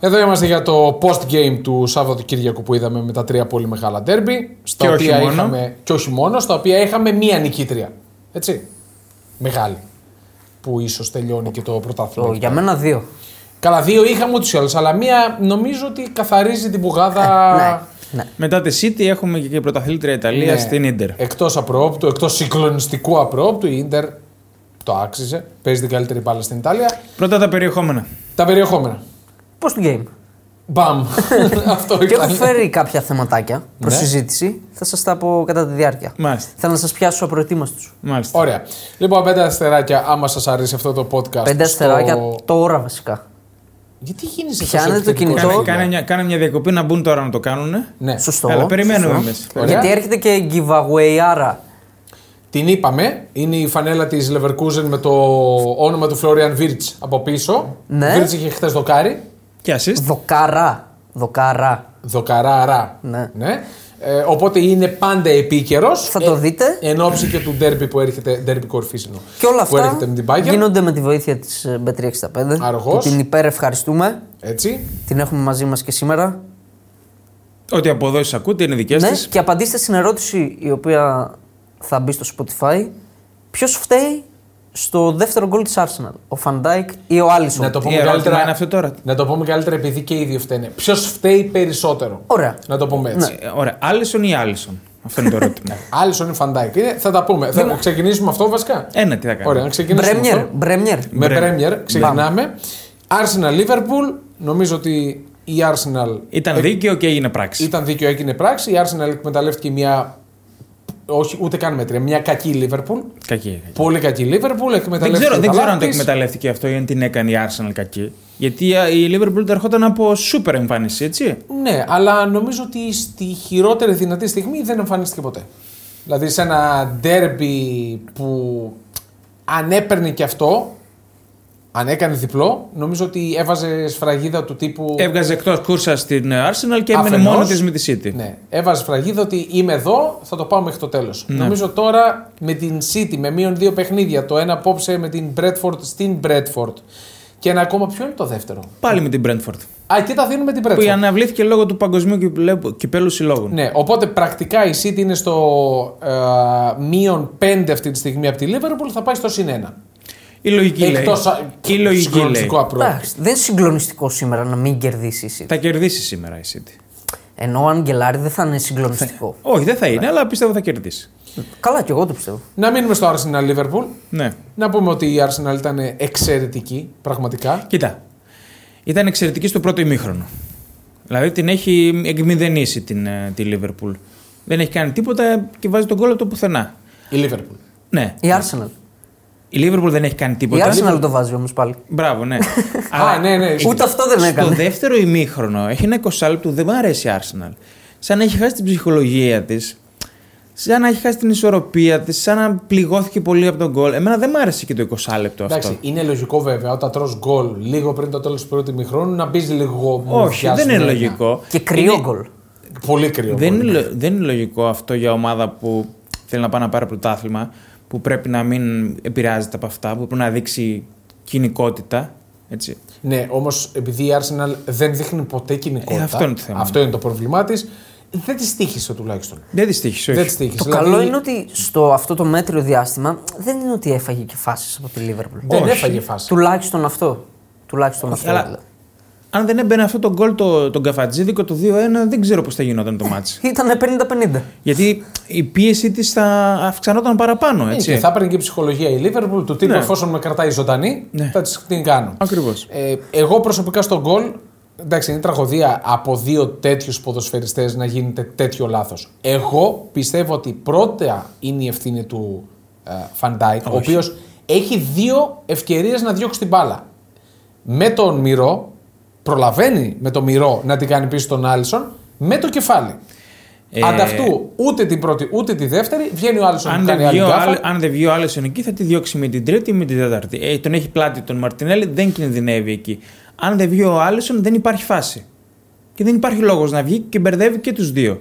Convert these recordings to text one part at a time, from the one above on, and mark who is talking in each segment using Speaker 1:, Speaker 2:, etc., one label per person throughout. Speaker 1: Εδώ είμαστε για το post-game του Σαββατοκύριακου που είδαμε με τα τρία πολύ μεγάλα ντέρμπι. Στα
Speaker 2: Και όχι
Speaker 1: οποία
Speaker 2: μόνο.
Speaker 1: είχαμε, και όχι μόνο, στα οποία είχαμε μία νικήτρια. Έτσι. Μεγάλη. Που ίσως τελειώνει και το πρωτάθλημα.
Speaker 3: Για μένα δύο.
Speaker 1: Καλά, δύο είχαμε ούτως ή άλλως, αλλά μία νομίζω ότι καθαρίζει την πουγάδα.
Speaker 2: Ε,
Speaker 3: Ναι, ναι.
Speaker 2: Μετά τη City έχουμε και- και πρωταθλήτρια
Speaker 1: Ναι.
Speaker 2: Ιταλία στην Ιντερ.
Speaker 1: Εκτός απρόπτου, εκτός συγκλονιστικού απρόπτου, η Ιντερ το άξιζε. Παίζει την καλύτερη μπάλα στην Ιταλία.
Speaker 2: Πρώτα τα περιεχόμενα.
Speaker 1: Τα περιεχόμενα.
Speaker 3: Πώς του game.
Speaker 1: Μπαμ. Αυτό
Speaker 3: Και έχω
Speaker 1: ήταν.
Speaker 3: φέρει κάποια θεματάκια προς
Speaker 1: Ναι.
Speaker 3: συζήτηση. Θα σας τα πω κατά τη διάρκεια.
Speaker 2: Μάλιστα.
Speaker 3: Θέλω να σας πιάσω απροετοίμαστου.
Speaker 2: Μάλιστα.
Speaker 1: Ωραία. Λοιπόν, πέντε αστεράκια, άμα σας αρέσει αυτό το podcast.
Speaker 3: Πέντε
Speaker 1: στο-
Speaker 3: αστεράκια τώρα βασικά.
Speaker 1: Γιατί γίνεσαι
Speaker 3: Πιάνε
Speaker 1: τόσο
Speaker 3: το
Speaker 1: επιθετικός,
Speaker 2: Κάνε,
Speaker 3: κινητό.
Speaker 1: ρε.
Speaker 2: κάνε μια, κάνε μια διακοπή να μπουν τώρα να το κάνουν.
Speaker 1: Ναι.
Speaker 3: Σωστό.
Speaker 2: Καλά, περιμένουμε
Speaker 3: σωστό.
Speaker 2: εμείς.
Speaker 1: Ωραία.
Speaker 3: Γιατί έρχεται και giveaway, άρα.
Speaker 1: Την είπαμε. Είναι η φανέλα της Leverkusen με το όνομα του Florian Virch από πίσω.
Speaker 3: Ναι.
Speaker 1: Ο Virch είχε χθες δοκάρι.
Speaker 2: Και assist.
Speaker 3: Δοκαρά. Δοκαρά.
Speaker 1: Δοκαράρα.
Speaker 3: Ναι.
Speaker 1: Ε, οπότε είναι πάντα επίκαιρος.
Speaker 3: Θα το δείτε.
Speaker 1: Εν ώψη και του ντέρμπι που έρχεται. Ντέρμπι κορυφή εννοώ.
Speaker 3: Και όλα
Speaker 1: Που έρχεται
Speaker 3: αυτά
Speaker 1: με την Bayern.
Speaker 3: γίνονται με τη βοήθεια της Bet365.
Speaker 1: Αργός.
Speaker 3: Που την υπερευχαριστούμε.
Speaker 1: Έτσι.
Speaker 3: Την έχουμε μαζί μας και σήμερα.
Speaker 2: Ό,τι αποδόσεις ακούτε είναι δικές
Speaker 3: Ναι,
Speaker 2: της.
Speaker 3: και απαντήστε στην ερώτηση η οποία θα μπει στο Spotify. Ποιος φταίει στο δεύτερο γκολ της Arsenal, ο Φαντάικ ή ο Άλισον.
Speaker 1: Να Ναι, το πούμε
Speaker 2: ερώτημα
Speaker 1: καλύτερα.
Speaker 2: Ε, είναι αυτό τώρα.
Speaker 1: Να το πούμε καλύτερα επειδή και οι δύο φταίνε. Ποιος φταίει περισσότερο.
Speaker 3: Ωραία. Ναι.
Speaker 1: Να το πούμε έτσι.
Speaker 2: Ε, Ωραία. Άλισον ή Άλισον. Αυτό είναι το ερώτημα.
Speaker 1: Άλισον ή Φαντάικ. Είναι, θα τα πούμε. Θα ξεκινήσουμε αυτό βασικά.
Speaker 2: Ένα τι θα κάνουμε.
Speaker 1: Ωραία, να ξεκινήσουμε.
Speaker 3: Μπρέμιερ,
Speaker 1: αυτό.
Speaker 3: Μπρέμιερ.
Speaker 1: Με
Speaker 2: Μπρε-
Speaker 1: Πρέμιερ ξεκινάμε. Arsenal Liverpool. Νομίζω ότι η Arsenal
Speaker 2: Ήταν δίκαιο και έγινε πράξη.
Speaker 1: Ε, ήταν δίκαιο, έγινε πράξη. Η Arsenal εκμεταλλεύτηκε μια. Όχι, ούτε καν μέτρια. Μια κακή Liverpool.
Speaker 2: Κακή. κακή.
Speaker 1: Πολύ κακή Liverpool.
Speaker 2: Δεν
Speaker 1: εκμεταλλεύτηκε
Speaker 2: ξέρω,
Speaker 1: τα
Speaker 2: δεν ξέρω
Speaker 1: λάθη
Speaker 2: αν το
Speaker 1: της.
Speaker 2: εκμεταλλεύτηκε αυτό ή αν την έκανε η Arsenal κακή. Γιατί α, η Liverpool τα ερχόταν από σούπερ εμφάνιση, έτσι.
Speaker 1: Ναι, αλλά νομίζω ότι στη χειρότερη δυνατή στιγμή δεν εμφανίστηκε ποτέ. Δηλαδή σε ένα ντέρμπι που αν έπαιρνε και αυτό, αν έκανε διπλό, νομίζω ότι έβαζε σφραγίδα του τύπου.
Speaker 2: Έβγαζε εκτός κούρσα στην ε, Arsenal Ε, και έμενε
Speaker 1: Αφενός,
Speaker 2: μόνο της με τη City.
Speaker 1: Ναι, έβαζε σφραγίδα ότι είμαι εδώ, θα το πάω μέχρι το τέλος.
Speaker 2: Ναι.
Speaker 1: Νομίζω τώρα με την City, με μείον δύο παιχνίδια, το ένα απόψε με την Bradford στην Bradford. Και ένα ακόμα, ποιο είναι το δεύτερο.
Speaker 2: Πάλι με την Brentford.
Speaker 1: Α, και τα δίνουμε την Bradford.
Speaker 2: Που αναβλήθηκε λόγω του παγκοσμίου κυπλέ- κυπέλου συλλόγων.
Speaker 1: Ναι, οπότε πρακτικά η City είναι στο ε, μείον 5 αυτή τη στιγμή από τη Liverpool, θα πάει στο συν 1.
Speaker 2: Η λογική
Speaker 1: Εκτός
Speaker 2: λέει.
Speaker 1: α-
Speaker 2: Η λογική λέει.
Speaker 1: συγκλονιστικό απρόπτου.
Speaker 3: Εντάξει, δεν είναι συγκλονιστικό σήμερα να μην κερδίσει η City.
Speaker 2: Θα κερδίσει σήμερα η City.
Speaker 3: Ενώ ο Αγγελάρη δεν θα είναι συγκλονιστικό.
Speaker 2: Όχι, δεν θα είναι, αλλά πιστεύω θα κερδίσει.
Speaker 3: Καλά, και εγώ το πιστεύω.
Speaker 1: Να μείνουμε στο Arsenal Liverpool.
Speaker 2: Ναι.
Speaker 1: Να πούμε ότι η Arsenal ήταν εξαιρετική, πραγματικά.
Speaker 2: Κοίτα. Ήταν εξαιρετική στο πρώτο ημίχρονο. Δηλαδή την έχει εκμηδενήσει την, ε, τη Liverpool. Δεν έχει κάνει τίποτα και βάζει τον κόλλο το πουθενά.
Speaker 1: Η Liverpool.
Speaker 2: Ναι.
Speaker 3: Η Arsenal.
Speaker 2: Η Liverpool δεν έχει κάνει
Speaker 3: Η
Speaker 2: τίποτα.
Speaker 3: Arsenal το βάζει όμως πάλι.
Speaker 2: Μπράβο, ναι.
Speaker 1: Α, ναι, ναι.
Speaker 3: Ούτε αυτό δεν
Speaker 2: Στο
Speaker 3: έκανε.
Speaker 2: δεύτερο ημίχρονο έχει ένα 20 λεπτό δεν μου αρέσει η Arsenal. Σαν να έχει χάσει την ψυχολογία της. Σαν να έχει χάσει την ισορροπία της. Σαν να πληγώθηκε πολύ από τον γκολ. Εμένα δεν μου άρεσε και το 20 λεπτό αυτό.
Speaker 1: Εντάξει, είναι λογικό βέβαια όταν τρως γκολ λίγο πριν το τέλος του πρώτου ημιχρόνου να μπεις λίγο.
Speaker 2: Όχι, δεν είναι
Speaker 1: μουδιασμένα.
Speaker 2: λογικό.
Speaker 3: ναι. Και κρυό ναι.
Speaker 2: Είναι-
Speaker 3: γκολ.
Speaker 1: Πολύ κρύο.
Speaker 2: Δεν
Speaker 1: γκολ.
Speaker 2: είναι, λο- δεν είναι λογικό αυτό για ομάδα που θέλει να πάει να πάρει πρωτάθλημα, που πρέπει να μην επηρεάζεται από αυτά, που πρέπει να δείξει κοινικότητα. Έτσι.
Speaker 1: Ναι, όμως επειδή η Arsenal δεν δείχνει ποτέ κοινικότητα.
Speaker 2: Ε, αυτό είναι το θέμα.
Speaker 1: Αυτό είναι το πρόβλημά της. Δεν τη τύχησε τουλάχιστον.
Speaker 2: Δεν δυστύχησε, όχι.
Speaker 1: Δεν Δηλαδή, τη τύχησε.
Speaker 3: Το καλό είναι ότι στο αυτό το μέτριο διάστημα δεν είναι ότι έφαγε και φάσεις από τη Liverpool.
Speaker 1: δεν
Speaker 2: όχι.
Speaker 1: έφαγε φάση.
Speaker 3: Τουλάχιστον αυτό. Τουλάχιστον αυτό.
Speaker 2: Αλλά
Speaker 3: δηλαδή.
Speaker 2: αν δεν έμπαινε αυτό το γκολ το, τον Καφατζίδικο το 2-1, δεν ξέρω πώς θα γινόταν το μάτι.
Speaker 3: Ήταν 50-50.
Speaker 2: Γιατί η πίεση της θα αυξανόταν παραπάνω, έτσι.
Speaker 1: Ναι, Και θα έπαιρνε και η ψυχολογία η Λίβερπουλ του τύπου
Speaker 2: Ναι.
Speaker 1: εφόσον με κρατάει ζωντανή,
Speaker 2: Ναι.
Speaker 1: θα της την κάνω.
Speaker 2: Ακριβώς.
Speaker 1: Ε, εγώ προσωπικά στον γκολ, εντάξει, είναι τραγωδία από δύο τέτοιους ποδοσφαιριστές να γίνεται τέτοιο λάθος. Εγώ πιστεύω ότι πρώτα είναι η ευθύνη του Φαντάικ, ο οποίος έχει δύο ευκαιρίες να διώξει την μπάλα. Με τον Μυρό, προλαβαίνει με τον Μυρό να την κάνει πίσω τον Άλισον, με το κεφάλι.
Speaker 2: Ε,
Speaker 1: Ανταυτού ούτε την πρώτη ούτε τη δεύτερη βγαίνει ο Άλισον
Speaker 2: Αν
Speaker 1: που
Speaker 2: δεν,
Speaker 1: κάνει άλλη
Speaker 2: βγει ο
Speaker 1: γκάφα.
Speaker 2: Άλε- αν δεν βγει ο Άλεσον εκεί, θα τη διώξει με την τρίτη ή με την τέταρτη. Ε, τον έχει πλάτη τον Μαρτινέλη, δεν κινδυνεύει εκεί. Αν δεν βγει ο Άλεσον, δεν υπάρχει φάση. Και δεν υπάρχει λόγος να βγει και μπερδεύει και τους δύο.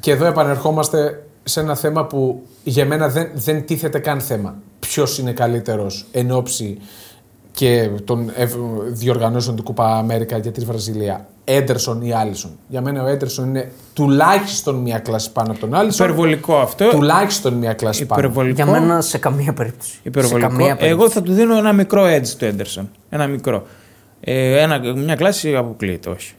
Speaker 1: Και εδώ επανερχόμαστε σε ένα θέμα που για μένα δεν, δεν τίθεται καν θέμα. Ποιος είναι καλύτερος εν ώψη και των ευ- διοργανώσεων του Κούπα Αμέρικα για τη Βραζιλία. Έντερσον ή Άλισον. Για μένα ο Έντερσον είναι τουλάχιστον μία κλάση πάνω από τον Άλισον.
Speaker 2: Υπερβολικό αυτό.
Speaker 1: Τουλάχιστον μία κλάση πάνω.
Speaker 2: Υπερβολικό.
Speaker 3: Για μένα σε καμία περίπτωση.
Speaker 2: Λοιπόν, Υπερβολικό.
Speaker 3: Σε καμία περίπτωση.
Speaker 2: Εγώ θα του δίνω ένα μικρό edge του Έντερσον. Ένα μικρό. Ε, ένα, μια κλάση αποκλείεται, όχι.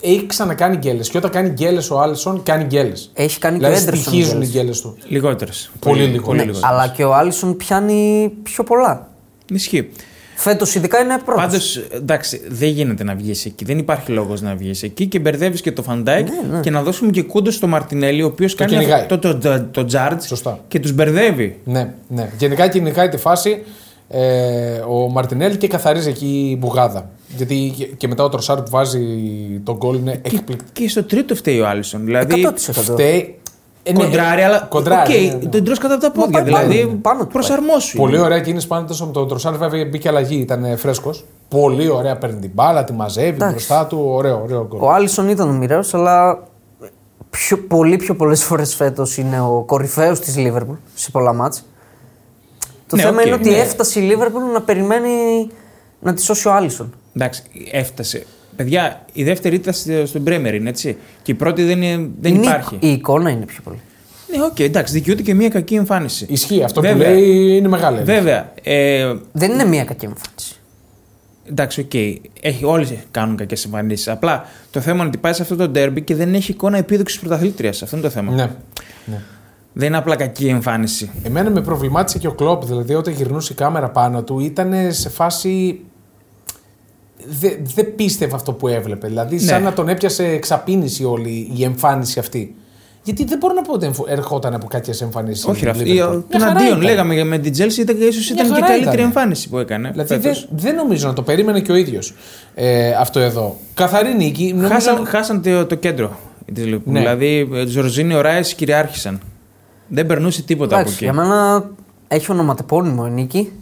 Speaker 1: Έχει ξανακάνει γκέλες. Και όταν κάνει γκέλες ο Άλισον, κάνει γκέλες.
Speaker 3: Έχει κάνει
Speaker 1: Δηλαδή
Speaker 3: και ο Έντερσον.
Speaker 1: στοιχίζουν οι
Speaker 3: γκέλες.
Speaker 1: γκέλες του.
Speaker 2: Λιγότερες.
Speaker 1: Πολύ λίγο.
Speaker 2: Πολύ
Speaker 1: Ναι,
Speaker 2: λιγότερες.
Speaker 3: Αλλά και ο Άλισον πιάνει πιο πολλά.
Speaker 2: Ισχύει.
Speaker 3: Φέτος ειδικά είναι πρώτο.
Speaker 2: Πάντως, εντάξει, δεν γίνεται να βγεις εκεί. Δεν υπάρχει λόγος να βγεις εκεί και μπερδεύεις και το Φαντάικ και να δώσουμε και κούντο στο Μαρτινέλη, ο οποίος κάνει
Speaker 1: Ναι, κυνηγάει.
Speaker 2: αυτό- το, το, το, Τζάρτ
Speaker 1: Σωστά.
Speaker 2: και τους μπερδεύει.
Speaker 1: Ναι, ναι. Γενικά κυνηγάει τη φάση ε, ο Μαρτινέλ και καθαρίζει εκεί η μπουγάδα. Γιατί και- και μετά ο Τροσάρ που βάζει τον γκολ είναι εκπληκτικό.
Speaker 2: Και στο τρίτο φταίει ο Άλισον. Δηλαδή,
Speaker 3: 100%.
Speaker 1: Φταίει. Ε, ναι,
Speaker 2: κοντράρει, αλλά.
Speaker 1: Κοντράρει.
Speaker 2: Οκ,
Speaker 1: ναι, ναι.
Speaker 2: τον τρως κατά τα πόδια.
Speaker 3: πάει πάνω,
Speaker 2: Δηλαδή,
Speaker 3: ναι. Πάνω του πάει.
Speaker 2: προσαρμόσου.
Speaker 1: Πολύ ωραία κίνηση πάνω τόσο από τον Τροσάρ. Βέβαια μπήκε αλλαγή, ήταν φρέσκος. Πολύ ωραία παίρνει την μπάλα, τη μαζεύει
Speaker 3: Εντάξει.
Speaker 1: μπροστά του. Ωραίο, ωραίο γκολ.
Speaker 3: Ο Άλισον ήταν μοιραίος, αλλά πιο, πολύ πιο πολλές φορές φέτος είναι ο κορυφαίος της Λίβερπουλ σε πολλά μάτς. Το
Speaker 2: Ναι,
Speaker 3: θέμα
Speaker 2: οκ,
Speaker 3: είναι ότι
Speaker 2: ναι.
Speaker 3: έφτασε η Λίβερπουλ να περιμένει να τη σώσει ο Άλισον.
Speaker 2: Εντάξει, έφτασε. Παιδιά, η δεύτερη ήταν στο- στον Πρέμερ, είναι έτσι. Και η πρώτη δεν, είναι- δεν
Speaker 3: Είναι η-
Speaker 2: υπάρχει.
Speaker 3: Η εικόνα είναι πιο πολύ.
Speaker 2: Ναι, οκ, εντάξει, δικαιούται και μια κακή εμφάνιση.
Speaker 1: Ισχύει αυτό
Speaker 2: Βέβαια.
Speaker 1: που λέει είναι μεγάλη.
Speaker 2: Βέβαια, ε,
Speaker 3: Δεν είναι μία κακή εμφάνιση.
Speaker 2: εντάξει, οκ, έχει, όλοι κάνουν κακές εμφανίσεις. Απλά το θέμα είναι ότι πάει σε αυτό το ντέρμπι και δεν έχει εικόνα επίδοξης πρωταθλήτριας. Αυτό είναι το θέμα.
Speaker 1: Ναι. ναι.
Speaker 2: Δεν είναι απλά κακή εμφάνιση.
Speaker 1: Εμένα με προβλημάτισε και ο Κλόπ, δηλαδή όταν γυρνούσε η κάμερα πάνω του ήταν σε φάση... Δε- Δεν πίστευε αυτό που έβλεπε, δηλαδή
Speaker 2: Ναι.
Speaker 1: σαν να τον έπιασε εξαπίνηση όλη η εμφάνιση αυτή. Γιατί δεν μπορώ να πω ότι εμφ- ερχόταν από κακέ εμφανίσει.
Speaker 2: Όχι, ρε, ή-
Speaker 1: Ναι,
Speaker 2: τον αντίον, λέγαμε με την Τζέλση, ήταν, ίσως
Speaker 1: Μια
Speaker 2: ήταν και η
Speaker 1: χαρά
Speaker 2: καλύτερη
Speaker 1: ήταν.
Speaker 2: εμφάνιση που έκανε.
Speaker 1: Δηλαδή
Speaker 2: φέτος.
Speaker 1: δεν δεν νομίζω να το περίμενε και ο ίδιος ε, αυτό εδώ. Καθαρή νίκη. νομίζω-
Speaker 2: Χάσαν, χάσαν το, το κέντρο της Λιβερπούλ.
Speaker 1: Ναι.
Speaker 2: Δηλαδή, ε, Ζορζίνιο Ράις κυριάρχησαν. Δεν περνούσε τίποτα
Speaker 3: Εντάξει, για
Speaker 2: από εκεί.
Speaker 3: μένα έχει ονοματεπώνυμο η νίκη.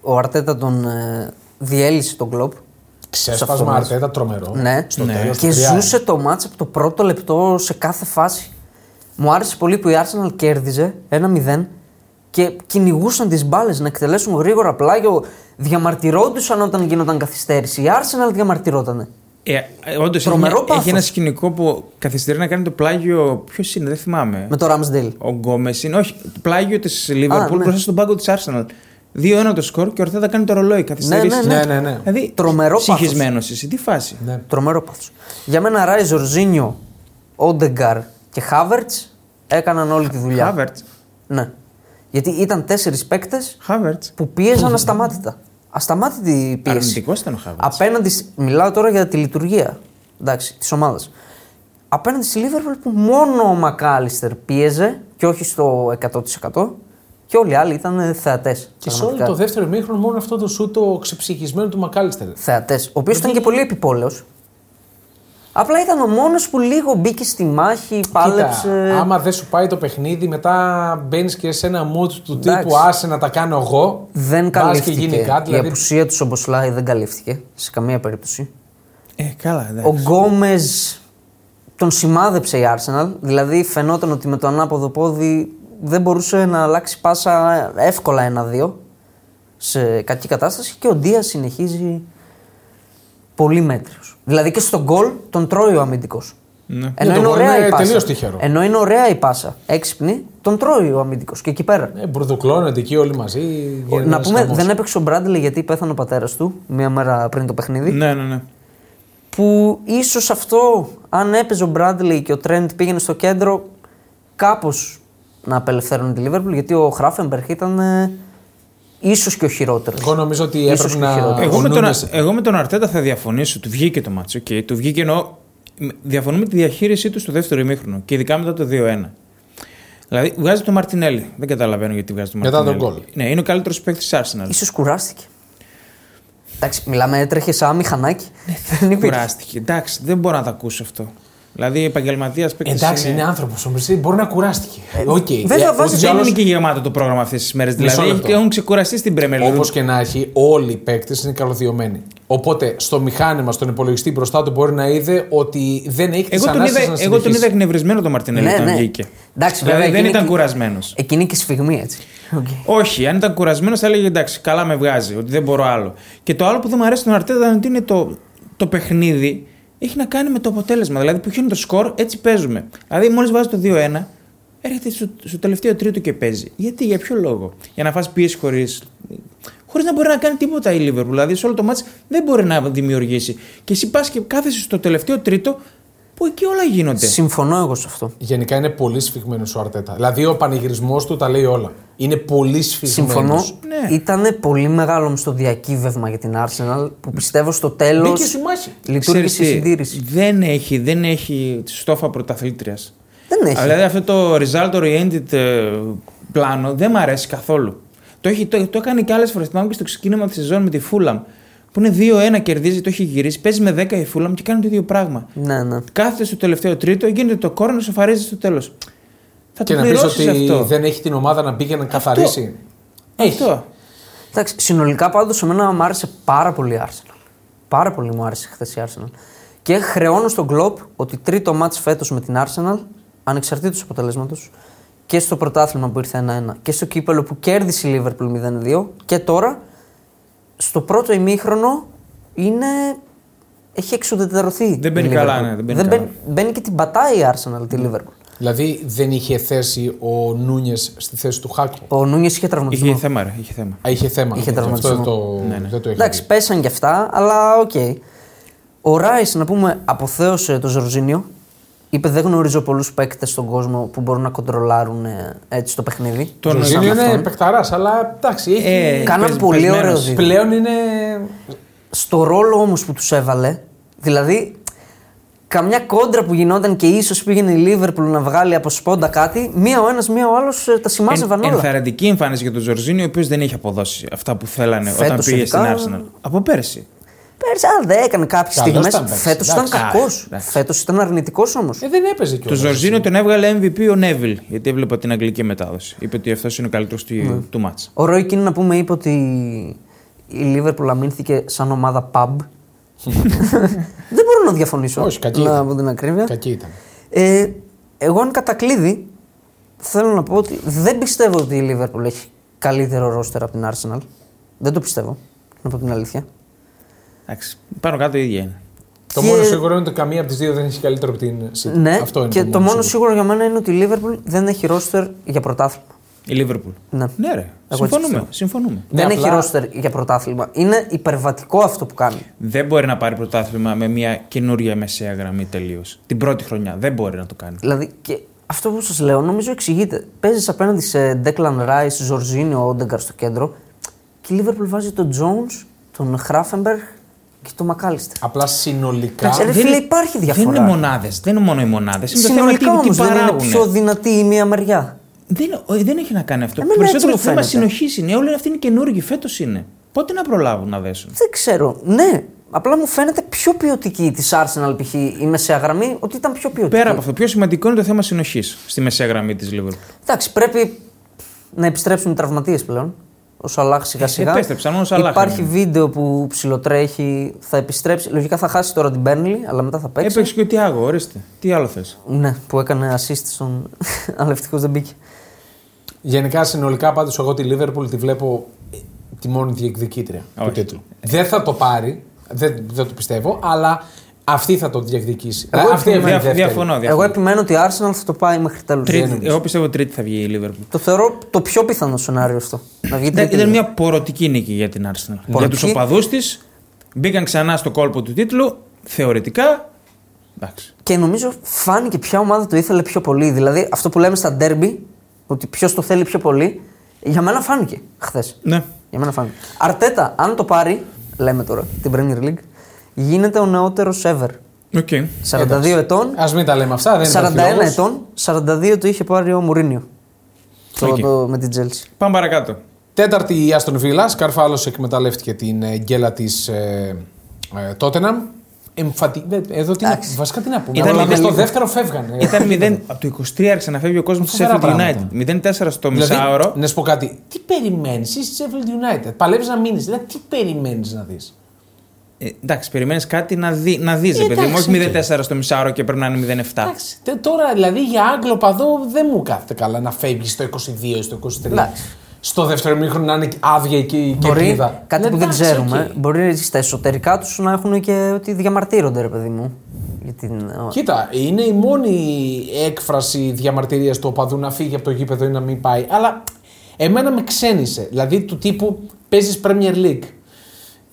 Speaker 3: Ο Αρτέτα τον ε, διέλυσε τον κλοπ. αυτό το
Speaker 1: Ξέσπασμα
Speaker 3: μάτς.
Speaker 1: Αρτέτα τρομερό.
Speaker 3: Ναι.
Speaker 1: Στο
Speaker 2: Ναι.
Speaker 1: τέλος,
Speaker 3: Και
Speaker 1: το 3-1.
Speaker 3: ζούσε το μάτς από το πρώτο λεπτό σε κάθε φάση. Μου άρεσε πολύ που η Arsenal κέρδιζε 1-0 και κυνηγούσαν τις μπάλες να εκτελέσουν γρήγορα πλάγιο. Διαμαρτυρόντουσαν όταν γινόταν καθυστέρηση. Η Arsenal διαμαρτυρόταν.
Speaker 2: Ε, Όντως
Speaker 3: Τρομερό
Speaker 2: έχει,
Speaker 3: πάθος.
Speaker 2: έχει ένα σκηνικό που καθυστερεί να κάνει το πλάγιο. Ποιος είναι, δεν θυμάμαι.
Speaker 3: Με το Ramsdale.
Speaker 2: Ο Γκόμες είναι. Όχι, το πλάγιο της
Speaker 3: Α, ναι.
Speaker 2: Λίβερπουλ μπροστά στον πάγκο της Arsenal. 2-1 το σκορ και ο Ορθέτα κάνει το ρολόι. Καθυστερήσεις.
Speaker 3: Ναι,
Speaker 1: ναι, ναι. Ναι, ναι, ναι.
Speaker 2: Δηλαδή,
Speaker 3: Τρομερό πάθος.
Speaker 2: συγχυσμένος εσύ, τι φάση.
Speaker 1: Ναι.
Speaker 3: Τρομερό πάθος. Για μένα Ράι Ζορζίνιο, Όντεγκαρ και Χάβερτς έκαναν όλη τη δουλειά.
Speaker 2: Χάβερτ.
Speaker 3: Ναι. Γιατί ήταν τέσσερις παίκτες
Speaker 2: Χάβερτ.
Speaker 3: που πίεζαν ασταμάτητα. Ασταμάτητη πίεση.
Speaker 2: Αρνητικός ήταν ο Χάβερτ.
Speaker 3: Απέναντι. σ- Μιλάω τώρα για τη λειτουργία της ομάδας. Απέναντι στη Λίβερπουλ που μόνο ο Μακάλιστερ πίεζε και όχι στο 100% και όλοι οι άλλοι ήταν θεατές.
Speaker 1: Και σε όλο το δεύτερο μήχρονο μόνο αυτό το σου το ξεψυχισμένο του Μακάλιστερ.
Speaker 3: Θεατές. Ο οποίος ήταν και πολύ επιπόλαιος. Απλά ήταν ο μόνος που λίγο μπήκε στη μάχη, πάλεψε.
Speaker 1: Κοίτα, άμα δεν σου πάει το παιχνίδι, μετά μπαίνεις και σε ένα mood του
Speaker 3: Εντάξει.
Speaker 1: τύπου Άσε να τα κάνω εγώ.
Speaker 3: Δεν
Speaker 1: Μπας και
Speaker 3: καλύφθηκε.
Speaker 1: γίνει κάτι.
Speaker 3: Η
Speaker 1: Δηλαδή,
Speaker 3: απουσία του Σομποσλάι δεν καλύφθηκε σε καμία περίπτωση.
Speaker 2: Ε, καλά, εντάξει.
Speaker 3: Ο Γκόμες τον σημάδεψε η Arsenal. Δηλαδή φαινόταν ότι με το ανάποδο πόδι δεν μπορούσε να αλλάξει πάσα εύκολα ένα-δύο σε κακή κατάσταση και ο Ντίας συνεχίζει πολύ μέτριος. Δηλαδή και στον γκολ τον τρώει ο αμυντικός.
Speaker 2: Ναι.
Speaker 1: Ναι,
Speaker 3: Ενώ
Speaker 1: το
Speaker 3: είναι
Speaker 1: γκολ
Speaker 3: ωραία
Speaker 1: είναι
Speaker 3: η πάσα.
Speaker 1: τελείως τυχερό.
Speaker 3: Ενώ είναι ωραία η πάσα. Έξυπνη, τον τρώει ο αμυντικός και εκεί πέρα.
Speaker 1: ε, μπουρδουκλώνονται εκεί όλοι μαζί. γίνεται
Speaker 3: Να
Speaker 1: ένας
Speaker 3: πούμε,
Speaker 1: χαμός.
Speaker 3: δεν έπαιξε ο Μπράντλε γιατί πέθανε ο πατέρας του μία μέρα πριν το παιχνίδι.
Speaker 2: Ναι, ναι, ναι.
Speaker 3: που ίσως αυτό, αν έπαιζε ο Μπράντλι και ο Τρέντ πήγαινε στο κέντρο, κάπως να απελευθέρωνε τη Λίβερπουλ, γιατί ο Χράφενμπερχ ήταν ε, ίσως και ο χειρότερος.
Speaker 1: Εγώ νομίζω ότι
Speaker 3: Ίσως
Speaker 1: έπρεπε
Speaker 3: και
Speaker 1: να.
Speaker 3: χειρότερος.
Speaker 2: Εγώ με, τον,
Speaker 1: γονούμεσαι.
Speaker 2: εγώ με τον Αρτέτα θα διαφωνήσω. Του βγήκε το μάτσο. Okay. Του βγήκε ενώ. Διαφωνούμε τη διαχείρισή του στο δεύτερο ημίχρονο και ειδικά μετά το 2-1. Δηλαδή βγάζει τον Μαρτινέλη. Δεν καταλαβαίνω γιατί βγάζει τον
Speaker 1: Μετά τον
Speaker 2: Μαρτινέλη. Ναι, είναι ο καλύτερος παίκτης της Arsenal.
Speaker 3: Ίσως κουράστηκε. Εντάξει, μιλάμε, έτρεχε σαν μηχανάκι. Δεν υπήρχε.
Speaker 2: Κουράστηκε. Εντάξει, δεν μπορώ να τα ακούσω αυτό. Δηλαδή επαγγελματίας παίκτης.
Speaker 1: Εντάξει, είναι άνθρωπο όμω. Μπορεί να κουράστηκε.
Speaker 3: Ε,
Speaker 1: Ε, Οκ.
Speaker 3: δεν θα βάζεις-
Speaker 1: ούτως ή
Speaker 2: Δεν
Speaker 1: άλλως,
Speaker 2: είναι και γεμάτο το πρόγραμμα αυτές τις μέρες.
Speaker 1: Μισό
Speaker 2: Δηλαδή
Speaker 1: λεπτό.
Speaker 2: έχουν ξεκουραστεί στην Premier League.
Speaker 1: Όπως και να έχει, όλοι οι παίκτες είναι καλωδιωμένοι. Οπότε στο μηχάνημα, στον υπολογιστή μπροστά του μπορεί να είδε ότι δεν έχει τις
Speaker 2: Εγώ τον,
Speaker 1: ανάσες
Speaker 2: είδα,
Speaker 1: να
Speaker 2: εγώ τον
Speaker 1: συνεχίσει.
Speaker 2: είδα εκνευρισμένο τον Μαρτινέλη
Speaker 3: Ναι,
Speaker 2: όταν
Speaker 3: ναι.
Speaker 2: βγήκε.
Speaker 3: Εντάξει,
Speaker 2: δηλαδή
Speaker 3: βέβαια,
Speaker 2: δεν
Speaker 3: εκείνη
Speaker 2: ήταν
Speaker 3: και-
Speaker 2: κουρασμένος.
Speaker 3: Εκείνη και η σφιγμή έτσι. Οκ.
Speaker 2: Όχι, αν ήταν κουρασμένος θα έλεγε εντάξει, καλά με βγάζει, ότι δεν μπορώ άλλο. Και το άλλο που δεν μου αρέσει τον Αρτέτα ήταν ότι είναι το, το παιχνίδι έχει να κάνει με το αποτέλεσμα. Δηλαδή, ποιο είναι το σκορ, έτσι παίζουμε. Δηλαδή, μόλις βάζει το 2-1, έρχεται στο, στο τελευταίο τρίτο και παίζει. Γιατί, για ποιο λόγο. Για να φας πίεση χωρίς. Χωρίς να μπορεί να κάνει τίποτα η Liverpool. Δηλαδή, σε όλο το μάτς δεν μπορεί να δημιουργήσει. Και εσύ πας και κάθεσαι στο τελευταίο τρίτο που εκεί όλα γίνονται.
Speaker 3: Συμφωνώ εγώ σε αυτό.
Speaker 1: Γενικά είναι πολύ σφιγμένος ο Αρτέτα. Δηλαδή ο πανηγυρισμός του τα λέει όλα. Είναι πολύ σφιγμένος.
Speaker 3: Συμφωνώ.
Speaker 2: Ναι.
Speaker 3: Ήταν πολύ μεγάλο μισθοδιακή βεύμα για την Arsenal που πιστεύω στο τέλος
Speaker 1: Μπήκε σου μάχη.
Speaker 2: Ξέρεις
Speaker 3: λειτουργήσε
Speaker 2: τι,
Speaker 3: συντήρηση.
Speaker 2: Δεν έχει, δεν έχει στόφα πρωταθλήτριας.
Speaker 3: Δεν έχει.
Speaker 2: Δηλαδή αυτό το result oriented ε, πλάνο δεν μ' αρέσει καθόλου. Το, έχει, το, το έκανε και άλλες φορές. Θυμάμαι και στο ξεκίνημα της σεζόν με τη Fulham. Που είναι 2-1, κερδίζει, το έχει γυρίσει. Παίζει με 10 η Fulham και κάνει το ίδιο πράγμα.
Speaker 3: Ναι, ναι.
Speaker 2: Κάθεται στο τελευταίο τρίτο, γίνεται το κόρνο, σοφαρίζει στο τέλος. Θα
Speaker 1: Και
Speaker 2: το
Speaker 1: να πεις
Speaker 2: πληρώσεις
Speaker 1: ότι
Speaker 2: αυτό.
Speaker 1: δεν έχει την ομάδα να μπει για να καθαρίσει. Έχει.
Speaker 2: Αυτό.
Speaker 3: Εντάξει, συνολικά πάντως εμένα μου άρεσε πάρα πολύ η Arsenal. Πάρα πολύ μου άρεσε χθες η Arsenal. Και χρεώνω στον κλοπ ότι τρίτο μάτς φέτος με την Arsenal, ανεξαρτήτως αποτελέσματος, και στο πρωτάθλημα που ήρθε 1-1 και στο κύπελο που κέρδισε η Liverpool 0-2 και τώρα στο πρώτο ημίχρονο είναι. έχει εξουδετερωθεί.
Speaker 2: Δεν μπαίνει
Speaker 3: η
Speaker 2: καλά,
Speaker 3: Liverpool.
Speaker 2: ναι, δεν μπαίνει καλά.
Speaker 3: μπαίνει και την πατάει η Arsenal τη Liverpool.
Speaker 1: Δηλαδή δεν είχε θέση ο Νούνιες στη θέση του Χάκου.
Speaker 3: Ο Νούνιες είχε τραυματισμό.
Speaker 2: Είχε θέμα, ρε, είχε θέμα.
Speaker 1: Α, είχε θέμα.
Speaker 3: Είχε
Speaker 1: Αυτό
Speaker 3: τραυματισμό. Ναι,
Speaker 1: δεν το, δεν το είχα
Speaker 3: Εντάξει,
Speaker 1: δει.
Speaker 3: πέσαν κι αυτά, αλλά οκ. Ο Ράις, να πούμε, αποθέωσε το Ζορζίνιο. Είπε: Δεν γνωρίζω πολλούς παίκτες στον κόσμο που μπορούν να κοντρολάρουν ε, έτσι το παιχνίδι.
Speaker 1: Ο
Speaker 2: Τον
Speaker 1: Ζήλιο είναι παιχταρά, αλλά εντάξει. Έχει...
Speaker 2: Ε,
Speaker 3: Κάναν
Speaker 2: πες-
Speaker 3: πολύ
Speaker 2: πεσμένος.
Speaker 3: ωραίο δίδυμο.
Speaker 1: Πλέον είναι.
Speaker 3: Στο ρόλο όμως που τους έβαλε, δηλαδή καμιά κόντρα που γινόταν και ίσως πήγαινε η Λίβερπουλ να βγάλει από σπόντα κάτι, μία ο ένας, μία ο άλλος τα σημάζευαν
Speaker 2: Εν,
Speaker 3: όλα.
Speaker 2: ενθαρρυντική εμφάνιση για τον Ζορζίνιο, ο οποίος δεν έχει αποδώσει αυτά που θέλανε
Speaker 3: Φέτος
Speaker 2: όταν πήγε
Speaker 3: ειδικά-
Speaker 2: στην Arsenal. Από πέρσι.
Speaker 3: Πέρσι, αν δεν έκανε κάποιες
Speaker 1: Καλός
Speaker 3: στιγμέ.
Speaker 1: ήταν παίκτης,
Speaker 3: Φέτος ήταν
Speaker 1: εντάξει.
Speaker 3: κακός.
Speaker 2: Α, εντάξει.
Speaker 3: Φέτος ήταν αρνητικός όμως.
Speaker 1: Ε, δεν έπαιζε
Speaker 2: Το
Speaker 1: κιόλα.
Speaker 2: Ζορζίνιο τον έβγαλε MVP ο Νέβιλ, γιατί έβλεπα την αγγλική μετάδοση. Είπε ότι αυτός είναι ο καλύτερος του,
Speaker 3: Ναι.
Speaker 2: του μάτσα.
Speaker 3: Ο Ρόι Κίν, να πούμε, είπε ότι η Λίβερπουλ αμήνθηκε σαν ομάδα pub. Δεν μπορώ να διαφωνήσω.
Speaker 1: Όχι, κακή
Speaker 3: Να
Speaker 1: ήταν.
Speaker 3: πω την ακρίβεια.
Speaker 1: Κακή ήταν.
Speaker 3: Ε, εγώ, αν κατακλείδη, θέλω να πω ότι δεν πιστεύω ότι η Λίβερπουλ έχει καλύτερο ρόστερ από την Arsenal. Δεν το πιστεύω, να πω την αλήθεια.
Speaker 2: Εντάξει, πάνω κάτω η ίδια είναι.
Speaker 1: Το
Speaker 3: Και-
Speaker 1: μόνο σίγουρο είναι ότι καμία από τις δύο δεν έχει καλύτερο από την City.
Speaker 3: Ναι,
Speaker 1: Αυτό είναι
Speaker 3: και το μόνο σίγουρο για μένα είναι ότι η Λίβερπουλ δεν έχει ρόστερ για πρωτάθλημα.
Speaker 2: Η Λίβερπουλ.
Speaker 3: Ναι.
Speaker 2: Ναι, ρε.
Speaker 3: έτσι
Speaker 2: συμφωνούμε.
Speaker 3: πιστεύω.
Speaker 2: συμφωνούμε.
Speaker 1: Ναι,
Speaker 3: δεν
Speaker 1: απλά-
Speaker 3: έχει ρόστερ για πρωτάθλημα. Είναι υπερβατικό αυτό που κάνει.
Speaker 2: Δεν μπορεί να πάρει πρωτάθλημα με μια καινούρια μεσαία γραμμή τελείως. Την πρώτη χρονιά. Δεν μπορεί να το κάνει.
Speaker 3: Δηλαδή, και αυτό που σας λέω νομίζω εξηγείται. Παίζεις απέναντι σε Declan Rice, Ζορζίνιο, Όντεγκαρ στο κέντρο και η Liverpool βάζει τον Jones, τον Χράφενμπεργκ και τον Μακάλιστερ.
Speaker 1: Απλά συνολικά.
Speaker 3: ρε
Speaker 2: Δεν-
Speaker 3: φίλε, υπάρχει διαφορά.
Speaker 2: Δεν είναι μονάδες. Δεν είναι μόνο οι μονάδες. Είναι το θέμα τι,
Speaker 3: Συνολικά
Speaker 2: τι
Speaker 3: όμως δεν είναι
Speaker 2: παράγουνε.
Speaker 3: πιο δυνατή η μία μεριά.
Speaker 2: Δεν, ο- ε, δεν έχει να κάνει αυτό.
Speaker 3: Εμένα
Speaker 2: Περισσότερο
Speaker 3: έτσι μου
Speaker 2: θέμα
Speaker 3: φαίνεται.
Speaker 2: συνοχής είναι. Ναι, Όλοι αυτοί είναι καινούργοι. Φέτος είναι. Πότε να προλάβουν να δέσουν.
Speaker 3: Δεν ξέρω. Ναι, απλά μου φαίνεται πιο ποιοτική της Arsenal π.χ. η μεσαία γραμμή ότι ήταν πιο ποιοτική.
Speaker 2: Πέρα από αυτό, πιο σημαντικό είναι το θέμα συνοχής στη μεσαία γραμμή της Liverpool.
Speaker 3: Εντάξει, πρέπει να επιστρέψουν οι τραυματίες πλέον. Ο Σαλάχ σιγά σιγά.
Speaker 2: Ε, επέστρεψαν, μόνο ο Σαλάχ
Speaker 3: Υπάρχει
Speaker 2: έμεινε.
Speaker 3: βίντεο που ψιλοτρέχει, θα επιστρέψει. Λογικά θα χάσει τώρα την Burnley, αλλά μετά θα παίξει.
Speaker 2: Έπαιξε και ο Τιάγο, ορίστε. Τι άλλο θες.
Speaker 3: Ναι, που έκανε assist στον. αλλά ευτυχώς δεν μπήκε.
Speaker 1: Γενικά, συνολικά πάντως, εγώ τη Λίβερπουλ τη βλέπω ε, τη μόνη διεκδικήτρια του
Speaker 2: Όχι.
Speaker 1: τίτλου. Δεν θα το πάρει, δεν, δεν το πιστεύω, αλλά αυτή θα το διεκδικήσει. Ε,
Speaker 3: Εγώ
Speaker 1: αυτή
Speaker 3: διαφωνώ.
Speaker 1: έβγαινε δεύτερη.
Speaker 2: Διαφωνώ,
Speaker 3: Εγώ
Speaker 2: διαφωνώ.
Speaker 3: επιμένω ότι η Arsenal θα το πάει μέχρι τέλου.
Speaker 2: Τρίτη, εγώ πιστεύω τρίτη θα βγει η Liverpool.
Speaker 3: Το θεωρώ το πιο πιθανό σενάριο αυτό. Να βγει
Speaker 2: Ναι, Ήταν,
Speaker 3: τρίτη.
Speaker 2: ήταν μια πορωτική νίκη για την Arsenal. Για
Speaker 3: Πορωτική.
Speaker 2: τους οπαδούς της. Μπήκαν ξανά στο κόλπο του τίτλου. Θεωρητικά. Εντάξει.
Speaker 3: Και νομίζω φάνηκε ποια ομάδα το ήθελε πιο πολύ. Δηλαδή αυτό που λέμε στα derby, ότι ποιος το θέλει πιο πολύ, για μένα φάνηκε χθες.
Speaker 2: Ναι.
Speaker 3: Για μένα φάνηκε. Αρτέτα, αν το πάρει, λέμε τώρα, την Premier League, γίνεται ο νεότερος ever.
Speaker 2: Οκ.
Speaker 3: 42 ετών,
Speaker 1: Ας μην τα λέμε αυτά, δεν
Speaker 3: 41
Speaker 1: είναι λόγος.
Speaker 3: ετών, 42 το είχε πάρει ο Μουρίνιο. Το,
Speaker 2: Οκ.
Speaker 3: το- με την Chelsea.
Speaker 2: Πάμε παρακάτω.
Speaker 1: Τέταρτη η Άστον Βίλα. Σκαρφάλος εκμεταλλεύτηκε την ε, γκέλα της ε, ε, Τότεναμ. Εμφατι... ε, Εδώ τι να...
Speaker 3: Εντάξει.
Speaker 1: Βασικά τι να πούμε.
Speaker 2: Ήταν
Speaker 1: Ήταν στο
Speaker 2: λίγο-
Speaker 1: δεύτερο φεύγανε.
Speaker 2: Ήταν 0. Από το 23 άρχισε να φεύγει ο κόσμος του
Speaker 1: Φοβερά
Speaker 2: Sheffield
Speaker 1: πράγματα.
Speaker 2: United. 0-4 στο
Speaker 1: Δηλαδή,
Speaker 2: μισάωρο.
Speaker 1: να σου πω κάτι. Τι περιμένεις, είσαι Sheffield United. Παλεύει να μείνεις. Δηλαδή, τι περιμένεις να δεις.
Speaker 2: Ε, εντάξει, περιμένεις κάτι να δει, να δεις, ρε παιδί μου.
Speaker 1: εντάξει,
Speaker 2: Όχι 0-4 στο μισάωρο και πρέπει να είναι 0-7.
Speaker 1: Εντάξει, τε- τώρα δηλαδή για Άγγλο παδό δεν μου κάθεται καλά να φεύγει στο 22 ή στο 23.
Speaker 3: Εντάξει.
Speaker 1: Στο δεύτερο μήχρονο να είναι άδεια εκεί η
Speaker 3: Μπορεί
Speaker 1: κερκίδα.
Speaker 3: κάτι
Speaker 1: Ναι,
Speaker 3: που δεν
Speaker 1: εντάξει,
Speaker 3: ξέρουμε.
Speaker 1: οκ.
Speaker 3: Μπορεί στα εσωτερικά τους να έχουν και ότι διαμαρτύρονται, ρε παιδί μου. Για την...
Speaker 1: Κοίτα, είναι η μόνη έκφραση διαμαρτυρίας του οπαδού να φύγει από το γήπεδο ή να μην πάει. Αλλά εμένα με ξένησε. Δηλαδή του τύπου παίζεις Premier League.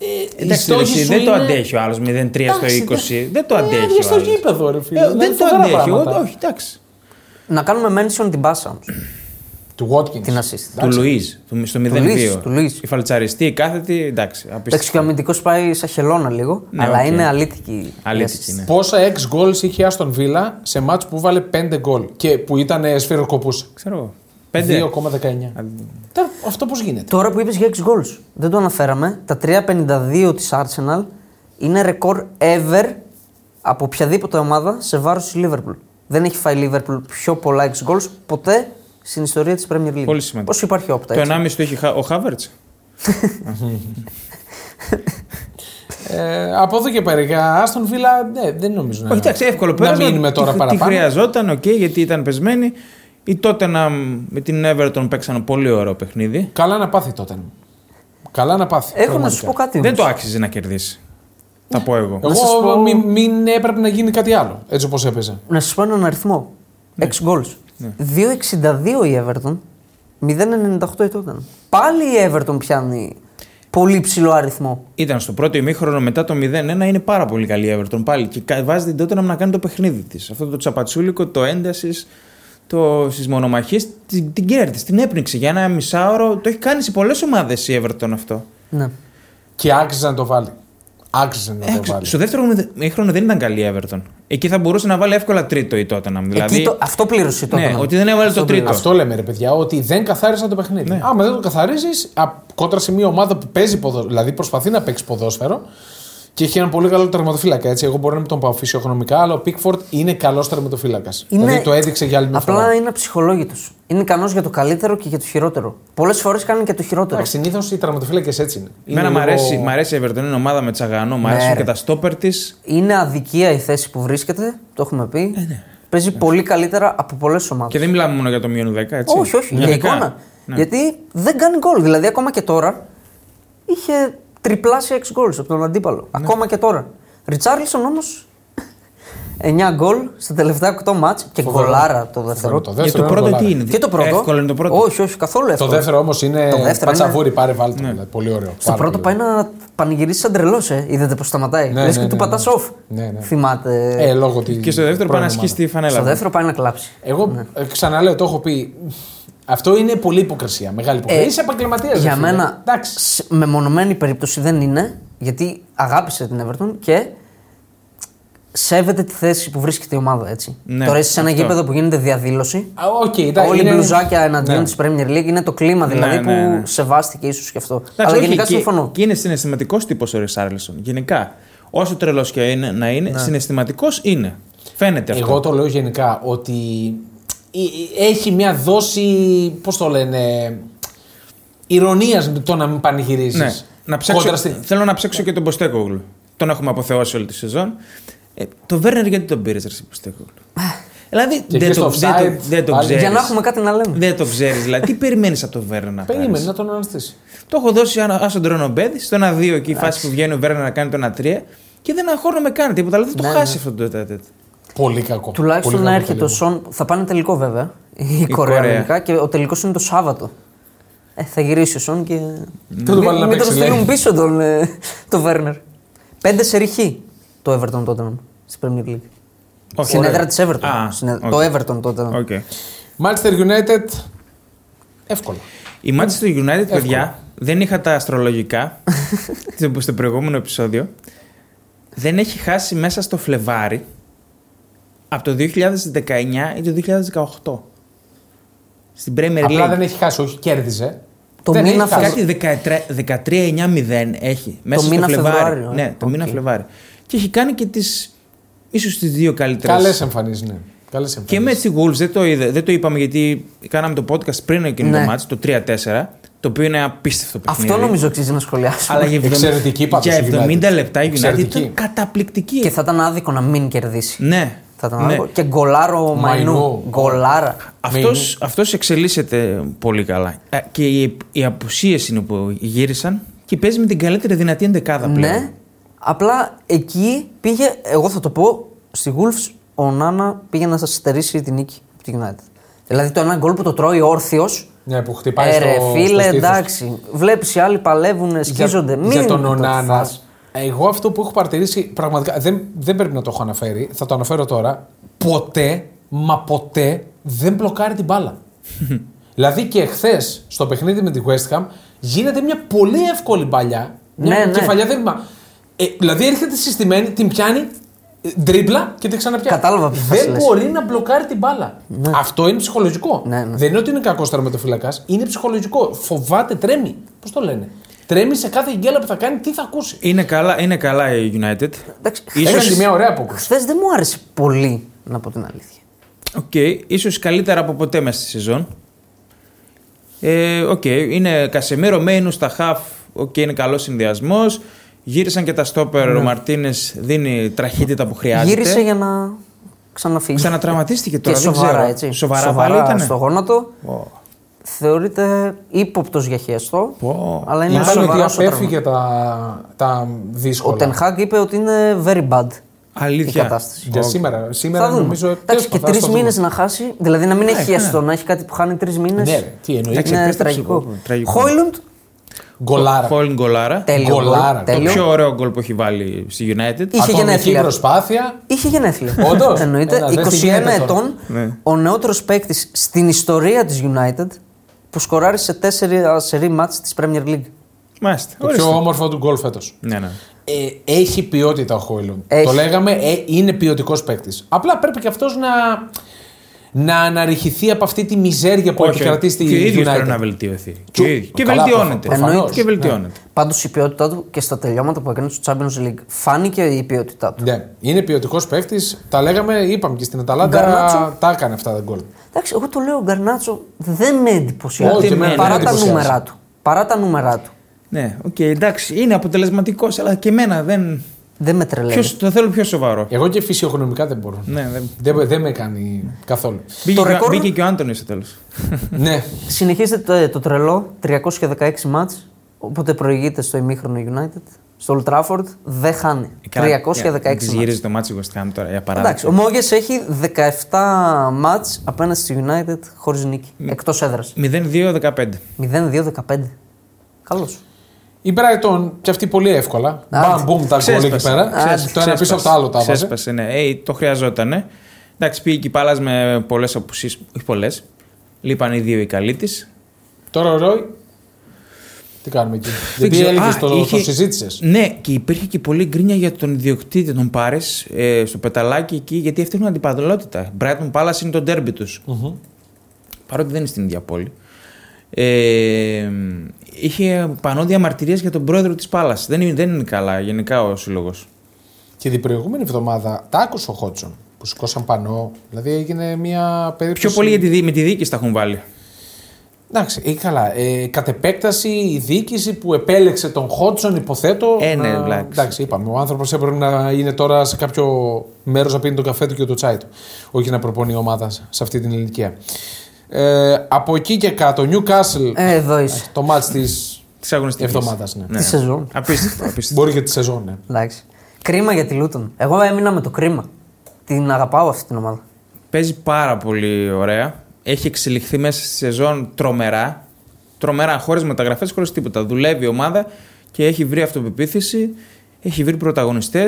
Speaker 1: Ε, οι
Speaker 2: Εντάξει, ρε,
Speaker 1: στόχοι
Speaker 2: εσύ,
Speaker 1: σου
Speaker 2: δεν το
Speaker 1: είναι-
Speaker 2: αντέχει ο άλλος 0-3 στο
Speaker 1: Εντάξει,
Speaker 2: 20. Δεν το
Speaker 1: Ε,
Speaker 2: αντέχει.
Speaker 1: άδεια
Speaker 2: ο
Speaker 1: στο
Speaker 2: άλλος.
Speaker 1: γήπεδο, ρε φίλε.
Speaker 2: Ε,
Speaker 1: Δηλαδή,
Speaker 2: Δεν το
Speaker 1: φοβερά
Speaker 2: αντέχει.
Speaker 1: πράγματα.
Speaker 2: Ο- Όχι, εντάξει.
Speaker 3: Να κάνουμε mention την πάσα όμως.
Speaker 1: Του Watkins.
Speaker 3: Την assist.
Speaker 2: Του Λουίζ, του- στο 0-2.
Speaker 3: του Λουίζ.
Speaker 2: Η φαλτσαριστή, η κάθετη, εντάξει.
Speaker 3: Εντάξει,
Speaker 2: Απίστευτο.
Speaker 3: και ο αμυντικός πάει σαν χελώνα λίγο,
Speaker 2: Ναι,
Speaker 3: αλλά
Speaker 2: οκ.
Speaker 3: είναι αλήτικη. η
Speaker 2: Αλήθεια
Speaker 3: assist.
Speaker 2: είναι.
Speaker 1: Πόσα ex goals είχε η Aston Villa σε μάτς που βάλε 5 γκολ και που ήταν ε, σφυροκοπούσε.
Speaker 2: Ξέρω εγώ.
Speaker 1: 2,19.
Speaker 2: Πέντε.
Speaker 1: Τώρα, αυτό πώς γίνεται.
Speaker 3: Τώρα που είπες για 6 goals, δεν το αναφέραμε. Τα 3,52 της Arsenal είναι ρεκόρ ever από οποιαδήποτε ομάδα σε βάρος της Liverpool. Δεν έχει φάει η Liverpool πιο πολλά 6 goals ποτέ στην ιστορία της Premier League.
Speaker 2: Πολύ σημαντικό.
Speaker 3: Όσο υπάρχει όπτα.
Speaker 2: Το
Speaker 3: έτσι.
Speaker 2: 1,5 το είχε χα- ο Χάβερτ.
Speaker 1: Ε, από εδώ και πέρα, για Aston Villa ναι, δεν νομίζω να,
Speaker 2: Όχι, εντάξει, εύκολο
Speaker 1: να
Speaker 2: πέρασμα.
Speaker 1: μείνουμε τώρα
Speaker 2: τι,
Speaker 1: παραπάνω.
Speaker 2: Τι χρειαζόταν, οκ, γιατί ήταν πεσμένοι. Η τότε με την Everton παίξαν πολύ ωραίο παιχνίδι.
Speaker 1: Καλά να πάθει τότε. Καλά να πάθει.
Speaker 3: Έχω να
Speaker 1: πραγματικά.
Speaker 3: σου πω κάτι.
Speaker 2: Δεν
Speaker 3: όμως.
Speaker 2: το άξιζε να κερδίσει.
Speaker 1: Ε.
Speaker 2: Θα πω εγώ.
Speaker 3: Να σας
Speaker 1: Εγώ
Speaker 3: πω-
Speaker 1: μην, μην έπρεπε να γίνει κάτι άλλο, έτσι όπως έπαιζε.
Speaker 3: Να σας πω έναν αριθμό.
Speaker 2: Ναι.
Speaker 3: 6 goals. 2,62 η Everton. 0,98 η Tottenham. Πάλι η Everton πιάνει πολύ ψηλό αριθμό.
Speaker 2: Ήταν στο πρώτο ημίχρονο μετά το 0-1, είναι πάρα πολύ καλή η Everton πάλι. Και κα- βάζει την Tottenham να κάνει το παιχνίδι της. Αυτό το τσαπατσούλικο, το έντασης, το στις μονομαχίες, την, την κέρδισε, την έπνιξε για ένα μισάωρο. Το έχει κάνει σε πολλές ομάδες η Everton αυτό.
Speaker 3: Ναι.
Speaker 1: Και άξιζε να το βάλει. Άξιζε να το
Speaker 2: Άξι-
Speaker 1: βάλει.
Speaker 2: στο δεύτερο ημίχρονο δεν ήταν καλή η Everton. Εκεί θα μπορούσε να βάλει εύκολα τρίτο η Tottenham. Δηλαδή,
Speaker 3: Εκεί το, αυτό πλήρωσε η Tottenham.
Speaker 2: ναι, ότι δεν έβαλε το τρίτο.
Speaker 1: Αυτό λέμε ρε παιδιά, ότι δεν καθάρισαν το παιχνίδι.
Speaker 2: Ναι.
Speaker 1: Άμα δεν το καθαρίζεις, κόντρα σε μια ομάδα που παίζει ποδόσφαιρο, δηλαδή προσπαθεί να παίξει ποδόσφαιρο και έχει έναν πολύ καλό τερματοφύλακα. Έτσι. Εγώ μπορώ να μην τον πάω φυσιογνωμικά, αλλά ο Πίκφορντ είναι καλός τερματοφύλακας. Δηλαδή το έδειξε για άλλη μια
Speaker 3: Απλά
Speaker 1: φορά.
Speaker 3: είναι αψυχολόγητο. Είναι ικανός για το καλύτερο και για το χειρότερο. Πολλές φορές κάνει και το χειρότερο.
Speaker 1: Συνήθως οι τερματοφύλακες έτσι είναι.
Speaker 2: Εμένα
Speaker 1: Είναι
Speaker 2: μ'
Speaker 1: λίγο-
Speaker 2: αρέσει, μ' αρέσει η Everton, είναι ομάδα με τσαγανό, μ' αρέσουν
Speaker 3: Ναι,
Speaker 2: και
Speaker 3: ρε.
Speaker 2: τα στόπερ της.
Speaker 3: Είναι αδικία η θέση που βρίσκεται, το έχουμε πει.
Speaker 1: Ε, ναι.
Speaker 3: Παίζει πολύ καλύτερα από πολλές ομάδες.
Speaker 2: Και δεν μιλάμε μόνο για το μείον 10, έτσι.
Speaker 3: Όχι, όχι, για
Speaker 2: Γενικά.
Speaker 3: εικόνα.
Speaker 2: Ναι.
Speaker 3: Γιατί δεν κάνει γκολ. Δηλαδή, ακόμα και τώρα είχε τριπλάσια 6 γκολ από τον αντίπαλο.
Speaker 1: Ναι.
Speaker 3: Ακόμα και τώρα. Ριτσάρλισον όμως 9 γκολ στα τελευταία 8 μάτς και γκολάρα το δεύτερο.
Speaker 1: Το
Speaker 2: Για
Speaker 1: δεύτερο
Speaker 2: το πρώτο
Speaker 1: γκολάρα.
Speaker 2: τι είναι.
Speaker 3: Και το πρώτο.
Speaker 2: Εύκολο είναι το πρώτο.
Speaker 3: Όχι, όχι, καθόλου
Speaker 1: Το
Speaker 3: εύκολο.
Speaker 1: δεύτερο όμως είναι.
Speaker 3: Το δεύτερο
Speaker 1: πατσαβούρι,
Speaker 3: είναι-
Speaker 1: πάρε βάλτο.
Speaker 2: Ναι.
Speaker 1: δηλαδή. Πολύ ωραίο.
Speaker 3: Στο
Speaker 1: Πάρα
Speaker 3: πρώτο
Speaker 1: πολύ
Speaker 3: πάει να πανηγυρίσει σαν τρελός, ε. Είδατε πώς σταματάει.
Speaker 1: Ναι,
Speaker 3: Λες
Speaker 1: ναι,
Speaker 3: και του
Speaker 1: ναι,
Speaker 3: πατάς
Speaker 1: ναι.
Speaker 3: off.
Speaker 1: Ναι, ναι.
Speaker 3: Θυμάται.
Speaker 1: ωραίο. Ε, λόγω της
Speaker 2: Και στο
Speaker 1: πρώην
Speaker 2: δεύτερο πάνε να
Speaker 1: ομάδας.
Speaker 2: σκιστεί η
Speaker 3: Στο
Speaker 2: φανέλα.
Speaker 3: δεύτερο πάει να κλάψει.
Speaker 1: Εγώ ε, ξαναλέω, το έχω πει. Αυτό είναι πολύ υποκρισία. Μεγάλη υποκρισία. Είσαι επαγγελματίας.
Speaker 3: Ε, Για μένα,
Speaker 1: Εντάξει.
Speaker 3: σ- μεμονωμένη περίπτωση δεν είναι, γιατί αγάπησε την Everton και σέβεται τη θέση που βρίσκεται η ομάδα. Έτσι.
Speaker 2: Ναι,
Speaker 3: Τώρα είσαι σε ένα
Speaker 2: αυτό.
Speaker 3: γήπεδο που γίνεται διαδήλωση.
Speaker 1: Α, οκ, εντάξει,
Speaker 3: Όλοι οι
Speaker 1: είναι-
Speaker 3: μπλουζάκια εναντίον
Speaker 1: Ναι.
Speaker 3: της Premier League είναι το κλίμα δηλαδή
Speaker 2: Ναι, ναι, ναι.
Speaker 3: που σεβάστηκε ίσως και αυτό.
Speaker 2: Εντάξει,
Speaker 3: Αλλά
Speaker 2: όχι,
Speaker 3: γενικά
Speaker 2: και-
Speaker 3: συμφωνώ.
Speaker 2: Και είναι συναισθηματικός τύπος ο Ρισάρλισον. Γενικά. Όσο τρελός και είναι, να είναι, συναισθηματικός είναι. Φαίνεται αυτό.
Speaker 1: Εγώ το λέω γενικά ότι ε, ε, έχει μια δόση, πώς το λένε, ηρωνίας το να μην πανηγυρίζεις.
Speaker 2: Ναι. Να ψάξω,
Speaker 1: Κόντρα στη-
Speaker 2: Θέλω να ψάξω και τον Ποστέκογλου. Τον έχουμε αποθεώσει όλη τη σεζόν. Ε, το Βέρνερ γιατί τον πήρες, Ρεσί Ποστέκογλου. δηλαδή
Speaker 1: Και
Speaker 2: δεν
Speaker 1: εκεί
Speaker 2: το,
Speaker 1: στο
Speaker 2: δεν
Speaker 1: offside,
Speaker 2: το, δεν το
Speaker 1: πάλι.
Speaker 2: ξέρει.
Speaker 3: Για να έχουμε κάτι να λέμε.
Speaker 2: Δεν το ξέρεις, δηλαδή. Τι περιμένεις από τον Βέρνερ να πάρει.
Speaker 1: Περίμενε να τον αναστήσει.
Speaker 2: Το έχω δώσει άνα- άσον τρονομπέδι στο 1-2 εκεί η φάση που βγαίνει ο Βέρνερ να κάνει το 1-3 και δεν αγχώνομαι καν τίποτα. Δηλαδή
Speaker 1: Ναι,
Speaker 2: δεν το χάσει αυτό το τέταρτο.
Speaker 1: Πολύ κακό.
Speaker 3: Τουλάχιστον
Speaker 1: Πολύ
Speaker 3: να
Speaker 1: κακό
Speaker 3: έρχεται ο
Speaker 1: τελείωμα.
Speaker 3: Σον. Θα πάνε τελικό βέβαια. Η, Κορέα,
Speaker 2: Κορέα.
Speaker 3: γενικά, και ο τελικός είναι το Σάββατο. Ε, θα γυρίσει ο Σον και.
Speaker 1: το
Speaker 3: Μην-
Speaker 1: βάλει να
Speaker 3: μην τον
Speaker 1: παίξει, λέει.
Speaker 3: στείλουν πίσω τον, ε, τον Βέρνερ. Πέντε σε ρηχή το Everton τότε στην Premier League.
Speaker 2: Όχι,
Speaker 3: Στην
Speaker 2: ωραία.
Speaker 3: έδρα της Everton.
Speaker 2: Α,
Speaker 3: Στην έδρα-
Speaker 2: οκ.
Speaker 3: Το Everton τότε.
Speaker 2: Οκ.
Speaker 1: Manchester United, εύκολα.
Speaker 2: Η Manchester United, παιδιά, δεν είχα τα αστρολογικά στο- στο προηγούμενο επεισόδιο. Δεν έχει χάσει μέσα στο Φλεβάρι από το 2019 ή το 2018. Στην Premier
Speaker 1: Απλά
Speaker 2: League.
Speaker 1: δεν έχει χάσει, όχι κέρδιζε.
Speaker 3: Το
Speaker 1: δεν
Speaker 3: μήνα
Speaker 1: έχει χάσει.
Speaker 2: Κάτι 13 13-9-0 έχει. Μέσα στο
Speaker 3: μήνα
Speaker 2: Φλεβάρι.
Speaker 3: Φεβρουάριο, ε.
Speaker 2: Ναι, το
Speaker 3: Οκ.
Speaker 2: μήνα Φλεβάρι. Και έχει κάνει και τις ίσως τις δύο καλύτερες.
Speaker 1: Καλές εμφανίσεις, ναι. Καλές εμφανίσεις.
Speaker 2: Και με τη Wolves δεν το, είδε, δεν το είπαμε γιατί κάναμε το podcast πριν εκείνο
Speaker 3: Ναι.
Speaker 2: το μάτς, το 3-4. Το οποίο είναι απίστευτο παιχνίδι.
Speaker 3: Αυτό νομίζω αξίζει να σχολιάσω.
Speaker 2: Αλλά για 70,
Speaker 1: Εξαιρετική πάντως
Speaker 2: για
Speaker 1: η
Speaker 2: 70
Speaker 1: United.
Speaker 2: λεπτά η United
Speaker 1: Εξαιρετική.
Speaker 2: ήταν καταπληκτική.
Speaker 3: Και θα ήταν άδικο να μην κερδίσει.
Speaker 2: Ναι.
Speaker 3: Θα ήταν
Speaker 2: ναι.
Speaker 3: άδικο. Και γκολάρο Μαϊνού.
Speaker 1: Μαϊνού.
Speaker 3: Γκολάρα.
Speaker 2: Αυτός, αυτός εξελίσσεται πολύ καλά. Ε, Και οι, οι απουσίες είναι που γύρισαν και παίζει με την καλύτερη δυνατή ενδεκάδα πλέον.
Speaker 3: Ναι. Απλά εκεί πήγε, εγώ θα το πω, στη Wolves ο Νάνα πήγε να σας στερήσει την νίκη από τη United. Δηλαδή το ένα γκολ που το τρώει όρθιος.
Speaker 1: Ναι, που χτυπάει
Speaker 3: Ε, ρε,
Speaker 1: στο,
Speaker 3: φίλε,
Speaker 1: στο στήθος.
Speaker 3: εντάξει. Βλέπεις οι άλλοι παλεύουν, σκίζονται.
Speaker 1: Για,
Speaker 3: Μην
Speaker 1: για τον
Speaker 3: το
Speaker 1: Ονάνα.
Speaker 3: φας.
Speaker 1: Εγώ αυτό που έχω παρατηρήσει, πραγματικά δεν, δεν πρέπει να το έχω αναφέρει, θα το αναφέρω τώρα. Ποτέ, μα ποτέ δεν μπλοκάρει την μπάλα. δηλαδή και εχθέ στο παιχνίδι με τη West Ham γίνεται μια πολύ εύκολη παλιά. Μια
Speaker 3: Ναι, ναι.
Speaker 1: κεφαλιά δεν μα- Ε, δηλαδή έρχεται συστημένη, την πιάνει, ε, τρίπλα και την ξαναπιάνει.
Speaker 3: Κατάλαβα ποια φάση
Speaker 1: Δεν
Speaker 3: λες.
Speaker 1: μπορεί να μπλοκάρει την μπάλα. Αυτό είναι ψυχολογικό.
Speaker 3: Ναι, ναι.
Speaker 1: Δεν είναι ότι είναι κακός τερματοφυλακάς, είναι ψυχολογικό. Φοβάται, τρέμει. Πώς το λένε. Τρέμει σε κάθε γκέλα που θα κάνει, τι θα ακούσει.
Speaker 2: Είναι καλά, είναι καλά η United.
Speaker 3: Εντάξει,
Speaker 2: Ίσως-
Speaker 1: Έκανε και μια ωραία απόκριση.
Speaker 3: Χθες δεν μου άρεσε πολύ, να πω την αλήθεια.
Speaker 2: Οκ, ίσως καλύτερα από ποτέ μέσα στη σεζόν. Ε, οκ, είναι Κασεμίρο Μέινου στα χαφ, οκ, είναι καλός συνδυασμός. Γύρισαν και τα στόπερ, ο Μαρτίνες δίνει τραχύτητα που χρειάζεται.
Speaker 3: Ναι. Γύρισε για να ξαναφύγει.
Speaker 2: Ξανατραυματίστηκε
Speaker 3: Και
Speaker 2: τώρα, δεν
Speaker 3: σοβαρά,
Speaker 2: ξέρω.
Speaker 3: έτσι.
Speaker 2: Σοβαρά, πάλι ήτανε.
Speaker 3: στο γόνατο.
Speaker 2: Ω.
Speaker 3: Θεωρείται ύποπτος για χέστο.
Speaker 2: Πω.
Speaker 3: Αλλά είναι
Speaker 1: Μάλλον ότι
Speaker 3: σοβαρό ο τραυμα-
Speaker 1: απέφυγε τα, τα
Speaker 3: Ο
Speaker 1: δύσκολα.
Speaker 3: Τενχάκ είπε ότι είναι very bad.
Speaker 2: Αλήθεια.
Speaker 3: Η κατάσταση.
Speaker 1: Για
Speaker 2: Οκ.
Speaker 1: σήμερα. Σήμερα
Speaker 3: θα δούμε.
Speaker 1: νομίζω. τέλος
Speaker 3: Εντάξει, και
Speaker 1: πάντων, θα
Speaker 3: τρεις
Speaker 1: το δούμε.
Speaker 3: μήνες να χάσει. Δηλαδή να μην έχει χέστο, να έχει κάτι που χάνει τρεις μήνες.
Speaker 1: Ναι, ρε, τι εννοείς.
Speaker 2: Εντάξει,
Speaker 3: Είναι
Speaker 2: επέστρεψε
Speaker 3: τραγικό.
Speaker 2: ο- τραγικό.
Speaker 3: Χόιλουντ,
Speaker 1: Γκολάρα.
Speaker 2: Χόλιν Γκολάρα.
Speaker 3: τέλειο.
Speaker 1: Γκολάρα,
Speaker 3: γκολ,
Speaker 1: το
Speaker 2: Το
Speaker 3: τέλειο.
Speaker 2: πιο ωραίο γκολ που έχει βάλει στη United.
Speaker 3: Είχε
Speaker 1: Ατομική
Speaker 3: γενέθλια.
Speaker 1: προσπάθεια.
Speaker 3: Είχε γενέθλια.
Speaker 1: Όντως.
Speaker 3: Εννοείται.
Speaker 1: Έλα, δες τι
Speaker 3: 21
Speaker 1: γίνεται τώρα.
Speaker 3: ετών,
Speaker 2: Ναι.
Speaker 3: ο νεότερος παίκτης στην ιστορία της United που σκοράρει σε τέσσερα σερή μάτς της Premier League.
Speaker 2: Μάλιστα.
Speaker 1: Το
Speaker 2: ορίστε.
Speaker 1: πιο όμορφο του γκολ φέτος.
Speaker 2: Ναι, ναι.
Speaker 1: Ε, έχει ποιότητα ο Χόιλουντ.
Speaker 3: Έχει.
Speaker 1: Το λέγαμε, ε, είναι ποιοτικός παίκτης. Απλά πρέπει και αυτός να, να αναρριχηθεί από αυτή τη μιζέρια που
Speaker 2: Όχι,
Speaker 1: έχει κρατήσει
Speaker 2: και ο
Speaker 1: τη
Speaker 2: ίδιος πρέπει
Speaker 1: United.
Speaker 2: να βελτιωθεί. Και,
Speaker 1: Του-
Speaker 2: ο ίδιος. και
Speaker 1: καλά,
Speaker 2: βελτιώνεται.
Speaker 1: προφανώς.
Speaker 2: Εννοείται. Και
Speaker 1: Ναι.
Speaker 2: βελτιώνεται.
Speaker 3: Πάντως η ποιότητά του και στα τελειώματα που έκανε στο Champions League φάνηκε η ποιότητά του.
Speaker 1: Ναι, είναι ποιοτικός παίκτης. Τα λέγαμε, είπαμε και στην Αταλάντα.
Speaker 3: Γκαρνάτσο.
Speaker 1: Τα έκανε αυτά τα γκολ.
Speaker 3: Εντάξει, εγώ το λέω ο Γκαρνάτσο δεν με εντυπωσιάζει.
Speaker 1: Όχι,
Speaker 2: εμένα δεν με
Speaker 3: παρά τα
Speaker 1: εντυπωσιάζει.
Speaker 3: νούμερα του. Παρά τα νούμερα του.
Speaker 2: Ναι, οκ, εντάξει, είναι αποτελεσματικός, αλλά και εμένα δεν.
Speaker 3: Δεν με τρελαίνει.
Speaker 2: Ποιος, το θέλω πιο σοβαρό.
Speaker 1: Εγώ και φυσιογνωμικά δεν μπορώ.
Speaker 2: Ναι, δεν...
Speaker 1: Δεν, δεν με κάνει καθόλου.
Speaker 2: Μπήκε, και ο-
Speaker 3: ρεκόρ-
Speaker 2: μπήκε και ο Άντωνης στο τέλος.
Speaker 1: ναι,
Speaker 3: Συνεχίζεται το, το τρελό, 316 μάτς, οπότε προηγείται στο ημίχρονο United. Στο Old Trafford δεν χάνει.
Speaker 2: Ε,
Speaker 3: 316
Speaker 2: Τη
Speaker 3: μάτς.
Speaker 2: γυρίζει το μάτσο West Ham τώρα, για
Speaker 3: Εντάξει,
Speaker 2: παράδειγμα.
Speaker 3: ο Μόγες έχει 17 μάτς απέναντι στη United χωρίς νίκη.
Speaker 2: Ναι.
Speaker 3: εκτός έδρας.
Speaker 2: 0-2-15.
Speaker 3: 0-2-15. Καλώ.
Speaker 1: η Brighton και αυτή πολύ εύκολα. Μπαμ, μπούμ τα γκολ εκεί
Speaker 2: Ξέσπασε.
Speaker 1: πέρα.
Speaker 2: Ξέσπασε.
Speaker 1: Το ένα πίσω από το άλλο τα βάζει.
Speaker 2: Ξέσπασε, ναι. Ε, το χρειαζόταν. Εντάξει, πήγε και πάλα με πολλές απουσίες. Όχι πολλές. Λείπαν οι δύο οι καλοί τη.
Speaker 1: Τώρα ο Ρόι. Τι κάνουμε εκεί. Γιατί
Speaker 2: ξέρω.
Speaker 1: έλεγε
Speaker 2: Α,
Speaker 1: το,
Speaker 2: είχε-
Speaker 1: το συζήτησες.
Speaker 2: Ναι, και υπήρχε και πολλή γκρίνια για τον ιδιοκτήτη, τον Πάρες, ε, στο πεταλάκι εκεί, γιατί αυτοί έχουν αντιπαλότητα. Brighton Palace είναι το ντέρμπι τους. Παρότι δεν είναι στην ίδια πόλη. Ε, είχε πανώ διαμαρτυρίε για τον πρόεδρο της Πάλας. Δεν, είναι- δεν είναι καλά γενικά ο σύλλογος.
Speaker 1: Και την προηγούμενη εβδομάδα τα άκουσε ο Χότσον που σηκώσαν πανό. Δηλαδή έγινε μια περίπτωση.
Speaker 2: Πιο πολύ για τη, δι- με τη διοίκηση τα έχουν βάλει.
Speaker 1: Εντάξει, ε, καλά. Ε, κατ' επέκταση η διοίκηση που επέλεξε τον Χότσον, υποθέτω.
Speaker 2: Ε, ναι,
Speaker 1: να-
Speaker 2: εντάξει.
Speaker 1: εντάξει, είπαμε. Ο άνθρωπος έπρεπε να είναι τώρα σε κάποιο μέρος να πίνει τον καφέ του και το τσάι του. Όχι να προπονεί η ομάδα σε αυτή την ηλικία. Ε, από εκεί και κάτω, Newcastle,
Speaker 3: Ε, εδώ είσαι.
Speaker 1: το μάτς της
Speaker 2: Της αγωνιστικής.
Speaker 1: εβδομάδας. Ναι.
Speaker 3: Της σεζόν.
Speaker 2: Απίστευτο. απίστευτο.
Speaker 1: Μπορεί και τη σεζόν, ναι.
Speaker 3: Εντάξει. Κρίμα για τη Λούτον. Εγώ έμεινα με το κρίμα. Την αγαπάω αυτή την ομάδα.
Speaker 2: Παίζει πάρα πολύ ωραία. Έχει εξελιχθεί μέσα στη σεζόν τρομερά. Τρομερά, χωρίς μεταγραφές, χωρίς τίποτα. Δουλεύει η ομάδα και έχει βρει αυτοπεποίθηση. Έχει βρει πρωταγωνιστές.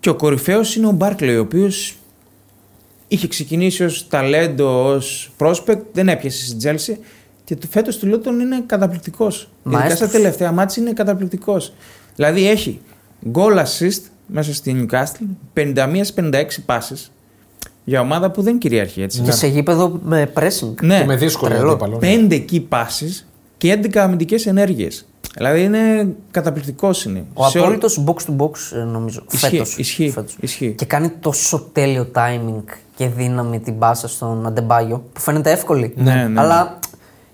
Speaker 2: Και ο κορυφαίος είναι ο Μπάρκλεϊ, ο οποίος είχε ξεκινήσει ως ταλέντο, ως prospect, δεν έπιασε στην Τζέλση. Και το φέτος του Λότον είναι καταπληκτικός. Ειδικά στα
Speaker 3: Μαέστρος.
Speaker 2: τελευταία μάτια είναι καταπληκτικός. Δηλαδή έχει goal assist μέσα στη Newcastle, 51-56 πάσει για ομάδα που δεν κυριαρχεί έτσι.
Speaker 3: Και σε γήπεδο με pressing.
Speaker 2: Ναι,
Speaker 1: Και με δύσκολο
Speaker 3: τρελό.
Speaker 1: αντίπαλο. ναι.
Speaker 2: πέντε key passes και 11 αμυντικές ενέργειες. Δηλαδή είναι καταπληκτικός είναι.
Speaker 3: Ο
Speaker 2: Σε ό-
Speaker 3: απόλυτος box to box ε, νομίζω.
Speaker 2: Ισχύει,
Speaker 3: φέτος,
Speaker 2: ισχύει,
Speaker 3: φέτος.
Speaker 2: ισχύει.
Speaker 3: Και κάνει τόσο τέλειο timing και δύναμη την μπάσα στον Αντεμπάγιο που φαίνεται εύκολη.
Speaker 2: Ναι, ναι, ναι.
Speaker 3: Αλλά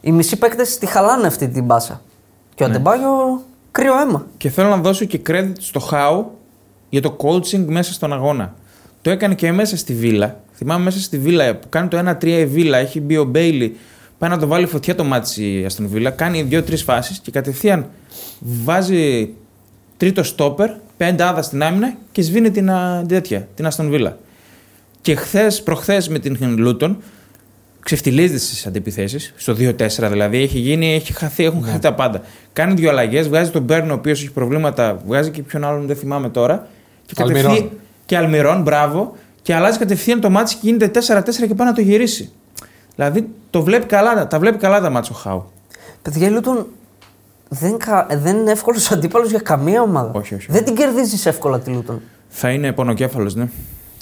Speaker 3: Οι μισοί παίκτες τη χαλάνε αυτή την μπάσα. Και
Speaker 2: Ναι.
Speaker 3: ο Αντεμπάγιο κρύο αίμα.
Speaker 2: Και θέλω να δώσω και credit στο Χάου για το coaching μέσα στον αγώνα. Το έκανε και μέσα στη Βίλα. Θυμάμαι μέσα στη Βίλα που κάνει το 1-3 η Βίλα. Έχει μπει ο Μπέιλι. Πάει να το βάλει φωτιά το μάτσι η Αστον Βίλα. Κάνει δύο-τρει φάσεις και κατευθείαν βάζει τρίτο στόπερ, πέντε άδα στην άμυνα και σβήνει την, α, την τέτοια, την Αστον Βίλα. Και χθες, προχθές με την Λούτον, ξεφτιλίζεται στις αντιπιθέσεις, στο 2-4 δηλαδή. Έχει γίνει, έχει χαθεί, έχουν
Speaker 3: Ναι.
Speaker 2: χαθεί τα πάντα. Κάνει δύο αλλαγές, βγάζει τον Μπέρν, ο οποίος έχει προβλήματα, βγάζει και ποιον άλλον, δεν θυμάμαι τώρα. Και
Speaker 1: Αλμυρών.
Speaker 2: κατευθείαν- Και Αλμυρών, μπράβο. Και αλλάζει κατευθείαν το μάτι και γίνεται 4-4 και πάει να το γυρίσει. Δηλαδή το βλέπει καλά, τα βλέπει καλά τα μάτια ο Χάου.
Speaker 3: Παιδιά, η Λούτον δεν, κα- δεν είναι εύκολος αντίπαλος για καμία ομάδα.
Speaker 2: Όχι, όχι.
Speaker 3: Δεν την κερδίζεις εύκολα τη Λούτον.
Speaker 2: Θα είναι πονοκέφαλος, ναι.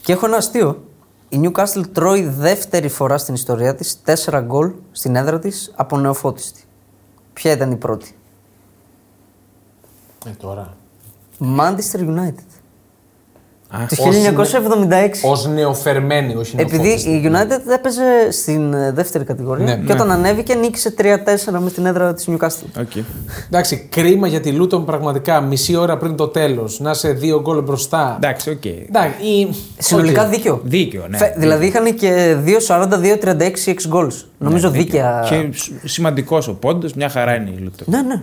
Speaker 3: Και έχω ένα αστείο. Η Newcastle τρώει δεύτερη φορά στην ιστορία της 4 γκολ στην έδρα της από νεοφώτιστη. Ποια ήταν η πρώτη.
Speaker 1: Ε, τώρα.
Speaker 3: Manchester United.
Speaker 2: Α,
Speaker 3: Το
Speaker 1: όχι,
Speaker 3: 1976.
Speaker 1: Ως νεοφερμένη, όχι
Speaker 3: Επειδή
Speaker 1: νεοφώτιστη.
Speaker 3: η United έπαιζε στην ε, δεύτερη κατηγορία
Speaker 1: Ναι,
Speaker 3: και όταν ανέβηκε νίκησε 3-4 με την έδρα της Newcastle.
Speaker 2: Okay.
Speaker 1: Εντάξει, κρίμα για τη Λούτον πραγματικά μισή ώρα πριν το τέλος. Να είσαι δύο γκολ μπροστά.
Speaker 2: Εντάξει, οκ.
Speaker 1: Εντάξει, η...
Speaker 3: Συνολικά
Speaker 1: Οκ.
Speaker 3: δίκιο.
Speaker 2: Δίκαιο, ναι.
Speaker 3: Φε- δηλαδή είχαν και 2-40-2-36 εξ goals. Νομίζω δίκαια.
Speaker 2: Και σημαντικός ο πόντος, μια χαρά είναι η Λούτο.
Speaker 3: Ναι, ναι.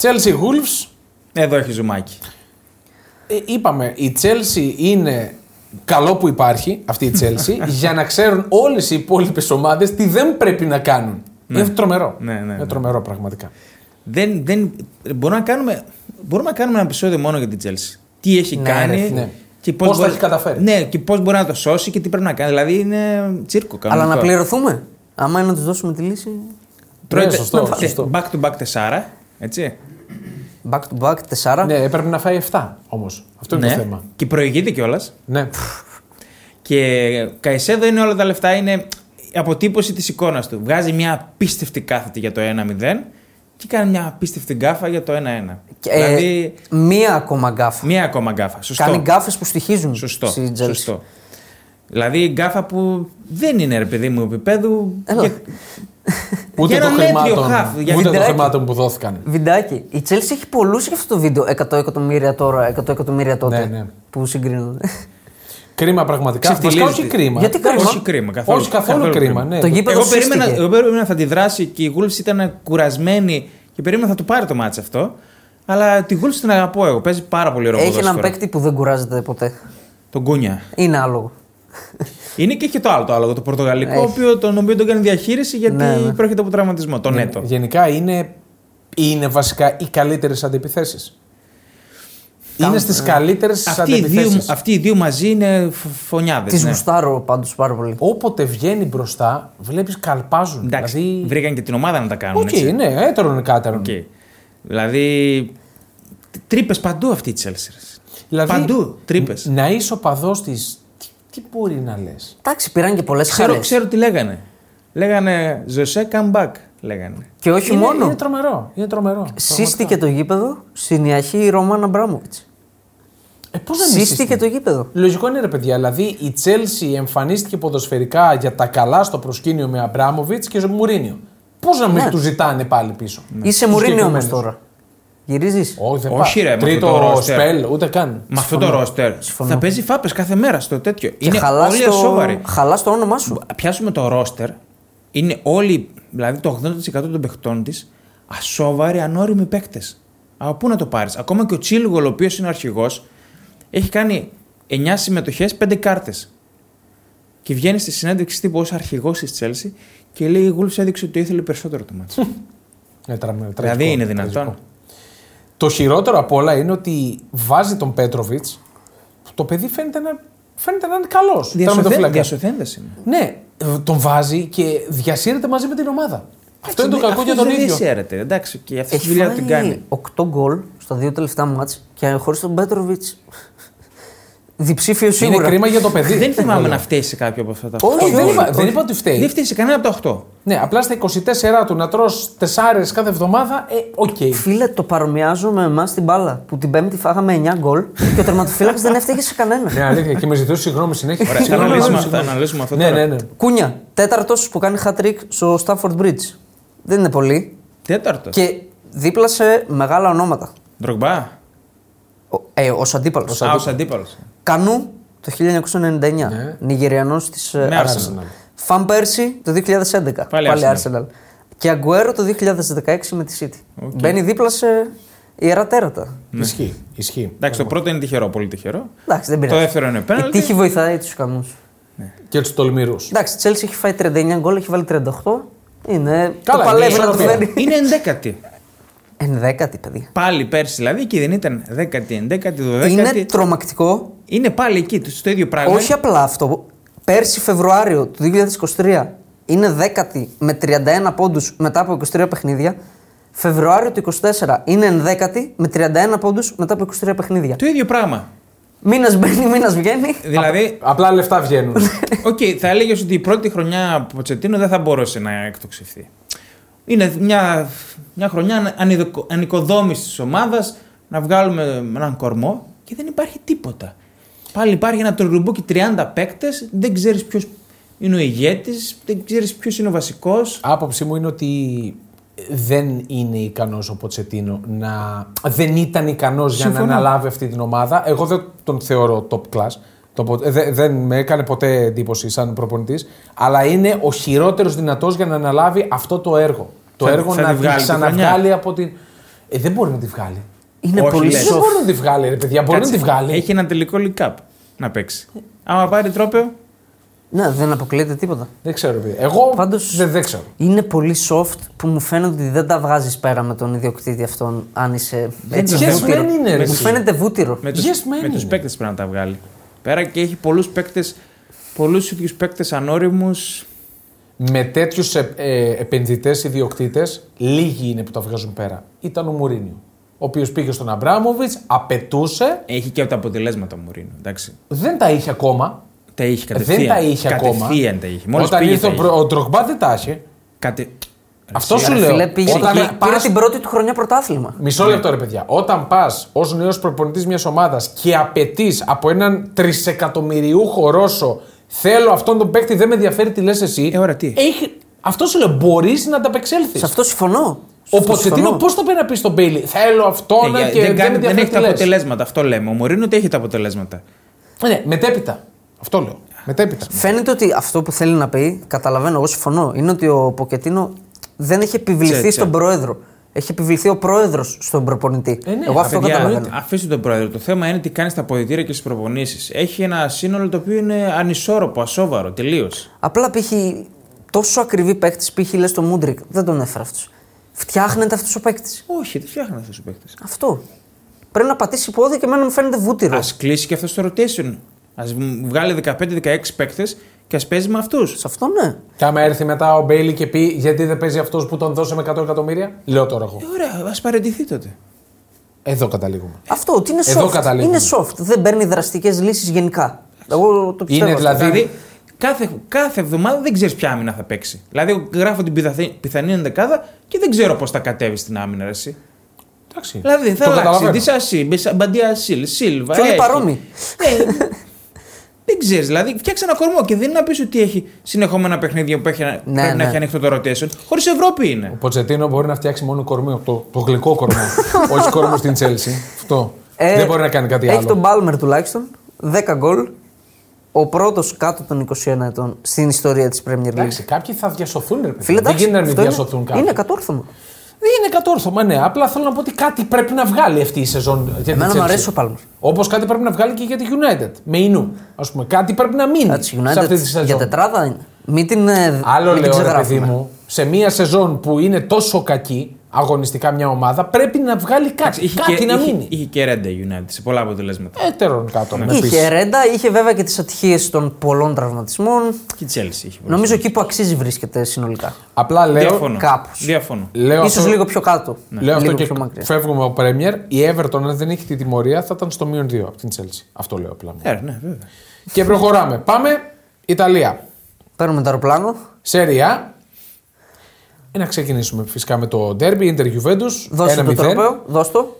Speaker 1: Chelsea Wolves.
Speaker 2: Εδώ έχει ζουμάκι.
Speaker 1: Ε, Είπαμε, η Chelsea είναι καλό που υπάρχει αυτή η Chelsea για να ξέρουν όλες οι υπόλοιπες ομάδες τι δεν πρέπει να κάνουν. Είναι τρομερό.
Speaker 2: Ναι, ναι, ναι.
Speaker 1: Είναι τρομερό πραγματικά.
Speaker 2: Δεν, δεν, μπορούμε, να κάνουμε, μπορούμε να κάνουμε ένα επεισόδιο μόνο για την Chelsea. Τι έχει
Speaker 3: Ναι,
Speaker 2: κάνει.
Speaker 1: ρε, ναι.
Speaker 2: Και
Speaker 1: Πώς τα
Speaker 2: μπορεί-
Speaker 1: έχει καταφέρει.
Speaker 2: Ναι, και πώς μπορεί να το σώσει και τι πρέπει να κάνει. Δηλαδή είναι τσίρκο κανονικό.
Speaker 3: Αλλά να πληρωθούμε. Άμα είναι να τους δώσουμε τη λύση.
Speaker 1: Ναι, σωστό, σωστό.
Speaker 2: Back to back 4. Έτσι.
Speaker 3: Back to back, 4.
Speaker 1: Ναι, έπρεπε να φάει 7 όμως. Αυτό είναι το θέμα.
Speaker 2: Ναι. Και προηγείται κιόλας.
Speaker 1: Ναι.
Speaker 2: Και Καϊσέδο είναι όλα τα λεφτά. Είναι η αποτύπωση της εικόνας του. Βγάζει μια απίστευτη κάθετη για το 1-0 και κάνει μια απίστευτη γκάφα για το 1-1.
Speaker 3: Και, ε,
Speaker 2: δηλαδή
Speaker 3: Μία ακόμα γκάφα.
Speaker 2: μία ακόμα γκάφα. Σωστό.
Speaker 3: Κάνει γκάφες που στοιχίζουν
Speaker 2: Σωστό.
Speaker 3: στη Chelsea.
Speaker 2: σωστό. Δηλαδή η γκάφα που δεν είναι ρε παιδί μου επίπεδου.
Speaker 3: Έλα.
Speaker 2: για-
Speaker 1: Ούτε
Speaker 2: Για
Speaker 1: των
Speaker 2: ένα μέτριο
Speaker 1: χρημάτων,
Speaker 2: χαφ, για
Speaker 1: ούτε των
Speaker 2: βιντεάκι.
Speaker 1: χρημάτων που δόθηκαν.
Speaker 3: Βιντάκι. Η Chelsea έχει πολλούς για αυτό το βίντεο. 100 εκατομμύρια τώρα, 100 εκατομμύρια τότε.
Speaker 1: Ναι, ναι.
Speaker 3: Που συγκρίνουν.
Speaker 1: Κρίμα πραγματικά. Βασικά
Speaker 2: Ξεφτιλίζεται.
Speaker 1: όχι κρίμα.
Speaker 3: Γιατί κρίμα?
Speaker 2: Όχι κρίμα. Καθόλου,
Speaker 1: Όχι καθόλου κρίμα, ναι.
Speaker 3: Το γήπεδο
Speaker 2: εγώ περίμενα,
Speaker 3: σύστηκε.
Speaker 2: εγώ περίμενα θα αντιδράσει και η Wolves ήταν κουρασμένη και περίμενα θα του πάρει το μάτς αυτό. Αλλά τη Wolves την αγαπώ εγώ. Παίζει πάρα πολύ ρόλο.
Speaker 3: έχει έναν παίκτη που δεν κουράζεται ποτέ.
Speaker 2: Τον Κούνια.
Speaker 3: Είναι άλογο.
Speaker 2: Είναι και έχει το άλλο το άλογο, το πορτογαλικό,
Speaker 3: Έχει.
Speaker 2: ο οποίο, τον οποίο τον κάνει διαχείριση γιατί
Speaker 3: Ναι, ναι.
Speaker 2: προέρχεται από τραυματισμό. Τον Νέτο.
Speaker 1: Γενικά είναι, είναι βασικά οι καλύτερες αντιπιθέσεις. Είναι στις καλύτερες
Speaker 2: Αυτοί οι, δύο,
Speaker 1: αντιπιθέσεις.
Speaker 2: αυτοί οι δύο μαζί είναι φωνιάδε.
Speaker 3: Τη γουστάρω πάντως πάρα πολύ.
Speaker 1: Όποτε βγαίνει μπροστά, βλέπεις καλπάζουν.
Speaker 2: Εντάξει,
Speaker 1: δηλαδή.
Speaker 2: βρήκαν και την ομάδα να τα κάνουν.
Speaker 1: Οκ,
Speaker 2: έτσι.
Speaker 1: ναι, έτερον κάτερον.
Speaker 2: Οκ. Δηλαδή. Τρύπες παντού αυτή η Τσέλσι.
Speaker 1: Δηλαδή,
Speaker 2: παντού τρύπες.
Speaker 1: Να είσαι ο παδός της. Τι, τι μπορεί να λες.
Speaker 3: Εντάξει, πήραν και πολλές
Speaker 2: Ξέρω,
Speaker 3: χαρέ.
Speaker 2: ξέρω τι λέγανε. Λέγανε Ζωσέ come back. Λέγανε.
Speaker 3: Και όχι
Speaker 1: είναι,
Speaker 3: μόνο.
Speaker 1: Είναι τρομερό. Είναι τρομερό.
Speaker 3: Σύστηκε το γήπεδο στην Ιαχή Ρωμάνα Μπράμοβιτ.
Speaker 1: Ε, πώς να μην
Speaker 3: Σύστηκε το γήπεδο.
Speaker 1: Λογικό είναι ρε παιδιά. Δηλαδή η Τσέλσι εμφανίστηκε ποδοσφαιρικά για τα καλά στο προσκήνιο με Αμπράμοβιτ και Μουρίνιο. Πώς να μην
Speaker 3: Ναι.
Speaker 1: τους ζητάνε πάλι πίσω.
Speaker 3: Είσαι
Speaker 1: Τους
Speaker 3: Μουρίνιο όμως
Speaker 1: συγκεκριμένους.
Speaker 3: τώρα. Γυρίζεις.
Speaker 1: Όχι, δεν
Speaker 2: Ναι. Όχι,
Speaker 1: πάει.
Speaker 2: ρε, με αυτό το
Speaker 1: Τρίτο
Speaker 2: roster.
Speaker 1: σπέλ, ούτε καν.
Speaker 2: Με αυτό το ρόστερ
Speaker 3: Συμφωνώ.
Speaker 2: θα παίζει φάπες κάθε μέρα στο τέτοιο.
Speaker 3: Και
Speaker 2: είναι
Speaker 3: χαλάς
Speaker 2: όλοι
Speaker 3: το-
Speaker 2: ασόβαροι.
Speaker 3: χαλάς το όνομά σου.
Speaker 2: Πιάσουμε το ρόστερ. Είναι όλοι, δηλαδή το 80% των παιχτών της, ασόβαροι, ανώριμοι παίκτες. Από πού να το πάρεις. Ακόμα και ο Τσίλγολ, ο οποίος είναι αρχηγός, έχει κάνει 9 συμμετοχέ, 5 κάρτες. Και βγαίνει στη συνέντευξη τύπου ως αρχηγός της Τσέλση και λέει: Η Γούλφ έδειξε ότι το ήθελε περισσότερο το μάτι.
Speaker 1: Ναι, τρα- τραγικό,
Speaker 2: δηλαδή είναι
Speaker 1: τραγικό.
Speaker 2: δυνατόν.
Speaker 1: Το χειρότερο απ' όλα είναι ότι βάζει τον Πέτροβιτ. Το παιδί φαίνεται να, φαίνεται να είναι καλός.
Speaker 2: Διασωθέ- Διασωθένδες είναι.
Speaker 1: Ναι, ε, τον βάζει και διασύρεται μαζί με την ομάδα. Αυτό είναι το
Speaker 2: Εντάξει,
Speaker 1: κακό για
Speaker 2: αυτός
Speaker 1: τον
Speaker 2: δεν
Speaker 1: ίδιο.
Speaker 2: δυσέρεται, εντάξει, και αυτή τη
Speaker 3: Έχει
Speaker 2: δουλειά την κάνει.
Speaker 3: 8 γκολ στα δύο τελευταία μάτς και χωρίς τον Μπέτροβιτ. Διψήφιο
Speaker 1: Είναι
Speaker 3: σίγουρα.
Speaker 1: κρίμα για το παιδί.
Speaker 2: Δεν θυμάμαι
Speaker 1: Όλα.
Speaker 2: να φταίει σε κάποιο από αυτά τα
Speaker 1: Όχι, δεν
Speaker 2: γκολ.
Speaker 1: είπα- δεν είπα ότι φταίει.
Speaker 2: Δεν φταίει σε κανένα από τα 8.
Speaker 1: Ναι, απλά στα 24 του να τρως τεσσάρες κάθε εβδομάδα, ε, οκ.
Speaker 3: Φίλε, το παρομοιάζω με εμάς την μπάλα που την Πέμπτη φάγαμε 9 γκολ και ο τερματοφύλακας δεν έφταιγε σε κανένα.
Speaker 1: Ναι, αλήθεια. Και με ζητούσε συγγνώμη συνέχεια.
Speaker 2: Ωραία, θα
Speaker 1: Συγγνώμη,
Speaker 2: αναλύσουμε
Speaker 1: συγγνώμη.
Speaker 2: αυτά, αναλύσουμε αυτό
Speaker 1: Ναι,
Speaker 2: τώρα.
Speaker 1: ναι, ναι.
Speaker 3: Κούνια, τέταρτος που κάνει hat-trick στο Stafford Bridge. Δεν είναι πολύ.
Speaker 2: Τέταρτος.
Speaker 3: Και δίπλα σε μεγάλα ονόματα.
Speaker 2: Ντρογκμπά.
Speaker 3: Ο, ε, ως αντίπαλος.
Speaker 2: Α, ως αντίπαλος.
Speaker 3: Κανού το 1999. Ναι. Νιγηριανός της ε,
Speaker 2: Με
Speaker 3: Arsenal.
Speaker 1: Arsenal.
Speaker 3: Φαν Πέρσι το 2011.
Speaker 2: Πάλι Arsenal.
Speaker 3: Arsenal. Και Αγκουέρο το 2016 με τη City. Μπαίνει δίπλα σε ιερά τέρατα.
Speaker 1: Ισχύει. Ισχύει.
Speaker 2: Ναι. Εντάξει, το πρώτο είναι τυχερό, πολύ τυχερό.
Speaker 3: Εντάξει, δεν πειράζει.
Speaker 2: Το δεύτερο είναι
Speaker 3: Η
Speaker 2: πέναλτι.
Speaker 3: τύχη βοηθάει τους καμούς.
Speaker 1: Και τους τολμηρούς.
Speaker 3: Εντάξει, η Chelsea έχει φάει 39 γκολ, έχει βάλει 38. Είναι.
Speaker 1: Καλά,
Speaker 3: το παλεύει
Speaker 1: είναι
Speaker 3: να το
Speaker 1: ισορροπία.
Speaker 3: φέρει. Ε,
Speaker 2: Είναι ενδέκατη.
Speaker 3: Ενδέκατη, παιδί.
Speaker 2: Πάλι πέρσι δηλαδή και δεν ήταν δέκατη, ενδέκατη,
Speaker 3: Είναι
Speaker 2: δωδέκατη.
Speaker 3: τρομακτικό
Speaker 2: Είναι πάλι εκεί, στο ίδιο πράγμα.
Speaker 3: Όχι απλά αυτό. Πέρσι Φεβρουάριο του 2023 είναι δέκατη με 31 πόντους μετά από 23 παιχνίδια. Φεβρουάριο του 24 είναι ενδέκατη με 31 πόντους μετά από 23 παιχνίδια.
Speaker 2: Το ίδιο πράγμα.
Speaker 3: Μήνας μπαίνει, μήνας βγαίνει.
Speaker 2: Δηλαδή,
Speaker 1: Απλά λεφτά βγαίνουν.
Speaker 2: οκ, θα έλεγες ότι η πρώτη χρονιά από Ποτσετίνο δεν θα μπορούσε να εκτοξευθεί. Είναι μια, μια χρονιά ανιδοκο- ανοικοδόμησης της ομάδας, να βγάλουμε έναν κορμό και δεν υπάρχει τίποτα. Πάλι υπάρχει ένα τουρλουμπούκι 30 παίκτες, δεν ξέρεις ποιος είναι ο ηγέτης, δεν ξέρεις ποιος είναι ο βασικός.
Speaker 1: Άποψή μου είναι ότι δεν είναι ικανός ο Ποτσετίνο να. Δεν ήταν ικανός για να
Speaker 2: Συμφωνώ.
Speaker 1: αναλάβει αυτή την ομάδα. Εγώ δεν τον θεωρώ top class. Το πο- ε, δε- δεν με έκανε ποτέ εντύπωση σαν προπονητής, αλλά είναι ο χειρότερος δυνατός για να αναλάβει αυτό το έργο. Το
Speaker 2: Θα-
Speaker 1: έργο
Speaker 2: θα
Speaker 1: να
Speaker 2: τη
Speaker 1: τη
Speaker 2: βγάλει τη
Speaker 1: ξαναβγάλει
Speaker 2: χρονιά.
Speaker 1: από την. Ε, δεν μπορεί να τη βγάλει.
Speaker 3: Είναι
Speaker 2: όχι,
Speaker 3: πολύ
Speaker 2: λες.
Speaker 1: Δεν
Speaker 3: σοφ.
Speaker 1: μπορεί να τη βγάλει, ρε παιδιά. Μπορεί να τη
Speaker 2: Κάτσε,
Speaker 1: βγάλει.
Speaker 2: Έχει ένα τελικό leak-up να παίξει. Άμα πάρει τρόπαιο,
Speaker 3: Ναι, δεν αποκλείεται τίποτα.
Speaker 1: Δεν ξέρω, παιδιά. Εγώ
Speaker 3: Πάντως-
Speaker 1: δεν, δεν ξέρω.
Speaker 3: Είναι πολύ soft που μου φαίνεται ότι δεν τα βγάζεις πέρα με τον ιδιοκτήτη αυτόν, αν είσαι. έτσι,
Speaker 1: τον
Speaker 3: βούτυρο.
Speaker 1: δεν είναι, ρε,
Speaker 3: Μου
Speaker 1: εσύ.
Speaker 3: φαίνεται βούτυρο.
Speaker 2: Με τους,
Speaker 1: Yes, man.
Speaker 2: με τους παίκτες πρέπει να τα βγάλει. Πέρα και έχει πολλούς παίκτες, πολλούς ίδιους παίκτες ανώριμους.
Speaker 1: Με τέτοιους ε, επενδυτές ιδιοκτήτες, λίγοι είναι που τα βγάζουν πέρα. Ήταν ο Μουρίνιο. Ο οποίος πήγε στον Αμπράμοβιτ, απαιτούσε,
Speaker 2: Έχει και από τα αποτελέσματα ο Μουρίνο, εντάξει.
Speaker 1: δεν τα είχε ακόμα.
Speaker 2: Τα είχε κατευθείαν.
Speaker 1: Ε, Δεν τα είχε
Speaker 2: κατευθείαν
Speaker 1: ακόμα.
Speaker 2: τα είχε. Μόλις
Speaker 1: Όταν
Speaker 2: πήγε
Speaker 1: ήρθε
Speaker 2: τα
Speaker 1: ο,
Speaker 2: είχε.
Speaker 1: Μπρο- ο Ντρογμπά δεν τα είχε.
Speaker 2: Κατε...
Speaker 1: Αυτό σου
Speaker 3: Ρε
Speaker 1: λέω.
Speaker 3: Φίλε, πήγε
Speaker 1: Όταν
Speaker 3: και
Speaker 1: πας-
Speaker 3: πήρε την πρώτη του χρονιά πρωτάθλημα.
Speaker 1: Μισό λεπτό, ρε παιδιά. Όταν πας ως νέος προπονητής μιας ομάδας και απαιτείς από έναν τρισεκατομμυριούχο Ρώσο, θέλω αυτόν τον παίκτη, δεν με ενδιαφέρει τι λες εσύ.
Speaker 2: Ε, ωραία, τι.
Speaker 1: Έχει... Αυτό σου λέω, μπορείς να ανταπεξέλθεις.
Speaker 3: Σε αυτό συμφωνώ. Σε
Speaker 1: Ο
Speaker 3: αυτό συμφωνώ.
Speaker 1: Ποτσετίνο πώ το πήρε να πει στον Μπέιλι. Θέλω αυτόν
Speaker 2: Ε, για-
Speaker 1: και
Speaker 2: δεν,
Speaker 1: δεν,
Speaker 2: κάνει-
Speaker 1: με
Speaker 2: δεν
Speaker 1: ενδιαφέρει
Speaker 2: έχει τα
Speaker 1: τι λες».
Speaker 2: αποτελέσματα, αυτό λέμε. Ο Μουρίνο ότι έχει τα αποτελέσματα.
Speaker 1: Ε, Ναι, μετέπειτα. Αυτό λέω. Μετέπειτα.
Speaker 3: Φαίνεται ότι αυτό που θέλει να πει, καταλαβαίνω, εγώ συμφωνώ, είναι ότι ο Ποκετίνο δεν έχει
Speaker 2: Τσε,
Speaker 3: επιβληθεί
Speaker 2: τσε.
Speaker 3: στον πρόεδρο. Έχει επιβληθεί ο πρόεδρος στον προπονητή.
Speaker 1: Ε, ναι,
Speaker 3: εγώ αυτό
Speaker 2: Παιδιά,
Speaker 3: καταλαβαίνω.
Speaker 2: αφήστε τον πρόεδρο. Το θέμα είναι τι κάνει στα αποδητήρια και στις προπονήσεις. Έχει ένα σύνολο το οποίο είναι ανισόρροπο, ασόβαρο, τελείως.
Speaker 3: Απλά π.χ. τόσο ακριβή παίκτης, π.χ. λες το Μούντρικ, δεν τον έφερα αυτός. Φτιάχνεται αυτός ο παίκτης.
Speaker 2: Όχι, δεν φτιάχνει αυτός ο παίκτης.
Speaker 3: Αυτό. Πρέπει να πατήσει πόδι και εμένα μου φαίνεται βούτυρος.
Speaker 2: Ας κλείσει και αυτός το rotation. Ας βγάλει 15-16 παίκτες και ας παίζει με αυτούς.
Speaker 3: Σε αυτό ναι.
Speaker 1: Και άμα έρθει μετά ο Μπέιλι και πει γιατί δεν παίζει αυτός που τον δώσαμε 100 εκατομμύρια. Λέω τώρα εγώ.
Speaker 2: Ε, Ωραία, ας παραιτηθεί τότε.
Speaker 1: Εδώ καταλήγουμε.
Speaker 3: Αυτό ότι είναι
Speaker 1: Εδώ
Speaker 3: soft.
Speaker 1: καταλήγουμε.
Speaker 3: Είναι soft. Δεν παίρνει δραστικές λύσεις γενικά. Εγώ το πιστεύω. αυτό.
Speaker 1: δηλαδή-
Speaker 2: Δηλαδή, κάθε, κάθε εβδομάδα δεν ξέρεις ποια άμυνα θα παίξει. Δηλαδή, γράφω την πιθανή, πιθανή ενδεκάδα και δεν ξέρω πώς θα κατέβει στην άμυνα. ρε Εσύ.
Speaker 1: Εντάξει.
Speaker 2: Δηλαδή, θα
Speaker 1: Το
Speaker 2: αλλάξει.
Speaker 1: καταλαβαίνω.
Speaker 2: Τη Ασίλ, Μπαντία Ασίλ, Σίλβα.
Speaker 3: Και όλοι
Speaker 2: έχει.
Speaker 3: παρόμοιοι.
Speaker 2: Ε, δεν ξέρεις, δηλαδή, φτιάξε ένα κορμό και δεν είναι να πεις ότι έχει συνεχόμενα παιχνίδια που έχει, να-
Speaker 3: Ναι,
Speaker 2: πρέπει να
Speaker 3: ναι.
Speaker 2: έχει ανοιχτό το rotation. Χωρίς Ευρώπη είναι.
Speaker 1: Ο Ποτσετίνο μπορεί να φτιάξει μόνο κορμό, το, το γλυκό κορμό. όχι κορμό στην Τσέλση. Αυτό.
Speaker 3: Ε,
Speaker 1: δεν μπορεί να κάνει κάτι
Speaker 3: έχει
Speaker 1: άλλο.
Speaker 3: τον Μπάλμερ τουλάχιστον. 10 γκολ. Ο πρώτος κάτω των 21 ετών στην ιστορία της Premier League.
Speaker 1: Εντάξει, κάποιοι θα διασωθούν. Ρε,
Speaker 3: Φίλε,
Speaker 1: Φίλε, δεν
Speaker 3: εντάξει,
Speaker 1: γίνεται να μην
Speaker 3: αυτό είναι-
Speaker 1: διασωθούν κάποιοι.
Speaker 3: Είναι κατόρθωμα.
Speaker 1: Δεν είναι κατόρθωμα, ναι. Απλά θέλω να πω ότι κάτι πρέπει να βγάλει αυτή η σεζόν. Για την
Speaker 3: Εμένα μου
Speaker 1: Chelsea.
Speaker 3: αρέσει ο Palmer.
Speaker 1: Όπως κάτι πρέπει να βγάλει και για τη United. Με Ινού. Ας πούμε, κάτι πρέπει να μείνει
Speaker 3: Εντάξει,
Speaker 1: σε αυτή τη
Speaker 3: United
Speaker 1: σεζόν.
Speaker 3: για τετράδα είναι. Μην την, ε,
Speaker 1: Άλλο
Speaker 3: μην την
Speaker 1: λέω, ρε
Speaker 3: ξεγράφουμε.
Speaker 1: παιδί μου, σε μία σεζόν που είναι τόσο κακή, αγωνιστικά μια ομάδα, πρέπει να βγάλει κάτι.
Speaker 2: Είχε
Speaker 1: κάτι
Speaker 2: και,
Speaker 1: να
Speaker 2: είχε,
Speaker 1: μείνει.
Speaker 2: είχε και Ρέντα United σε πολλά αποτελέσματα.
Speaker 1: Ε, τερών κάτω. να πεις.
Speaker 3: Είχε ρέντα, είχε βέβαια και τις ατυχίες των πολλών τραυματισμών.
Speaker 2: Και η Chelsea είχε πολλά.
Speaker 3: Νομίζω εκεί που αξίζει βρίσκεται συνολικά.
Speaker 1: Απλά λέω.
Speaker 2: Διαφωνώ.
Speaker 3: κάπως.
Speaker 2: Διαφωνώ.
Speaker 1: λέω
Speaker 3: Ίσως
Speaker 1: αυτό- Ναι.
Speaker 3: λίγο πιο κάτω.
Speaker 1: Λέω
Speaker 3: λίγο
Speaker 1: αυτό και
Speaker 3: πιο μακριά.
Speaker 1: φεύγουμε από Πρέμιερ. Η Everton, αν δεν έχει τη τιμωρία, θα ήταν στο μείον 2 από την Chelsea. Αυτό λέω απλά.
Speaker 2: Ε, ναι, βέβαια.
Speaker 1: και προχωράμε. Πάμε Ιταλία.
Speaker 3: Παίρνουμε το αεροπλάνο.
Speaker 1: Σέρια. Ε, Να ξεκινήσουμε φυσικά με το Derby, Inter Juventus.
Speaker 3: Δώσε το
Speaker 1: 1-0.
Speaker 3: τρόπαιο. Δώσ' το.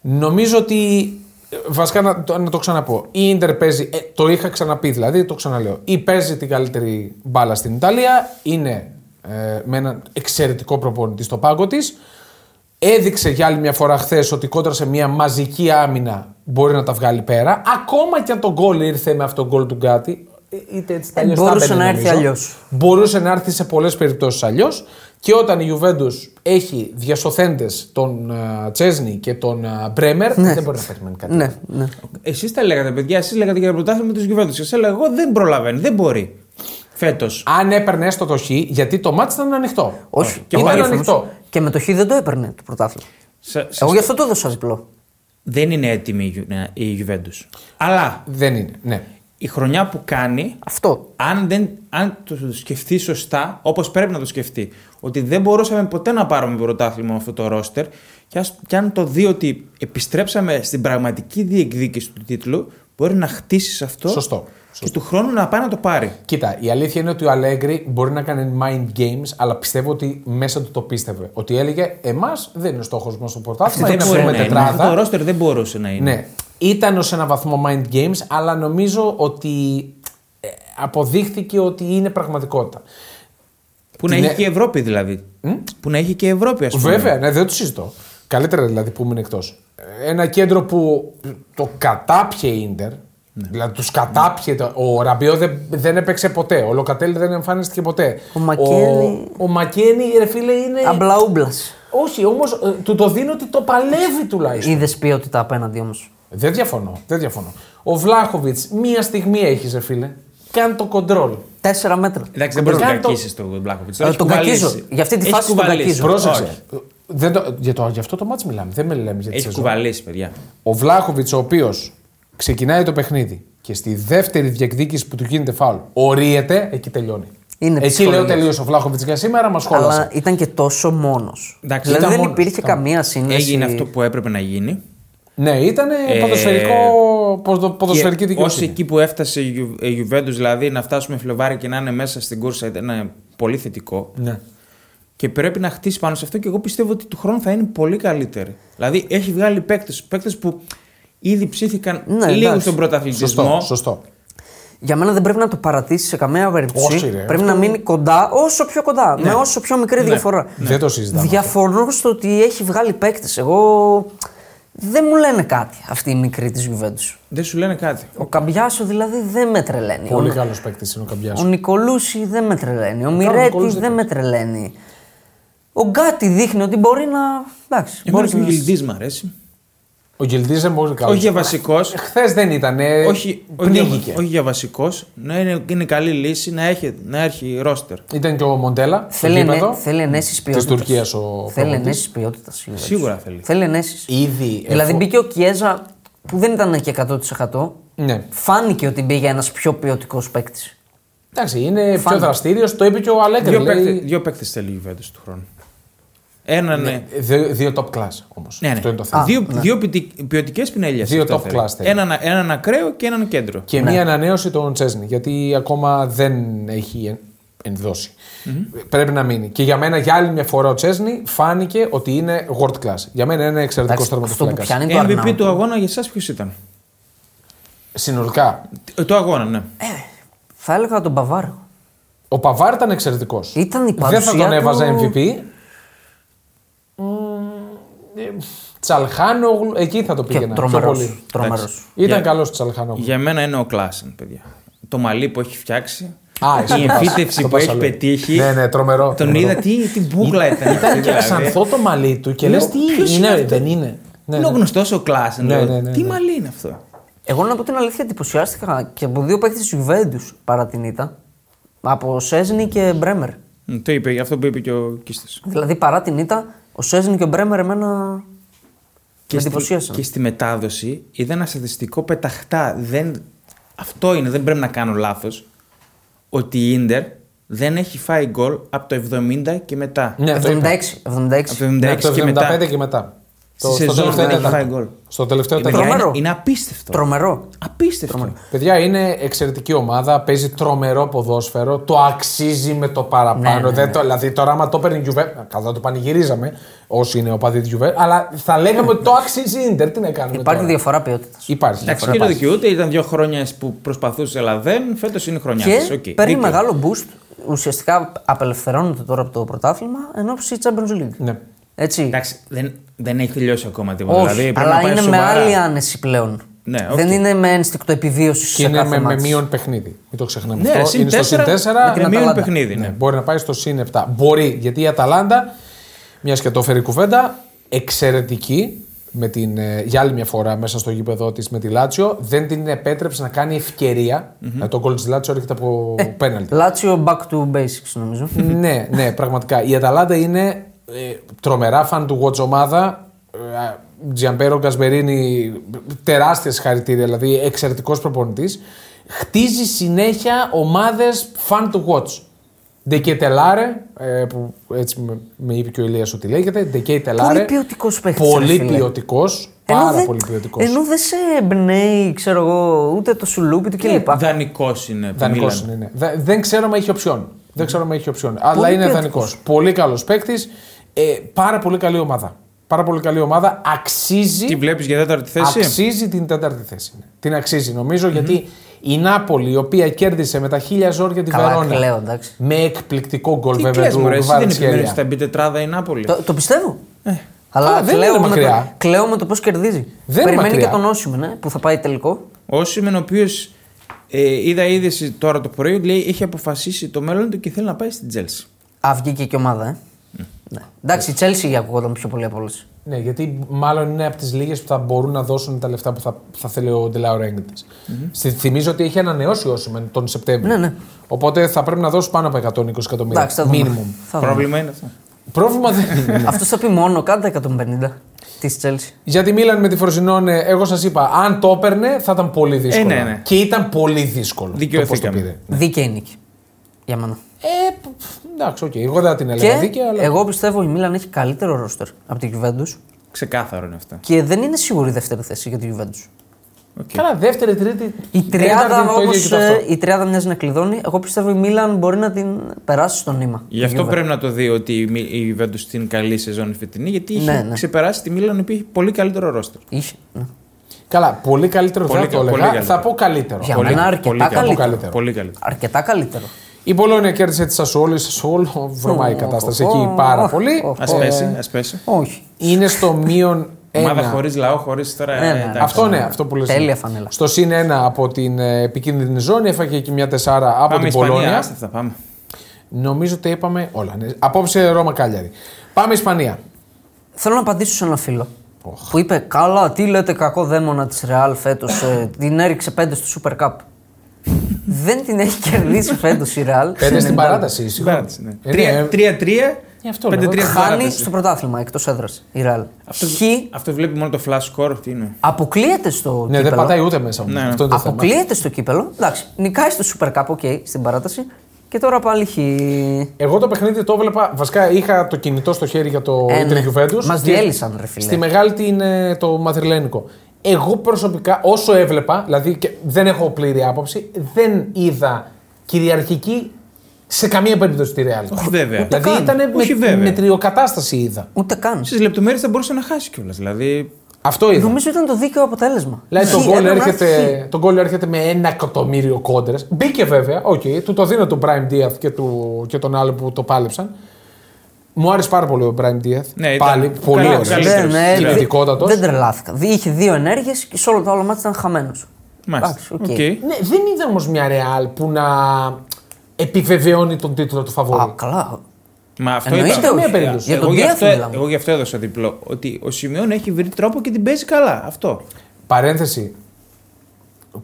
Speaker 1: Νομίζω ότι. ε, Βασικά να, το- να το ξαναπώ. Η Ιντερ παίζει. ε, το είχα ξαναπεί δηλαδή, το ξαναλέω. Η παίζει την καλύτερη μπάλα στην Ιταλία. Είναι ε, με έναν εξαιρετικό προπονητή στο πάγκο της. Έδειξε για άλλη μια φορά χθες ότι κόντρα σε μια μαζική άμυνα μπορεί να τα βγάλει πέρα. Ακόμα και αν τον γκολ ήρθε με αυτόν τον γκολ του Γκάτι. ε, Είτε έτσι τα
Speaker 3: Ε,
Speaker 1: αλλιώς τα
Speaker 3: μπορούσε
Speaker 1: έμπαινε,
Speaker 3: να έρθει
Speaker 1: νομίζω.
Speaker 3: αλλιώς.
Speaker 1: Μπορούσε να έρθει σε πολλές περιπτώσεις αλλιώς. Και όταν η Ιουβέντου έχει διασωθέντες τον ε, Τσέσνη και τον ε, Μπρέμερ, δεν μπορεί να περιμένει κάτι.
Speaker 3: Ναι, ναι.
Speaker 2: Εσείς τα λέγατε, παιδιά, εσείς λέγατε για το πρωτάθλημα του Γιουβέντου. Και σας έλεγα, εγώ δεν προλαβαίνει, δεν μπορεί. Φέτος.
Speaker 1: Αν έπαιρνε έστω το χ, γιατί το μάτι ήταν ανοιχτό.
Speaker 3: Όχι.
Speaker 1: και
Speaker 3: ο
Speaker 1: ήταν
Speaker 3: Άριθμος.
Speaker 1: ανοιχτό.
Speaker 3: Και με το Χ δεν το έπαιρνε το πρωτάθλημα. Εγώ γι' αυτό το έδωσα διπλό.
Speaker 2: Δεν είναι έτοιμη η Γιου- η Γιουβέντου. Αλλά
Speaker 1: Δεν είναι. Ναι.
Speaker 2: η χρονιά που κάνει,
Speaker 3: Αυτό.
Speaker 2: αν, δεν, αν το σκεφτεί σωστά, όπως πρέπει να το σκεφτεί, ότι δεν μπορούσαμε ποτέ να πάρουμε πρωτάθλημα με αυτό το ρόστερ, και, ας, και αν το δει ότι επιστρέψαμε στην πραγματική διεκδίκηση του τίτλου, μπορεί να χτίσεις αυτό
Speaker 1: Σωστό.
Speaker 2: και
Speaker 1: Σωστό.
Speaker 2: του χρόνου να πάει να το πάρει.
Speaker 1: Κοίτα, η αλήθεια είναι ότι ο Αλέγκρι μπορεί να κάνει mind games, αλλά πιστεύω ότι μέσα του το πίστευε. Ότι έλεγε Εμάς δεν είναι στόχος μας το πρωτάθλημα,
Speaker 2: Δεν
Speaker 1: είναι
Speaker 2: μπορεί
Speaker 1: με
Speaker 2: να είναι. Αυτό το
Speaker 1: τετράδα.
Speaker 2: ρόστερ δεν μπορούσε να είναι.
Speaker 1: Ναι. Ήταν ως ένα βαθμό mind games, αλλά νομίζω ότι ε, αποδείχθηκε ότι είναι πραγματικότητα.
Speaker 2: Που να
Speaker 1: Την
Speaker 2: έχει
Speaker 1: ε-
Speaker 2: και η Ευρώπη δηλαδή. Που να έχει και η Ευρώπη, ας πούμε.
Speaker 1: Βέβαια, ναι, δεν το συζητώ. Καλύτερα δηλαδή που ήμουν εκτός. Ένα κέντρο που το κατάπιε η Ιντερ. Δηλαδή τους κατάπιε. το- Ο Ραμπιό δεν, δεν έπαιξε ποτέ. Ο Λοκατέλη δεν εμφανίστηκε ποτέ.
Speaker 3: Ο Μακένι-
Speaker 1: Ο, ο Μακένι, ρε φίλε, είναι.
Speaker 3: Αμπλαούμπλας.
Speaker 1: Όχι, όμως του το δίνω ότι το παλεύει τουλάχιστον.
Speaker 3: Είδες ποιότητα απέναντι όμως.
Speaker 1: Δεν διαφωνώ. Δεν διαφωνώ. Ο Βλάχοβιτ, μία στιγμή έχεις, ρε φίλε. Κάν το κοντρόλ.
Speaker 3: Τέσσερα μέτρα.
Speaker 2: Εντάξει, δεν μπορείς να
Speaker 1: Κάνει το-
Speaker 2: κακίσεις τον Μπλάκοβιτ.
Speaker 3: Ε, τον κακίζω. Για αυτή τη φάση τον κακίζω.
Speaker 1: Πρόσεξε. Ε, Δεν το, για, το, για αυτό το μάτς μιλάμε. Δεν μιλάμε για τη
Speaker 2: Έχεις
Speaker 1: σεζόν.
Speaker 2: κουβαλήσει, παιδιά.
Speaker 1: Ο Βλάχοβιτ, ο οποίος ξεκινάει το παιχνίδι και στη δεύτερη διεκδίκηση που του γίνεται φάουλ, ορίεται, εκεί τελειώνει.
Speaker 3: Είναι
Speaker 1: εκεί
Speaker 3: ψυχολογία.
Speaker 1: λέω τελείωσε ο Βλάχοβιτ για σήμερα, μας χόλασε.
Speaker 3: Αλλά ήταν και τόσο μόνος.
Speaker 2: Εντάξει,
Speaker 3: Δηλαδή
Speaker 1: ήταν
Speaker 3: δεν
Speaker 1: μόνος,
Speaker 3: υπήρχε
Speaker 1: ήταν
Speaker 3: καμία σύνδεση.
Speaker 2: Έγινε αυτό που έπρεπε να γίνει.
Speaker 1: Ναι, ήταν ποδοσφαιρικό, ποδο- ποδοσφαιρική
Speaker 2: Ε, Και Όσοι
Speaker 1: δικαιοσύνη.
Speaker 2: εκεί που έφτασε η Γιου- η Γιουβέντους, δηλαδή να φτάσουμε Φλεβάρι και να είναι μέσα στην κούρσα, ήταν ε, πολύ θετικό.
Speaker 1: Ναι.
Speaker 2: Και πρέπει να χτίσει πάνω σε αυτό και εγώ πιστεύω ότι του χρόνου θα είναι πολύ καλύτερη. Δηλαδή έχει βγάλει παίκτες παίκτες που ήδη ψήθηκαν
Speaker 3: Ναι,
Speaker 2: λίγο
Speaker 3: εντάξει.
Speaker 2: στον πρωταθλητισμό.
Speaker 1: Σωστό, σωστό.
Speaker 3: Για μένα δεν πρέπει να το παρατήσει σε καμία περίπτωση.
Speaker 1: Όχι, ρε,
Speaker 3: πρέπει να μείνει κοντά, όσο πιο κοντά. Με όσο πιο μικρή διαφορά.
Speaker 1: Ναι.
Speaker 2: Ναι.
Speaker 1: Δεν το συζητάμε.
Speaker 3: Διαφωνώ στο ότι έχει βγάλει παίκτες. Εγώ. Δεν μου λένε κάτι αυτή η μικρή της Γιουβέντους.
Speaker 2: Δεν σου λένε κάτι.
Speaker 3: Ο Καμπιάσο δηλαδή δεν με τρελαίνει.
Speaker 1: Πολύ
Speaker 3: Ο-
Speaker 1: καλός παίκτης είναι ο καμπιά.
Speaker 3: Ο Νικολούση δεν με τρελαίνει. Ο Μιρέτη
Speaker 1: Νικολούση δεν
Speaker 3: δεν με τρελαίνει. Ο Γκάτι δείχνει ότι μπορεί να. Εντάξει,
Speaker 1: Ε,
Speaker 2: Εμένα
Speaker 3: μπορεί
Speaker 2: και ο
Speaker 3: να.
Speaker 2: Γιλντή μ' αρέσει.
Speaker 1: Ο Γκυλτή δεν μπορεί καλό.
Speaker 2: Όχι για βασικός.
Speaker 1: Χθες δεν ήταν.
Speaker 2: Όχι, όχι,
Speaker 1: Ε, πνίγηκε.
Speaker 2: για, όχι για βασικός. Να είναι, είναι καλή λύση να έχει, να έχει ρόστερ.
Speaker 1: Ήταν και ο Μοντέλα. στο
Speaker 3: Θέλει,
Speaker 1: γήπεδο.
Speaker 3: ενέ, θέλει ενέσεις
Speaker 1: Της
Speaker 3: ποιότητας.
Speaker 1: Τουρκίας ο
Speaker 3: Θέλει
Speaker 1: προπονητής. Ε,
Speaker 3: ενέσεις ποιότητας.
Speaker 2: Σίγουρα θέλει.
Speaker 3: Θέλει ενέσεις.
Speaker 1: Ήδη.
Speaker 3: Δηλαδή
Speaker 1: εφο-
Speaker 3: μπήκε ο Κιέζα που δεν ήταν και 100%.
Speaker 1: Ναι.
Speaker 3: Φάνηκε ότι μπήκε ένας πιο ποιοτικός παίκτης.
Speaker 1: Εντάξει, είναι πιο
Speaker 3: Φαν.
Speaker 1: δραστήριος. Το είπε και ο Αλέγκρι.
Speaker 2: Δύο,
Speaker 1: λέει,
Speaker 2: παίκτες- δύο παίκτες θέλει η Γιουβέντους του χρόνου. Έναν. Ναι,
Speaker 1: ε, Δύο, δύο top class όμως.
Speaker 2: ναι,
Speaker 1: Αυτό είναι το θέμα.
Speaker 2: Δύο, δύο ποιοτικές πινελιέ.
Speaker 1: Δύο top class θέλει.
Speaker 2: Έναν, έναν ακραίο και έναν κέντρο.
Speaker 1: Και μία ανανέωση των Τσέσνη, γιατί ακόμα δεν έχει εν- ενδώσει. Πρέπει να μείνει. Και για μένα, για άλλη μια φορά, ο Τσέσνη φάνηκε ότι είναι world class. Για μένα είναι εξαιρετικό
Speaker 3: Εντάξει, Αυτό που
Speaker 1: τερματοφύλακα.
Speaker 3: πιάνει το
Speaker 2: MVP
Speaker 3: Αρνάουτο.
Speaker 2: του αγώνα για εσάς ποιος ήταν.
Speaker 1: Συνολικά,
Speaker 2: Ε, Το αγώνα, ναι.
Speaker 3: Θα έλεγα τον Μπαβάρο.
Speaker 1: ο Παβάρ ήταν εξαιρετικός.
Speaker 3: Ήταν η
Speaker 1: Δεν θα τον
Speaker 3: παρουσία
Speaker 1: έβαζα
Speaker 3: του-
Speaker 1: MVP. Τσαλχάνογλου, εκεί θα το
Speaker 3: Και
Speaker 1: πήγαινα. πιο
Speaker 3: τρομερό.
Speaker 1: πολύ.
Speaker 3: Τρομερός.
Speaker 2: Εντάξει.
Speaker 1: Ήταν
Speaker 2: Για-
Speaker 1: καλός Τσαλχάνογλου.
Speaker 2: Για μένα είναι ο Κλάσεν, παιδιά. Το μαλλί που έχει φτιάξει.
Speaker 1: Α, εσύ
Speaker 2: η
Speaker 1: το πας-
Speaker 2: εμφύτευση
Speaker 1: το
Speaker 2: που
Speaker 1: πας
Speaker 2: έχει
Speaker 1: αλλού.
Speaker 2: πετύχει.
Speaker 1: Ναι, ναι, τρομερό.
Speaker 2: Τον
Speaker 1: τρομερό.
Speaker 2: είδα τι, τι μπουκλα ήταν.
Speaker 1: Ήταν
Speaker 2: αυτή,
Speaker 1: και
Speaker 2: δηλαδή.
Speaker 1: ξανθό το μαλλί του και λες
Speaker 2: Λέω,
Speaker 1: τι
Speaker 2: ποιος
Speaker 1: είναι,
Speaker 2: είναι
Speaker 1: δεν είναι. Ναι,
Speaker 2: Είναι
Speaker 1: ναι.
Speaker 2: ο γνωστός ο Κλάσεν.
Speaker 1: Ναι,
Speaker 2: λέω,
Speaker 1: ναι, ναι,
Speaker 2: Τι
Speaker 1: ναι.
Speaker 2: μαλλί είναι αυτό.
Speaker 3: Εγώ να πω την αλήθεια, εντυπωσιάστηκα και από δύο παίκτες της Γιουβέντους παρά την ήττα. Από Σέσνη και Μπρέμερ.
Speaker 2: Μ, Το είπε, αυτό που είπε και ο Κίστη.
Speaker 3: Δηλαδή παρά την ήττα, Ο Σέζιν και ο Μπρέμερ εμένα με εντυπωσίασαν.
Speaker 2: και στη μετάδοση είδα ένα στατιστικό πεταχτά. Δεν, αυτό είναι, δεν πρέπει να κάνω λάθος. Ότι η Ιντερ δεν έχει φάει γκολ από το 70 και μετά.
Speaker 1: Ναι, το είπα.
Speaker 3: 76. 76.
Speaker 2: Από το 76
Speaker 1: Ναι, το
Speaker 2: και
Speaker 1: 75
Speaker 2: μετά.
Speaker 1: και μετά.
Speaker 2: Στη σεζόν δεν έχει φάει γκολ.
Speaker 1: Στο τελευταίο
Speaker 2: Είναι,
Speaker 1: τέταρτο.
Speaker 3: τρομερό.
Speaker 2: είναι, είναι απίστευτο.
Speaker 3: Τρομερό.
Speaker 2: Απίστευτο.
Speaker 1: Παιδιά, είναι εξαιρετική ομάδα. Παίζει τρομερό ποδόσφαιρο. Το αξίζει με το παραπάνω.
Speaker 3: Ναι, ναι, ναι.
Speaker 1: Δεν το, δηλαδή, τώρα, άμα το παίρνει η Juve. Καλά, το πανηγυρίζαμε όσοι είναι οπαδοί της Juve. Αλλά θα λέγαμε ότι το αξίζει η Ιντερ. Τι να κάνουμε.
Speaker 3: Υπάρχει
Speaker 1: τώρα.
Speaker 3: διαφορά ποιότητας.
Speaker 1: Υπάρχει.
Speaker 2: Εντάξει,
Speaker 1: διαφορά.
Speaker 2: και το
Speaker 1: Υπάρχει.
Speaker 2: δικαιούται. Ήταν δύο χρόνια που προσπαθούσε, αλλά δεν. Φέτος είναι η χρονιά
Speaker 3: Και
Speaker 2: της. Ναι, Οκ,
Speaker 3: παίρνει
Speaker 2: δίκαιο.
Speaker 3: μεγάλο boost. Ουσιαστικά απελευθερώνεται τώρα από το πρωτάθλημα ενώ ψήσει Champions League.
Speaker 1: Ναι.
Speaker 3: Έτσι.
Speaker 2: Εντάξει, δεν, δεν έχει τελειώσει ακόμα τίποτα.
Speaker 3: Όχι,
Speaker 2: δηλαδή, πρέπει
Speaker 3: αλλά
Speaker 2: να πάει
Speaker 3: είναι
Speaker 2: σοβαρά.
Speaker 3: με άλλη άνεση πλέον.
Speaker 2: Ναι, οκ.
Speaker 3: Δεν είναι με ένστικτο επιβίωσης
Speaker 1: Και
Speaker 3: σε
Speaker 1: είναι
Speaker 3: κάθε
Speaker 1: με, με
Speaker 3: μάτς.
Speaker 1: μείον παιχνίδι. Μην το ξεχνάμε
Speaker 2: Ναι,
Speaker 1: αυτό.
Speaker 2: συν
Speaker 1: Είναι στο συν
Speaker 2: τέσσερα,
Speaker 1: 4.
Speaker 3: την
Speaker 2: με μείον
Speaker 3: Αταλάντα.
Speaker 2: παιχνίδι.
Speaker 1: Ναι,
Speaker 2: Ναι.
Speaker 1: Μπορεί να πάει στο συν 7. Μπορεί, γιατί η Αταλάντα, μιας και το φέρει κουβέντα, εξαιρετική με την, ε, για άλλη μια φορά μέσα στο γήπεδο της με τη Λάτσιο. Δεν την επέτρεψε να κάνει ευκαιρία. Ε, το γκολ της Λάτσιο έρχεται από πέναλτι.
Speaker 3: Λάτσιο back to basics νομίζω.
Speaker 1: ναι, ναι, πραγματικά. Η Αταλάντα είναι ε, τρομερά fan του Watch ομάδα. Ε, Τζιαμπέρο Γκασμπερίνη, τεράστιε χαρητήρια, δηλαδή εξαιρετικός προπονητής. Χτίζει συνέχεια ομάδες fan του Watch. Ντεκέτελάρε, ε, που έτσι με, με είπε και ο Ηλίας ότι λέγεται. Ντεκέτελάρε.
Speaker 3: Πολύ ποιοτικός παίκτης, ρε
Speaker 1: Πολύ
Speaker 3: φίλε.
Speaker 1: ποιοτικός. Πάρα
Speaker 3: δεν-
Speaker 1: πολύ ποιοτικός.
Speaker 3: Ενώ δεν σε εμπνέει, ξέρω εγώ, ούτε το σουλούπι του
Speaker 1: Ε,
Speaker 3: κλπ.
Speaker 2: Δανεικός είναι. που
Speaker 1: Δανεικό
Speaker 2: μιλάμε.
Speaker 1: είναι. Ναι. Δε- Δεν ξέρω αν έχει οψιόν. Δεν ξέρω αν έχει οψιόν. Αλλά
Speaker 3: Πολύ
Speaker 1: είναι
Speaker 3: ποιοτικός.
Speaker 1: δανεικός. Πολύ καλός παίκτης. Ε, πάρα πολύ καλή ομάδα. Πάρα πολύ καλή ομάδα. Αξίζει,
Speaker 2: Τι βλέπεις για τέταρτη θέση.
Speaker 1: αξίζει την τέταρτη θέση. ναι. Την αξίζει νομίζω, γιατί η Νάπολη, η οποία κέρδισε με τα χίλια ζόρια τη
Speaker 3: Καλά,
Speaker 1: Βερόνα.
Speaker 3: κλαίω, εντάξει.
Speaker 1: Με εκπληκτικό γκολ
Speaker 2: Τι
Speaker 1: βέβαια
Speaker 2: κλαις,
Speaker 1: του
Speaker 2: μωρέ, εσύ δεν επιμένεις
Speaker 1: Βαρτσιέρια.
Speaker 2: ότι θα μπει τετράδα η Νάπολη.
Speaker 3: Το, το πιστεύω.
Speaker 1: καλά,
Speaker 3: Αλλά
Speaker 1: Ε. δεν
Speaker 3: κλαίω,
Speaker 1: είναι
Speaker 3: με
Speaker 1: μακριά.
Speaker 3: το, κλαίω με το πώς κερδίζει.
Speaker 1: Δεν είναι
Speaker 3: Περιμένει
Speaker 1: μακριά.
Speaker 3: και τον Όσιμεν ε, που θα πάει τελικό.
Speaker 2: Όσιμεν, ο οποίος ε, είδα είδηση τώρα το πρωί, λέει έχει αποφασίσει το μέλλον του και θέλει να πάει στην Τζέλση.
Speaker 3: Α, βγήκε και η ομάδα, ε. Ναι. Εντάξει, η Chelsea για ακούγονταν πιο πολύ από όλε.
Speaker 1: Ναι, γιατί μάλλον είναι από τις λίγες που θα μπορούν να δώσουν τα λεφτά που θα, θα θέλει ο Ντελαουρέγκ τη. Θυμίζω ότι έχει ανανεώσει ο Σιμεν τον Σεπτέμβριο.
Speaker 3: Ναι, ναι.
Speaker 1: Οπότε θα πρέπει να δώσει πάνω από 120 εκατομμύρια.
Speaker 3: Εντάξει, θα δούμε.
Speaker 1: Μίνιμουμ.
Speaker 3: Θα δούμε.
Speaker 2: Πρόβλημα είναι αυτό.
Speaker 1: Πρόβλημα δεν είναι.
Speaker 3: Αυτός θα πει μόνο κάντε 150 τη Chelsea.
Speaker 1: Για τη Μίλαν με τη Φροσινόνε, εγώ σας είπα, αν το έπαιρνε θα ήταν
Speaker 3: Ε,
Speaker 1: πολύ δύσκολο.
Speaker 2: ναι, ναι.
Speaker 1: Και ήταν πολύ δύσκολο. το πώς το
Speaker 2: Δικαιωθήκαμε.
Speaker 1: πήρε.
Speaker 3: Δίκαιη νίκη. Για μένα.
Speaker 1: Ε, πφ, εντάξει, οκ. Εγώ δεν θα την έλεγα
Speaker 3: Και
Speaker 1: δίκαια, αλλά.
Speaker 3: εγώ πιστεύω η Μίλαν έχει καλύτερο ρόστερ από τη Juventus
Speaker 2: Ξεκάθαρο είναι αυτό.
Speaker 3: και δεν είναι σίγουρη η δεύτερη θέση για τη Juventus.
Speaker 1: Καλά, δεύτερη, τρίτη.
Speaker 2: Ε,
Speaker 3: Η
Speaker 1: τέταρτη,
Speaker 3: τριάδα,
Speaker 1: το ίδιο
Speaker 3: όπως,
Speaker 1: και το αυτό.
Speaker 3: ε, η τριάδα μοιάζει να κλειδώνει. Εγώ πιστεύω η Μίλαν μπορεί να την περάσει στο νήμα.
Speaker 2: Γι' αυτό
Speaker 3: Τη Juve.
Speaker 2: πρέπει να το δει ότι η Μι- η Juventus την καλή σεζόν η φετινή, γιατί είχε
Speaker 3: Ναι, ναι.
Speaker 2: ξεπεράσει τη Μίλαν που είχε πολύ καλύτερο ρόστερ.
Speaker 3: Είχε, ναι.
Speaker 1: Καλά, πολύ καλύτερο
Speaker 2: Πολύ
Speaker 1: δεν θα το
Speaker 2: κα- πολύ
Speaker 1: έλεγα. Θα
Speaker 2: καλύτερο.
Speaker 1: πω καλύτερο.
Speaker 3: Για
Speaker 2: Πολύ-
Speaker 3: μένα
Speaker 2: πολύ
Speaker 3: αρκετά
Speaker 2: καλό.
Speaker 3: καλύτερο.
Speaker 1: Καλύτερο.
Speaker 2: Πολύ καλύτερο.
Speaker 3: Αρκετά καλύτερο.
Speaker 1: Η Πολώνια κέρδισε τη Σασουόλη. Η Σασουόλη βρωμάει η
Speaker 3: Ω,
Speaker 1: κατάσταση
Speaker 3: ω,
Speaker 1: εκεί
Speaker 3: ω,
Speaker 1: πάρα
Speaker 3: ω,
Speaker 1: πολύ.
Speaker 3: ω.
Speaker 2: Ας πέσει, ας πέσει.
Speaker 3: Όχι.
Speaker 1: Είναι στο μείον
Speaker 2: Ομάδα
Speaker 1: ε, ένα.
Speaker 2: χωρίς λαό, χωρίς τώρα. ε,
Speaker 3: Ναι, ναι.
Speaker 2: εντάξει.
Speaker 1: Αυτό ναι, αυτό που λες.
Speaker 3: Τέλεια
Speaker 1: είναι.
Speaker 3: φανέλα.
Speaker 1: Στο συν ένα από την ε, επικίνδυνη ζώνη, έφαγε και μια τεσσάρα από
Speaker 2: Πάμε
Speaker 1: την
Speaker 2: Ισπανία.
Speaker 1: Πολώνια.
Speaker 2: Άστα αυτά, πάμε.
Speaker 1: Νομίζω ότι είπαμε όλα. ναι. Απόψε Ρώμα Κάλιαρη. Πάμε
Speaker 3: Ναι,
Speaker 1: Ισπανία.
Speaker 3: Θέλω να απαντήσω σε ένα φίλο. Που είπε, Καλά, τι λέτε κακό δαίμονα της Ρεάλ φέτος. ε, την έριξε πέντε στο Super Cup. Δεν την έχει κερδίσει φέτος η Ρεάλ.
Speaker 1: Πέντε στην παράταση, σίγουρα.
Speaker 2: Συμπάρτηση, ναι.
Speaker 1: Ε,
Speaker 2: Τρία-
Speaker 1: ναι, ε,
Speaker 2: Τρία-τρία.
Speaker 1: Γι' αυτό λέω,
Speaker 2: Πέντε-τρία. στην
Speaker 3: Χάνει
Speaker 2: παράταση.
Speaker 3: στο πρωτάθλημα εκτός έδρας η Ρεάλ.
Speaker 2: Αυτό-
Speaker 3: Χ
Speaker 2: Αυτό βλέπει μόνο το flash score. Τι είναι.
Speaker 3: αποκλείεται στο
Speaker 1: Ναι, δεν
Speaker 3: κύπελλο.
Speaker 1: πατάει ούτε μέσα μου.
Speaker 2: Ναι.
Speaker 1: Αυτό είναι το θέμα.
Speaker 3: Αποκλείεται στο κύπελο. Εντάξει, νικάει στο Super Cup, οκ, στην παράταση. Και τώρα πάλι χ.
Speaker 1: Εγώ το παιχνίδι το έβλεπα. Βασικά είχα το κινητό στο χέρι για το
Speaker 3: Ε, ναι.
Speaker 1: Inter Juventus.
Speaker 3: Μας
Speaker 1: και
Speaker 3: διέλυσαν, ρε φίλε.
Speaker 1: Στη μεγάλη την, ε, το μαδριλένικο. Εγώ προσωπικά, όσο έβλεπα, δηλαδή και δεν έχω πλήρη άποψη, δεν είδα κυριαρχική σε καμία περίπτωση τη Real.
Speaker 2: Όχι βέβαια.
Speaker 1: Δηλαδή
Speaker 2: καν.
Speaker 1: ήταν
Speaker 2: Όχι
Speaker 1: με,
Speaker 2: βέβαια.
Speaker 1: μετριοκατάσταση είδα.
Speaker 3: Ούτε καν.
Speaker 2: Στις λεπτομέρειες θα μπορούσε να χάσει κιόλας. Δηλαδή.
Speaker 1: Αυτό είδα.
Speaker 3: Νομίζω ήταν το δίκαιο αποτέλεσμα.
Speaker 1: Δηλαδή το
Speaker 3: Χ,
Speaker 1: γκολ,
Speaker 3: ένα
Speaker 1: έρχεται, το γκολ έρχεται με ένα εκατομμύριο κόντρες. Μπήκε βέβαια, οκ, του το δίνω του Brian Diaz και, του, και τον άλλο που το πάλεψαν. Μου άρεσε πάρα πολύ ο Brian Diaz.
Speaker 2: Ναι, ήταν
Speaker 1: Πάλι
Speaker 2: καλό-
Speaker 1: πολύ
Speaker 2: καλό-
Speaker 1: ωραίο.
Speaker 3: χ. Ναι,
Speaker 2: Καλύτερος.
Speaker 3: ναι,
Speaker 2: Και
Speaker 3: δεν-
Speaker 1: ειδικότατος.
Speaker 3: δεν τρελάθηκα. Δι- Είχε δύο ενέργειες και σε όλο το άλλο μάτι ήταν χαμένος.
Speaker 2: Μάλιστα.
Speaker 3: οκ.
Speaker 2: Οκ.
Speaker 1: Ναι, δεν είδα όμως μια Real που να επιβεβαιώνει τον τίτλο του
Speaker 3: Α,
Speaker 1: φαβόρη.
Speaker 3: καλά.
Speaker 2: Μα αυτό
Speaker 3: Εννοείται
Speaker 2: είπα.
Speaker 3: όχι.
Speaker 1: Καμία περίπτωση.
Speaker 3: Για
Speaker 2: ε, εγώ,
Speaker 3: τον
Speaker 2: γι
Speaker 3: Diaz
Speaker 2: αυτό,
Speaker 3: μιλάμε.
Speaker 2: εγώ γι' αυτό έδωσα διπλό. Ότι ο Σιμεών έχει βρει τρόπο και την παίζει καλά. Αυτό.
Speaker 1: Παρένθεση.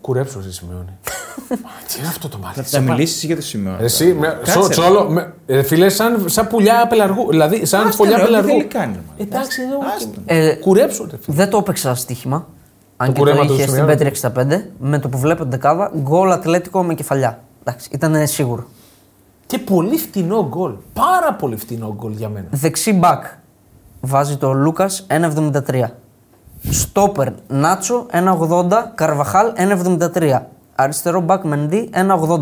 Speaker 1: Κουρέψω εσύ σημειώνει. Τι είναι αυτό το
Speaker 3: Ναι.
Speaker 1: μάτι.
Speaker 2: Θα μιλήσει για το σημείο.
Speaker 1: Εσύ, με,
Speaker 2: Κάτσε,
Speaker 1: σο,
Speaker 2: ρε.
Speaker 1: τσόλο, με, ε, φίλε, σαν, σαν πουλιά απελαργού. Δηλαδή, σαν
Speaker 2: Άστα,
Speaker 1: πουλιά
Speaker 2: ρε, ό,τι
Speaker 1: απελαργού.
Speaker 2: θέλει κάνει, ρε, μαλάκα.
Speaker 1: Εντάξει, εδώ.
Speaker 3: Ε,
Speaker 1: Κουρέψω, ρε, φίλε.
Speaker 3: Δεν το έπαιξα στοίχημα. Αν και
Speaker 1: κουρέμα
Speaker 3: το
Speaker 1: του
Speaker 3: είχε στην
Speaker 1: σημειώνεται.
Speaker 3: Πέτρη 65, με το που βλέπω την δεκάδα, γκολ ατλέτικο με κεφαλιά. Εντάξει, ήταν σίγουρο.
Speaker 1: Και πολύ φτηνό γκολ. Πάρα πολύ φτηνό γκολ για μένα.
Speaker 3: Δεξί μπακ βάζει το Λούκας 1,73. Στόπερ Νάτσο 1,80. Καρβαχάλ 1,73. Αριστερό μπακ Μεντί 1,80.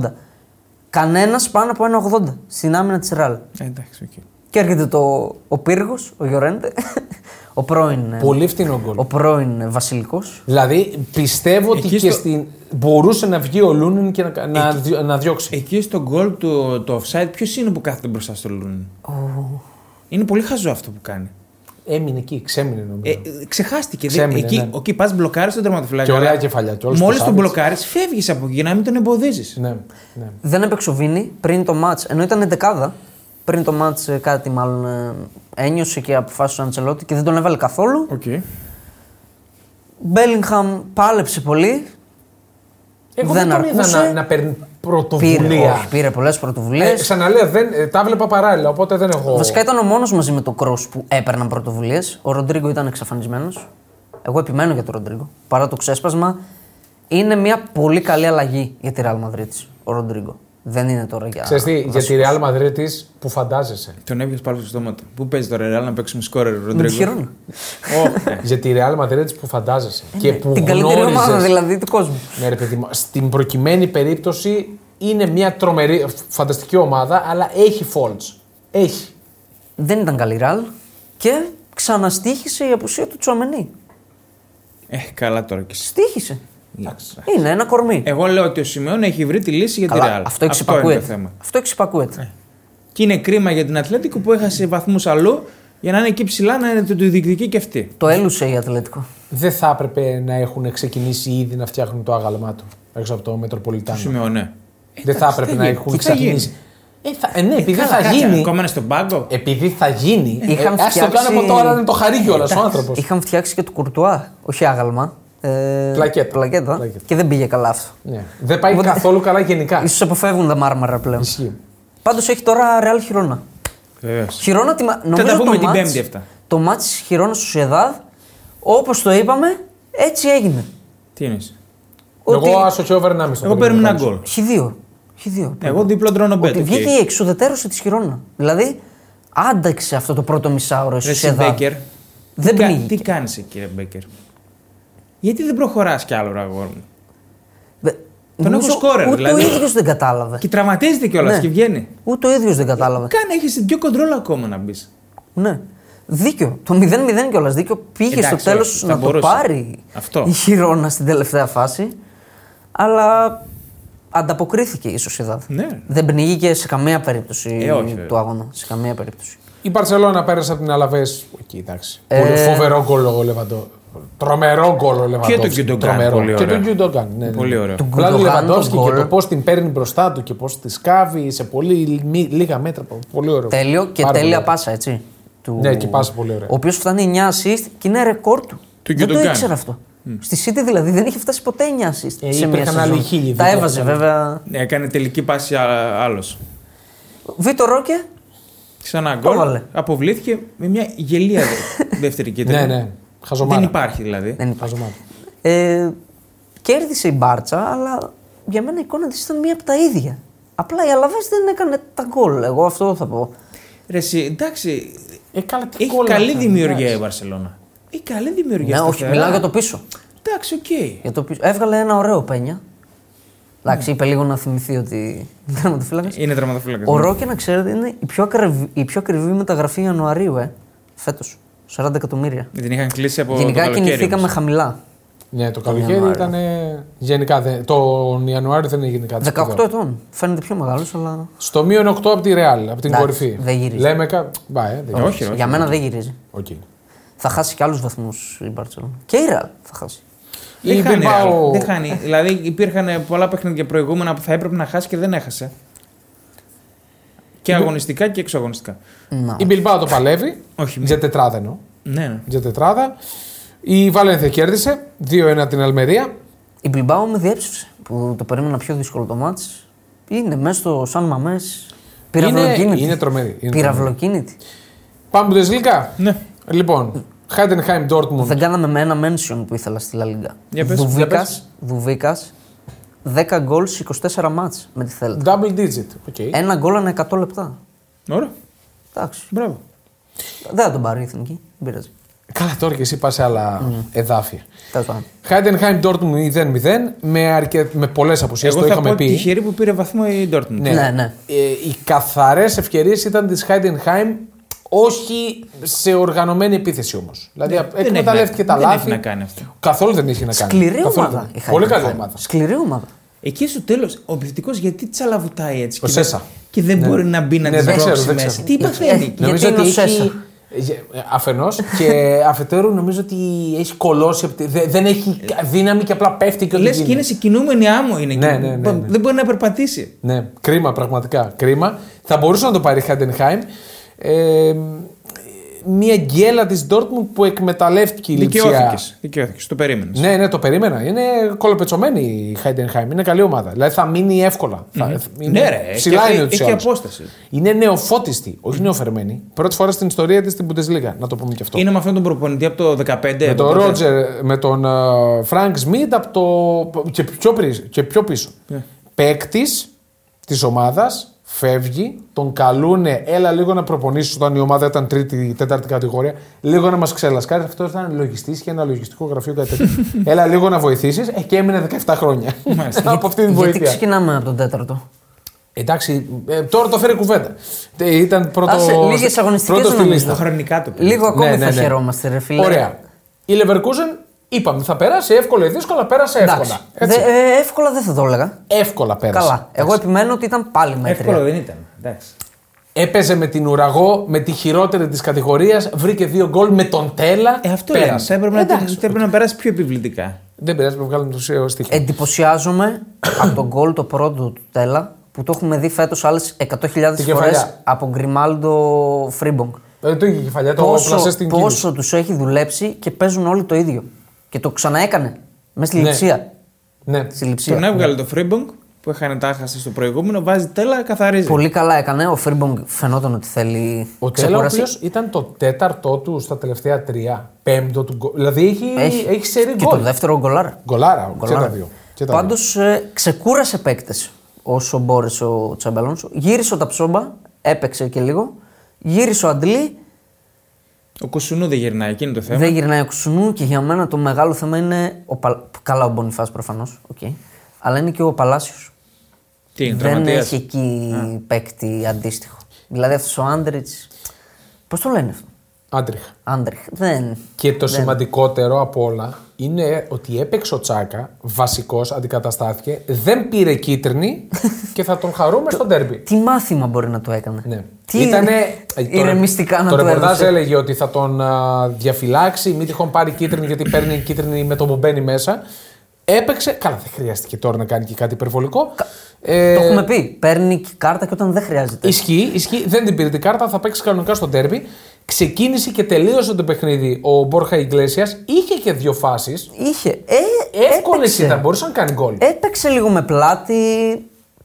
Speaker 3: Κανένας πάνω από 1,80 στην άμυνα της Ραλ.
Speaker 2: Ε, Εντάξει, οκ.
Speaker 3: Και έρχεται το, ο Πύργος, ο Γιωρέντε, ο πρώην, ε,
Speaker 1: Πολύ φτηνό γκολ.
Speaker 3: ο πρώην ε, Βασιλικός.
Speaker 1: Δηλαδή, πιστεύω ότι
Speaker 2: Εκεί
Speaker 1: και
Speaker 2: στο-
Speaker 1: στην... μπορούσε να βγει ο Λούνιν και να, να, διω- να διώξει.
Speaker 2: Εκεί στο γκολ του το offside, ποιος είναι που κάθεται μπροστά στο Λούνιν. Είναι πολύ χαζό αυτό που κάνει.
Speaker 1: Έμεινε εκεί, ξέμεινε
Speaker 2: Ε,
Speaker 1: νομίζω.
Speaker 2: ε, ξεχάστηκε. Δε,
Speaker 1: Ξέμεινε,
Speaker 2: εκεί,
Speaker 1: ναι.
Speaker 2: ο Κιπά μπλοκάρει τον τερματοφυλάκι.
Speaker 1: Και ωραία κεφαλιά, και όλος
Speaker 2: Μόλις
Speaker 1: τους
Speaker 2: τον
Speaker 1: άλλους.
Speaker 2: μπλοκάρεις, φεύγεις από εκεί για να μην τον εμποδίζεις.
Speaker 1: Ναι, ναι.
Speaker 3: Δεν έπαιξε ο Βίνι πριν το μάτς, ενώ ήταν δεκάδα. Πριν το μάτς ε, κάτι μάλλον ε, ένιωσε και αποφάσισε ο Αντσελότη και δεν τον έβαλε καθόλου.
Speaker 2: Okay.
Speaker 3: Μπέλιγχαμ πάλεψε πολύ.
Speaker 1: Εγώ
Speaker 3: Δεν
Speaker 1: δεν, τον είδα
Speaker 3: αρκούσε.
Speaker 1: να, να παίρνει
Speaker 3: Πήρε,
Speaker 1: πρωτοβουλία.
Speaker 3: όχι, πήρε πολλές πρωτοβουλίες.
Speaker 1: ε, ξαναλέω, δεν, ε, τα βλέπα παράλληλα, οπότε δεν έχω.
Speaker 3: Βασικά ήταν ο μόνος μαζί με τον Κρός που έπαιρναν πρωτοβουλίες. Ο Ροντρίγκο ήταν εξαφανισμένος. Εγώ επιμένω για τον Ροντρίγκο. Παρά το ξέσπασμα, είναι μια πολύ καλή αλλαγή για τη Ρεάλ Μαδρίτη. Ο Ροντρίγκο. Δεν είναι τώρα για.
Speaker 1: Ξέρεις τι, για τη Real Madrid της που φαντάζεσαι.
Speaker 2: Τον έβγαλε πάλι στο στόμα του. Πού παίζει τώρα, Ρεάλ, να παίξουμε σκόρερ,
Speaker 3: Μ,
Speaker 2: Ροντρίγκο.
Speaker 3: χειρόν.
Speaker 2: Ω, ναι.
Speaker 1: για τη Real Madrid της που φαντάζεσαι. και Ε, που
Speaker 3: Ε, ναι. Την καλύτερη
Speaker 1: γνώριζες-
Speaker 3: ομάδα δηλαδή του κόσμου.
Speaker 1: Ναι, ρε παιδί μου, στην προκειμένη περίπτωση είναι μια τρομερή, φανταστική ομάδα, αλλά έχει faults. Έχει.
Speaker 3: Δεν ήταν καλή Ρεάλ και ξαναστήχησε η απουσία του Τσομενή.
Speaker 2: Ε, καλά τώρα κι εσύ.
Speaker 3: Στήχησε.
Speaker 2: Εντάξει.
Speaker 3: Είναι ένα κορμί.
Speaker 2: Εγώ λέω ότι ο Σιμεών έχει βρει τη λύση για τη
Speaker 3: Καλά,
Speaker 2: Ρεάλ.
Speaker 3: αυτό ε.
Speaker 2: είναι το
Speaker 3: εξυπακούεται.
Speaker 2: θέμα.
Speaker 3: Αυτό εξυπακούεται.
Speaker 2: Και είναι κρίμα για την Ατλέτικο που έχασε βαθμούς αλλού για να είναι εκεί ψηλά να είναι το διεκδικεί και αυτή.
Speaker 3: Το έλουσε η Ατλέτικο.
Speaker 1: Δεν θα έπρεπε να έχουν ξεκινήσει ήδη να φτιάχνουν το άγαλμά του έξω από το
Speaker 2: Το
Speaker 1: Μετροπολιτάνο.
Speaker 2: Σιμεών, ναι.
Speaker 1: Δεν θα έπρεπε να έχουν ξεκινήσει. Ε, θα- ε, ναι, επειδή θα
Speaker 2: Κάτσε,
Speaker 1: γίνει. Ε.
Speaker 2: Ακόμα είναι στον πάγκο.
Speaker 1: Επειδή θα γίνει.
Speaker 3: Είχαν
Speaker 1: ε, ας το
Speaker 3: φτιάξει-
Speaker 1: κάνω από τώρα να το χαρεί κιόλας ο άνθρωπος.
Speaker 3: Είχαν φτιάξει και του Κουρτουά, όχι άγαλμα. Ε,
Speaker 1: Πλακέτα.
Speaker 3: πλακέτα.
Speaker 1: Πλακέτα.
Speaker 3: Και δεν πήγε καλά αυτό.
Speaker 1: Ναι. Δεν πάει
Speaker 3: Οπότε-
Speaker 1: καθόλου καλά γενικά.
Speaker 3: Ίσως αποφεύγουν τα μάρμαρα πλέον.
Speaker 1: Ισχύει.
Speaker 3: Πάντως έχει τώρα ρεάλ χειρόνα.
Speaker 2: Βεβαίως.
Speaker 3: Χειρόνα τη. μα- νομίζω
Speaker 2: τα πούμε
Speaker 3: το
Speaker 2: την
Speaker 3: μάτς-
Speaker 2: Πέμπτη αυτά.
Speaker 3: Το μάτς χειρόνα στο Σιεδάδ, όπως το είπαμε, έτσι έγινε.
Speaker 2: Τι είναι.
Speaker 1: Εγώ άσο και over 1,5.
Speaker 2: Εγώ παίρνω ένα γκολ.
Speaker 3: Έχει δύο. Έχει δύο.
Speaker 2: Ναι, Εγώ δίπλο τρώνω μπέτ.
Speaker 3: Ότι
Speaker 2: οκ.
Speaker 3: βγήκε η εξουδετερώση της χειρόνα. Δηλαδή άνταξε αυτό το πρώτο μισάωρο η
Speaker 2: Ρε εσύ,
Speaker 3: Σοσιαδάδ.
Speaker 2: Μπέκερ.
Speaker 3: Δεν
Speaker 2: τι κα-
Speaker 3: πνίγηκε.
Speaker 2: Τι κάνεις εκεί, κύριε Μπέκερ. Γιατί δεν προχωράς κι άλλο, ρε αγόρι μου.
Speaker 3: Δε-
Speaker 2: Τον έχω
Speaker 3: νομίζω
Speaker 2: σκόρερ,
Speaker 3: Ούτε
Speaker 2: δηλαδή.
Speaker 3: ο ίδιος δεν κατάλαβε.
Speaker 2: Και τραυματίζεται κιόλας
Speaker 3: Ναι.
Speaker 2: και βγαίνει.
Speaker 3: Ούτε ο ίδιος δεν κατάλαβε.
Speaker 2: Κάνε, έχεις την πιο κοντρόλα ακόμα να μπεις.
Speaker 3: Ναι. Δίκιο. Το 0-0 κιόλας. Δίκιο. Πήγε
Speaker 2: Εντάξει,
Speaker 3: στο τέλο
Speaker 2: όχι, θα
Speaker 3: να
Speaker 2: μπορούσε.
Speaker 3: το πάρει
Speaker 2: Αυτό.
Speaker 3: η Χιρόνα στην τελευταία φάση. Αλλά ανταποκρίθηκε η Σοσιαδάδ.
Speaker 2: Ναι.
Speaker 3: Δεν πνίγηκε σε καμία περίπτωση
Speaker 2: Ε, όχι, βέβαια.
Speaker 3: του αγώνα. Σε καμία περίπτωση.
Speaker 1: Η Παρσελόνα πέρασε από την Αλαβές. Εκεί, εντάξει.
Speaker 3: Ε,
Speaker 1: Πολύ φοβερό γκολ ο Λεβαντό. Τρομερό γκολ ο Λεβαντό.
Speaker 2: τον Γκιουντογκάν, πολύ
Speaker 1: Και
Speaker 2: ωραία.
Speaker 1: τον Γκιουντογκάν. Ναι, ναι.
Speaker 2: Πολύ ωραίο.
Speaker 3: Του
Speaker 1: Απλά
Speaker 3: Γκουντογάν τον
Speaker 1: Λεβαντόφσκι και
Speaker 3: γκολ.
Speaker 1: το πώς την παίρνει μπροστά του και πώς τη σκάβει σε πολύ μι- λίγα μέτρα. Πολύ ωραίο.
Speaker 3: Τέλειο και
Speaker 1: Πάρα πολύ
Speaker 3: τέλεια
Speaker 1: ωραίο.
Speaker 3: πάσα, έτσι. Του...
Speaker 1: Ναι, και πάσα πολύ ωραία.
Speaker 3: Ο οποίος φτάνει 9 assist και είναι ρεκόρ του.
Speaker 2: Του
Speaker 3: δεν το
Speaker 2: Γκιουντογκάν.
Speaker 3: ήξερα αυτό. Στη City δηλαδή δεν είχε φτάσει ποτέ 9 assist.
Speaker 1: Ε,
Speaker 3: σε μια
Speaker 1: υπήρχαν άλλοι
Speaker 3: σεζόν.
Speaker 1: χίλιοι,
Speaker 3: Τα
Speaker 1: δεν
Speaker 3: έβαζε
Speaker 1: ξέρω.
Speaker 3: βέβαια.
Speaker 2: Ναι, έκανε τελική πάση άλλος.
Speaker 3: Βίτο Ρόκε,
Speaker 2: Ξανά
Speaker 3: έβαλε.
Speaker 2: γκολ. Αποβλήθηκε με μια γελία δε- δεύτερη κίτρινη.
Speaker 1: Ναι, ναι.
Speaker 2: Δεν
Speaker 1: Χαζομάρα.
Speaker 2: υπάρχει δηλαδή.
Speaker 3: δεν υπάρχει.
Speaker 1: Χαζομάρα.
Speaker 3: Ε, κέρδισε η Μπάρτσα, αλλά για μένα η εικόνα της ήταν μία από τα ίδια. Απλά η Αλαβές δεν έκανε τα γκολ. Εγώ αυτό θα πω.
Speaker 2: Ρε, εσύ, εντάξει.
Speaker 1: Ε, καλά, τι
Speaker 2: Έχει
Speaker 1: γκολ να
Speaker 2: καλή
Speaker 1: κάνει,
Speaker 2: δημιουργία η
Speaker 1: εντάξει.
Speaker 2: Βαρσελόνα. Έχει καλή δημιουργία.
Speaker 3: Ναι, όχι,
Speaker 2: σταθερά.
Speaker 3: μιλάω για το Ε, πίσω.
Speaker 2: Εντάξει, οκ.
Speaker 3: Για το πίσω. Έβγαλε ένα ωραίο πένια. Εντάξει, είπε λίγο να θυμηθεί ότι δεν είμαι
Speaker 2: Είναι ναι. τραυματοφύλακα.
Speaker 3: Ο Ρόκε, να ξέρετε, είναι η πιο, ακριβή, η πιο ακριβή μεταγραφή Ιανουαρίου, ε. Φέτος. 40 εκατομμύρια.
Speaker 2: Την είχαν κλείσει από το
Speaker 3: Γενικά
Speaker 2: καλοκαίρι.
Speaker 3: κινηθήκαμε
Speaker 2: μας.
Speaker 3: χαμηλά.
Speaker 1: Ναι, το καλοκαίρι
Speaker 3: Ιανουάριο.
Speaker 1: ήταν. ε, Γενικά. δεν- Τον Ιανουάριο δεν έγινε κάτι.
Speaker 3: 18
Speaker 1: σπουδαίο.
Speaker 3: ετών. Φαίνεται πιο μεγάλος, αλλά.
Speaker 1: Στο μείον 8 από τη Ρεάλ, από την
Speaker 3: Εντάξει,
Speaker 1: κορυφή.
Speaker 3: δεν γυρίζει.
Speaker 1: Λέμε κα... Μπα, ε, δεν
Speaker 2: Ε,
Speaker 1: γυρίζει.
Speaker 2: όχι, ρε, όχι.
Speaker 3: για μένα δεν γυρίζει.
Speaker 1: Οκ.
Speaker 3: Θα χάσει και άλλους βαθμούς η Μπαρσελόνα. Και η Ρεάλ θα χάσει.
Speaker 1: Η
Speaker 2: Δεν χάνει,
Speaker 1: Bilbao-
Speaker 2: Real. δεν χάνει. δηλαδή υπήρχαν πολλά παιχνίδια προηγούμενα που θα έπρεπε να χάσει και δεν έχασε. Και αγωνιστικά και εξωαγωνιστικά.
Speaker 3: Να.
Speaker 1: Η Bilbao το παλεύει.
Speaker 2: Όχι, μη-
Speaker 1: Για τετράδα εννοώ.
Speaker 2: Ναι, ναι.
Speaker 1: Για τετράδα. Η Βαλένθια κέρδισε 2-1 την Αλμερία.
Speaker 3: Η Μπιλμπάο με διέψευσε που το περίμενα πιο δύσκολο το μάτς. Είναι μέσα στο Σαν Μαμές. Πυραυλοκίνητη.
Speaker 1: είναι τρομερή, είναι
Speaker 3: Πυραυλοκίνητη.
Speaker 1: Πάμε Bundesliga.
Speaker 2: Ναι.
Speaker 1: Λοιπόν, Heidenheim Dortmund.
Speaker 3: Δεν κάναμε με ένα mention που ήθελα στη Λα Λίγκα.
Speaker 2: Για πες, για πες.
Speaker 3: Δουβίκας, 10 γκολ σε 24 μάτς με τη Θέλτα.
Speaker 1: Double digit. Okay.
Speaker 3: Ένα γκολ ανά 100 λεπτά.
Speaker 2: Ναι, Ωραία.
Speaker 3: Εντάξει.
Speaker 2: Μπράβο.
Speaker 3: Δεν θα τον πάρει η εθνική. Δεν πειράζει.
Speaker 1: Καλά, τώρα και εσύ πας σε άλλα
Speaker 3: Ναι.
Speaker 1: εδάφια.
Speaker 3: Τέλος πάντων.
Speaker 1: Heidenheim Dortmund 0-0 με, αρκε... με πολλές απουσίες. Το
Speaker 2: Εγώ θα
Speaker 1: είχαμε
Speaker 2: πω
Speaker 1: πει.
Speaker 2: τυχερή που πήρε βαθμό η Dortmund.
Speaker 3: Ναι, ναι.
Speaker 1: Ε, οι καθαρές ευκαιρίες ήταν της Heidenheim, όχι σε οργανωμένη επίθεση όμως. Δηλαδή
Speaker 2: έχει να-
Speaker 1: εκμεταλλεύτηκε τα
Speaker 2: Ναι. δεν
Speaker 1: λάθη.
Speaker 2: έχει να κάνει αυτό.
Speaker 1: Καθόλου δεν είχε να κάνει.
Speaker 3: Σκληρή
Speaker 1: Καθόλου
Speaker 3: ομάδα.
Speaker 1: δεν.
Speaker 3: η
Speaker 1: Πολύ
Speaker 3: Heidenheim.
Speaker 1: καλή ομάδα.
Speaker 3: Σκληρή ομάδα.
Speaker 2: Εκεί στο τέλος, ο επιθετικό γιατί τσαλαβουτάει έτσι.
Speaker 1: Ο
Speaker 2: και δεν-
Speaker 1: Σέσα.
Speaker 2: Και δεν μπορεί να μπει να
Speaker 1: Ναι,
Speaker 2: τη
Speaker 1: δεν ξέρω,
Speaker 2: βρόξει
Speaker 1: δεν
Speaker 2: μέσα.
Speaker 1: ξέρω.
Speaker 2: Τι παθαίνει.
Speaker 3: Ε, Γιατί είναι ο Σέσα.
Speaker 1: Αφενό Ε, και αφετέρου νομίζω ότι έχει κολώσει. απ' τη- δε- Δεν έχει δύναμη και απλά πέφτει και ό,τι
Speaker 2: Λες
Speaker 1: γίνεται.
Speaker 2: και είναι σε κινούμενη άμμο είναι
Speaker 1: Ναι,
Speaker 2: εκεί.
Speaker 1: ναι, ναι, ναι.
Speaker 2: Δεν μπορεί να περπατήσει.
Speaker 1: Ναι, κρίμα, πραγματικά κρίμα. Θα μπορούσε να το πάρει η Χάντενχάιμ. Ε, μια γκέλα της Ντόρτμουντ που εκμεταλλεύτηκε η Λιψία.
Speaker 2: Δικαιώθηκες. Δικαιώθηκες. Το περίμενες.
Speaker 1: Ναι, ναι, το περίμενα. Είναι κολοπετσωμένη η Χάιντενχάιμ. Είναι καλή ομάδα. Δηλαδή θα μείνει εύκολα. Θα- είναι-
Speaker 2: Ναι, ρε.
Speaker 1: Ψηλά
Speaker 2: έχει-
Speaker 1: είναι ούτως ή
Speaker 2: Έχει
Speaker 1: άλλως.
Speaker 2: απόσταση.
Speaker 1: Είναι νεοφώτιστη, όχι νεοφερμένη. Πρώτη φορά στην ιστορία της στην Bundesliga. Να το πούμε και αυτό.
Speaker 2: Είναι με αυτόν τον προπονητή από το 15.
Speaker 1: με τον
Speaker 2: οπότε-
Speaker 1: Ε, Ρότζερ, με τον ε, Φρανκ Σμιτ από το. και πιο, πρι- και πιο πίσω.
Speaker 2: Ναι.
Speaker 1: Yeah. Παίκτης της ομάδας φεύγει, τον καλούνε, έλα λίγο να προπονήσεις όταν η ομάδα ήταν τρίτη, τέταρτη κατηγορία, λίγο να μας ξελασκάρεις. Αυτός ήταν λογιστής και ένα λογιστικό γραφείο κάτι τέτοιο. έλα λίγο να βοηθήσεις ε, και έμεινε 17 χρόνια.
Speaker 2: Μάλιστα.
Speaker 1: από αυτή τη
Speaker 3: Γιατί
Speaker 1: βοήθεια.
Speaker 3: ξεκινάμε από τον τέταρτο.
Speaker 1: Εντάξει, ε, τώρα το φέρει κουβέντα. Ε, ήταν πρώτο.
Speaker 3: Άσε, λίγες αγωνιστικές
Speaker 1: πρώτο στη
Speaker 3: νομίζω.
Speaker 1: λίστα.
Speaker 2: Χρονικά το
Speaker 3: Λίγο ακόμη
Speaker 1: Ναι, ναι,
Speaker 3: θα
Speaker 1: ναι.
Speaker 3: χαιρόμαστε, ρε φίλε.
Speaker 1: Ωραία. Η Leverkusen είπαμε θα περάσει εύκολα ή δύσκολα, πέρασε
Speaker 3: Εντάξει.
Speaker 1: εύκολα. Έτσι.
Speaker 3: Δε- ε, εύκολα δεν θα το έλεγα.
Speaker 1: Εύκολα πέρασε.
Speaker 3: Καλά. Εγώ επιμένω ότι ήταν πάλι
Speaker 2: Ε, Εύκολο
Speaker 3: μέτρια.
Speaker 2: δεν ήταν. Εντάξει.
Speaker 1: Έπαιζε με την ουραγό, με τη χειρότερη της κατηγορίας, βρήκε δύο γκολ με τον Τέλα.
Speaker 2: Ε, αυτό λέμε.
Speaker 1: πέρασε.
Speaker 2: Θα έπρεπε, να,
Speaker 1: Εντάξει.
Speaker 2: θα έπρεπε να περάσει πιο επιβλητικά.
Speaker 1: Δεν πειράζει, με βγάλουμε το σέο στοιχείο.
Speaker 3: Ε, Εντυπωσιάζομαι από τον γκολ το πρώτο του Τέλα που το έχουμε δει φέτος άλλες 100.000
Speaker 1: Την
Speaker 3: φορέ
Speaker 1: κεφαλιά. από
Speaker 3: από Γκριμάλντο Φρίμπονγκ.
Speaker 1: Ε, το είχε η κεφαλιά, το πλασέ
Speaker 3: Πόσο,
Speaker 1: στην κίνηση.
Speaker 3: πόσο τους έχει δουλέψει και παίζουν όλοι το ίδιο. Και το ξαναέκανε. Μέσα στη
Speaker 1: Ναι.
Speaker 3: ληψία.
Speaker 1: Ναι.
Speaker 3: Στη ληψία.
Speaker 2: Τον έβγαλε το Φρίμπονγκ που είχαν τα άχαστα στο προηγούμενο, βάζει τέλα, καθαρίζει.
Speaker 3: Πολύ καλά έκανε. Ο Φρίμπονγκ φαινόταν ότι θέλει
Speaker 1: Ο Τέλα, ο
Speaker 3: ξεκούραση.
Speaker 1: οποίος ήταν το τέταρτο του στα τελευταία τρία. Πέμπτο του γκολ. Δηλαδή έχει, έχει. σερή
Speaker 3: Και το
Speaker 1: γκολ.
Speaker 3: δεύτερο γκολάρα.
Speaker 1: Γκολάρα, και τα
Speaker 3: Γκολάρα.
Speaker 1: δύο. Και τα δύο.
Speaker 3: Πάντω ε, ξεκούρασε παίκτες όσο μπόρεσε ο Τσαμπελόνσο. Γύρισε ο Ταψόμπα, έπαιξε και λίγο. Γύρισε ο Αντλή,
Speaker 2: Ο Κουσουνού δεν γυρνάει, εκείνο
Speaker 1: Ε,
Speaker 2: το θέμα.
Speaker 1: ναι.
Speaker 3: δεν γυρνάει ο Ξουνού και για μένα το μεγάλο θέμα είναι. Ο Παλ... Καλά, ο Μπονιφάς προφανώς. Okay. Αλλά είναι και ο Παλάσιος.
Speaker 2: Τι είναι,
Speaker 3: Δεν
Speaker 2: τραυματίας.
Speaker 3: έχει εκεί παίκτη αντίστοιχο. Δηλαδή αυτός ο Άντριτ. Πώς το λένε αυτό.
Speaker 1: Άντριχα.
Speaker 3: Άντριχ. Δεν.
Speaker 1: Και το σημαντικότερο απ' όλα είναι ότι έπαιξε ο Τσάκα, βασικός, αντικαταστάθηκε, δεν πήρε κίτρινη και θα τον χαρούμε στο τέρμπι.
Speaker 3: Τι μάθημα μπορεί να το έκανε.
Speaker 1: Ναι. Ε,
Speaker 3: Τι ηρεμιστικά να
Speaker 1: το
Speaker 3: του
Speaker 1: ρεπορτάζ
Speaker 3: έδωσε.
Speaker 1: έλεγε ότι θα τον α, διαφυλάξει, μην τυχόν πάρει κίτρινη γιατί παίρνει κίτρινη με το που μπαίνει μέσα. Έπαιξε. Καλά, δεν χρειάστηκε τώρα να κάνει και κάτι υπερβολικό. Ε,
Speaker 3: Το έχουμε πει. Παίρνει και κάρτα και όταν δεν χρειάζεται.
Speaker 1: Ισχύει, ισχύει. Δεν την πήρε την κάρτα, θα παίξει κανονικά στο τέρμπι. Ξεκίνησε και τελείωσε το παιχνίδι ο Μπόρχα Ιγκλέσιας. Είχε και δύο φάσεις.
Speaker 3: Είχε. Ε,
Speaker 1: Εύκολες
Speaker 3: έπαιξε.
Speaker 1: ήταν, μπορούσε να κάνει γκολ.
Speaker 3: Έπαιξε λίγο με πλάτη.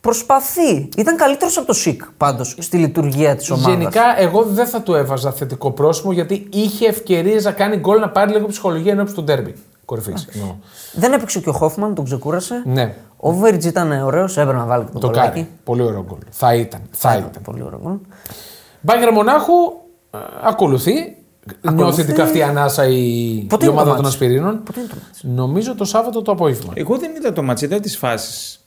Speaker 3: Προσπαθεί. Ήταν καλύτερος από το ΣΥΚ πάντως στη λειτουργία της ομάδας.
Speaker 1: Γενικά, εγώ δεν θα του έβαζα θετικό πρόσημο γιατί είχε ευκαιρίες να κάνει γκολ να πάρει λίγο ψυχολογία ενώπιση του ντέρμπι. Κορυφής.
Speaker 3: Δεν έπαιξε και ο Χόφμαν, τον ξεκούρασε.
Speaker 1: Ναι,
Speaker 3: Ο Βέριτζ ήταν ωραίος, έπρεπε να βάλει και το,
Speaker 1: το
Speaker 3: κολάκι.
Speaker 1: κάνει. Πολύ ωραίο γκολ. Θα ήταν. Θα ήταν.
Speaker 3: Ήταν πολύ ωραίο. γκολ.
Speaker 1: Μπάγκερ Μονάχου ε, ακολουθεί. Νιώθει την καυτή ανάσα η, η
Speaker 3: Πότε είναι το
Speaker 1: ομάδα των
Speaker 3: μάτς?
Speaker 1: Ασπιρίνων.
Speaker 3: Πότε είναι το μάτς?
Speaker 1: Νομίζω το Σάββατο το απόγευμα.
Speaker 2: Εγώ δεν είδα το μάτσο, είδα τις φάσεις.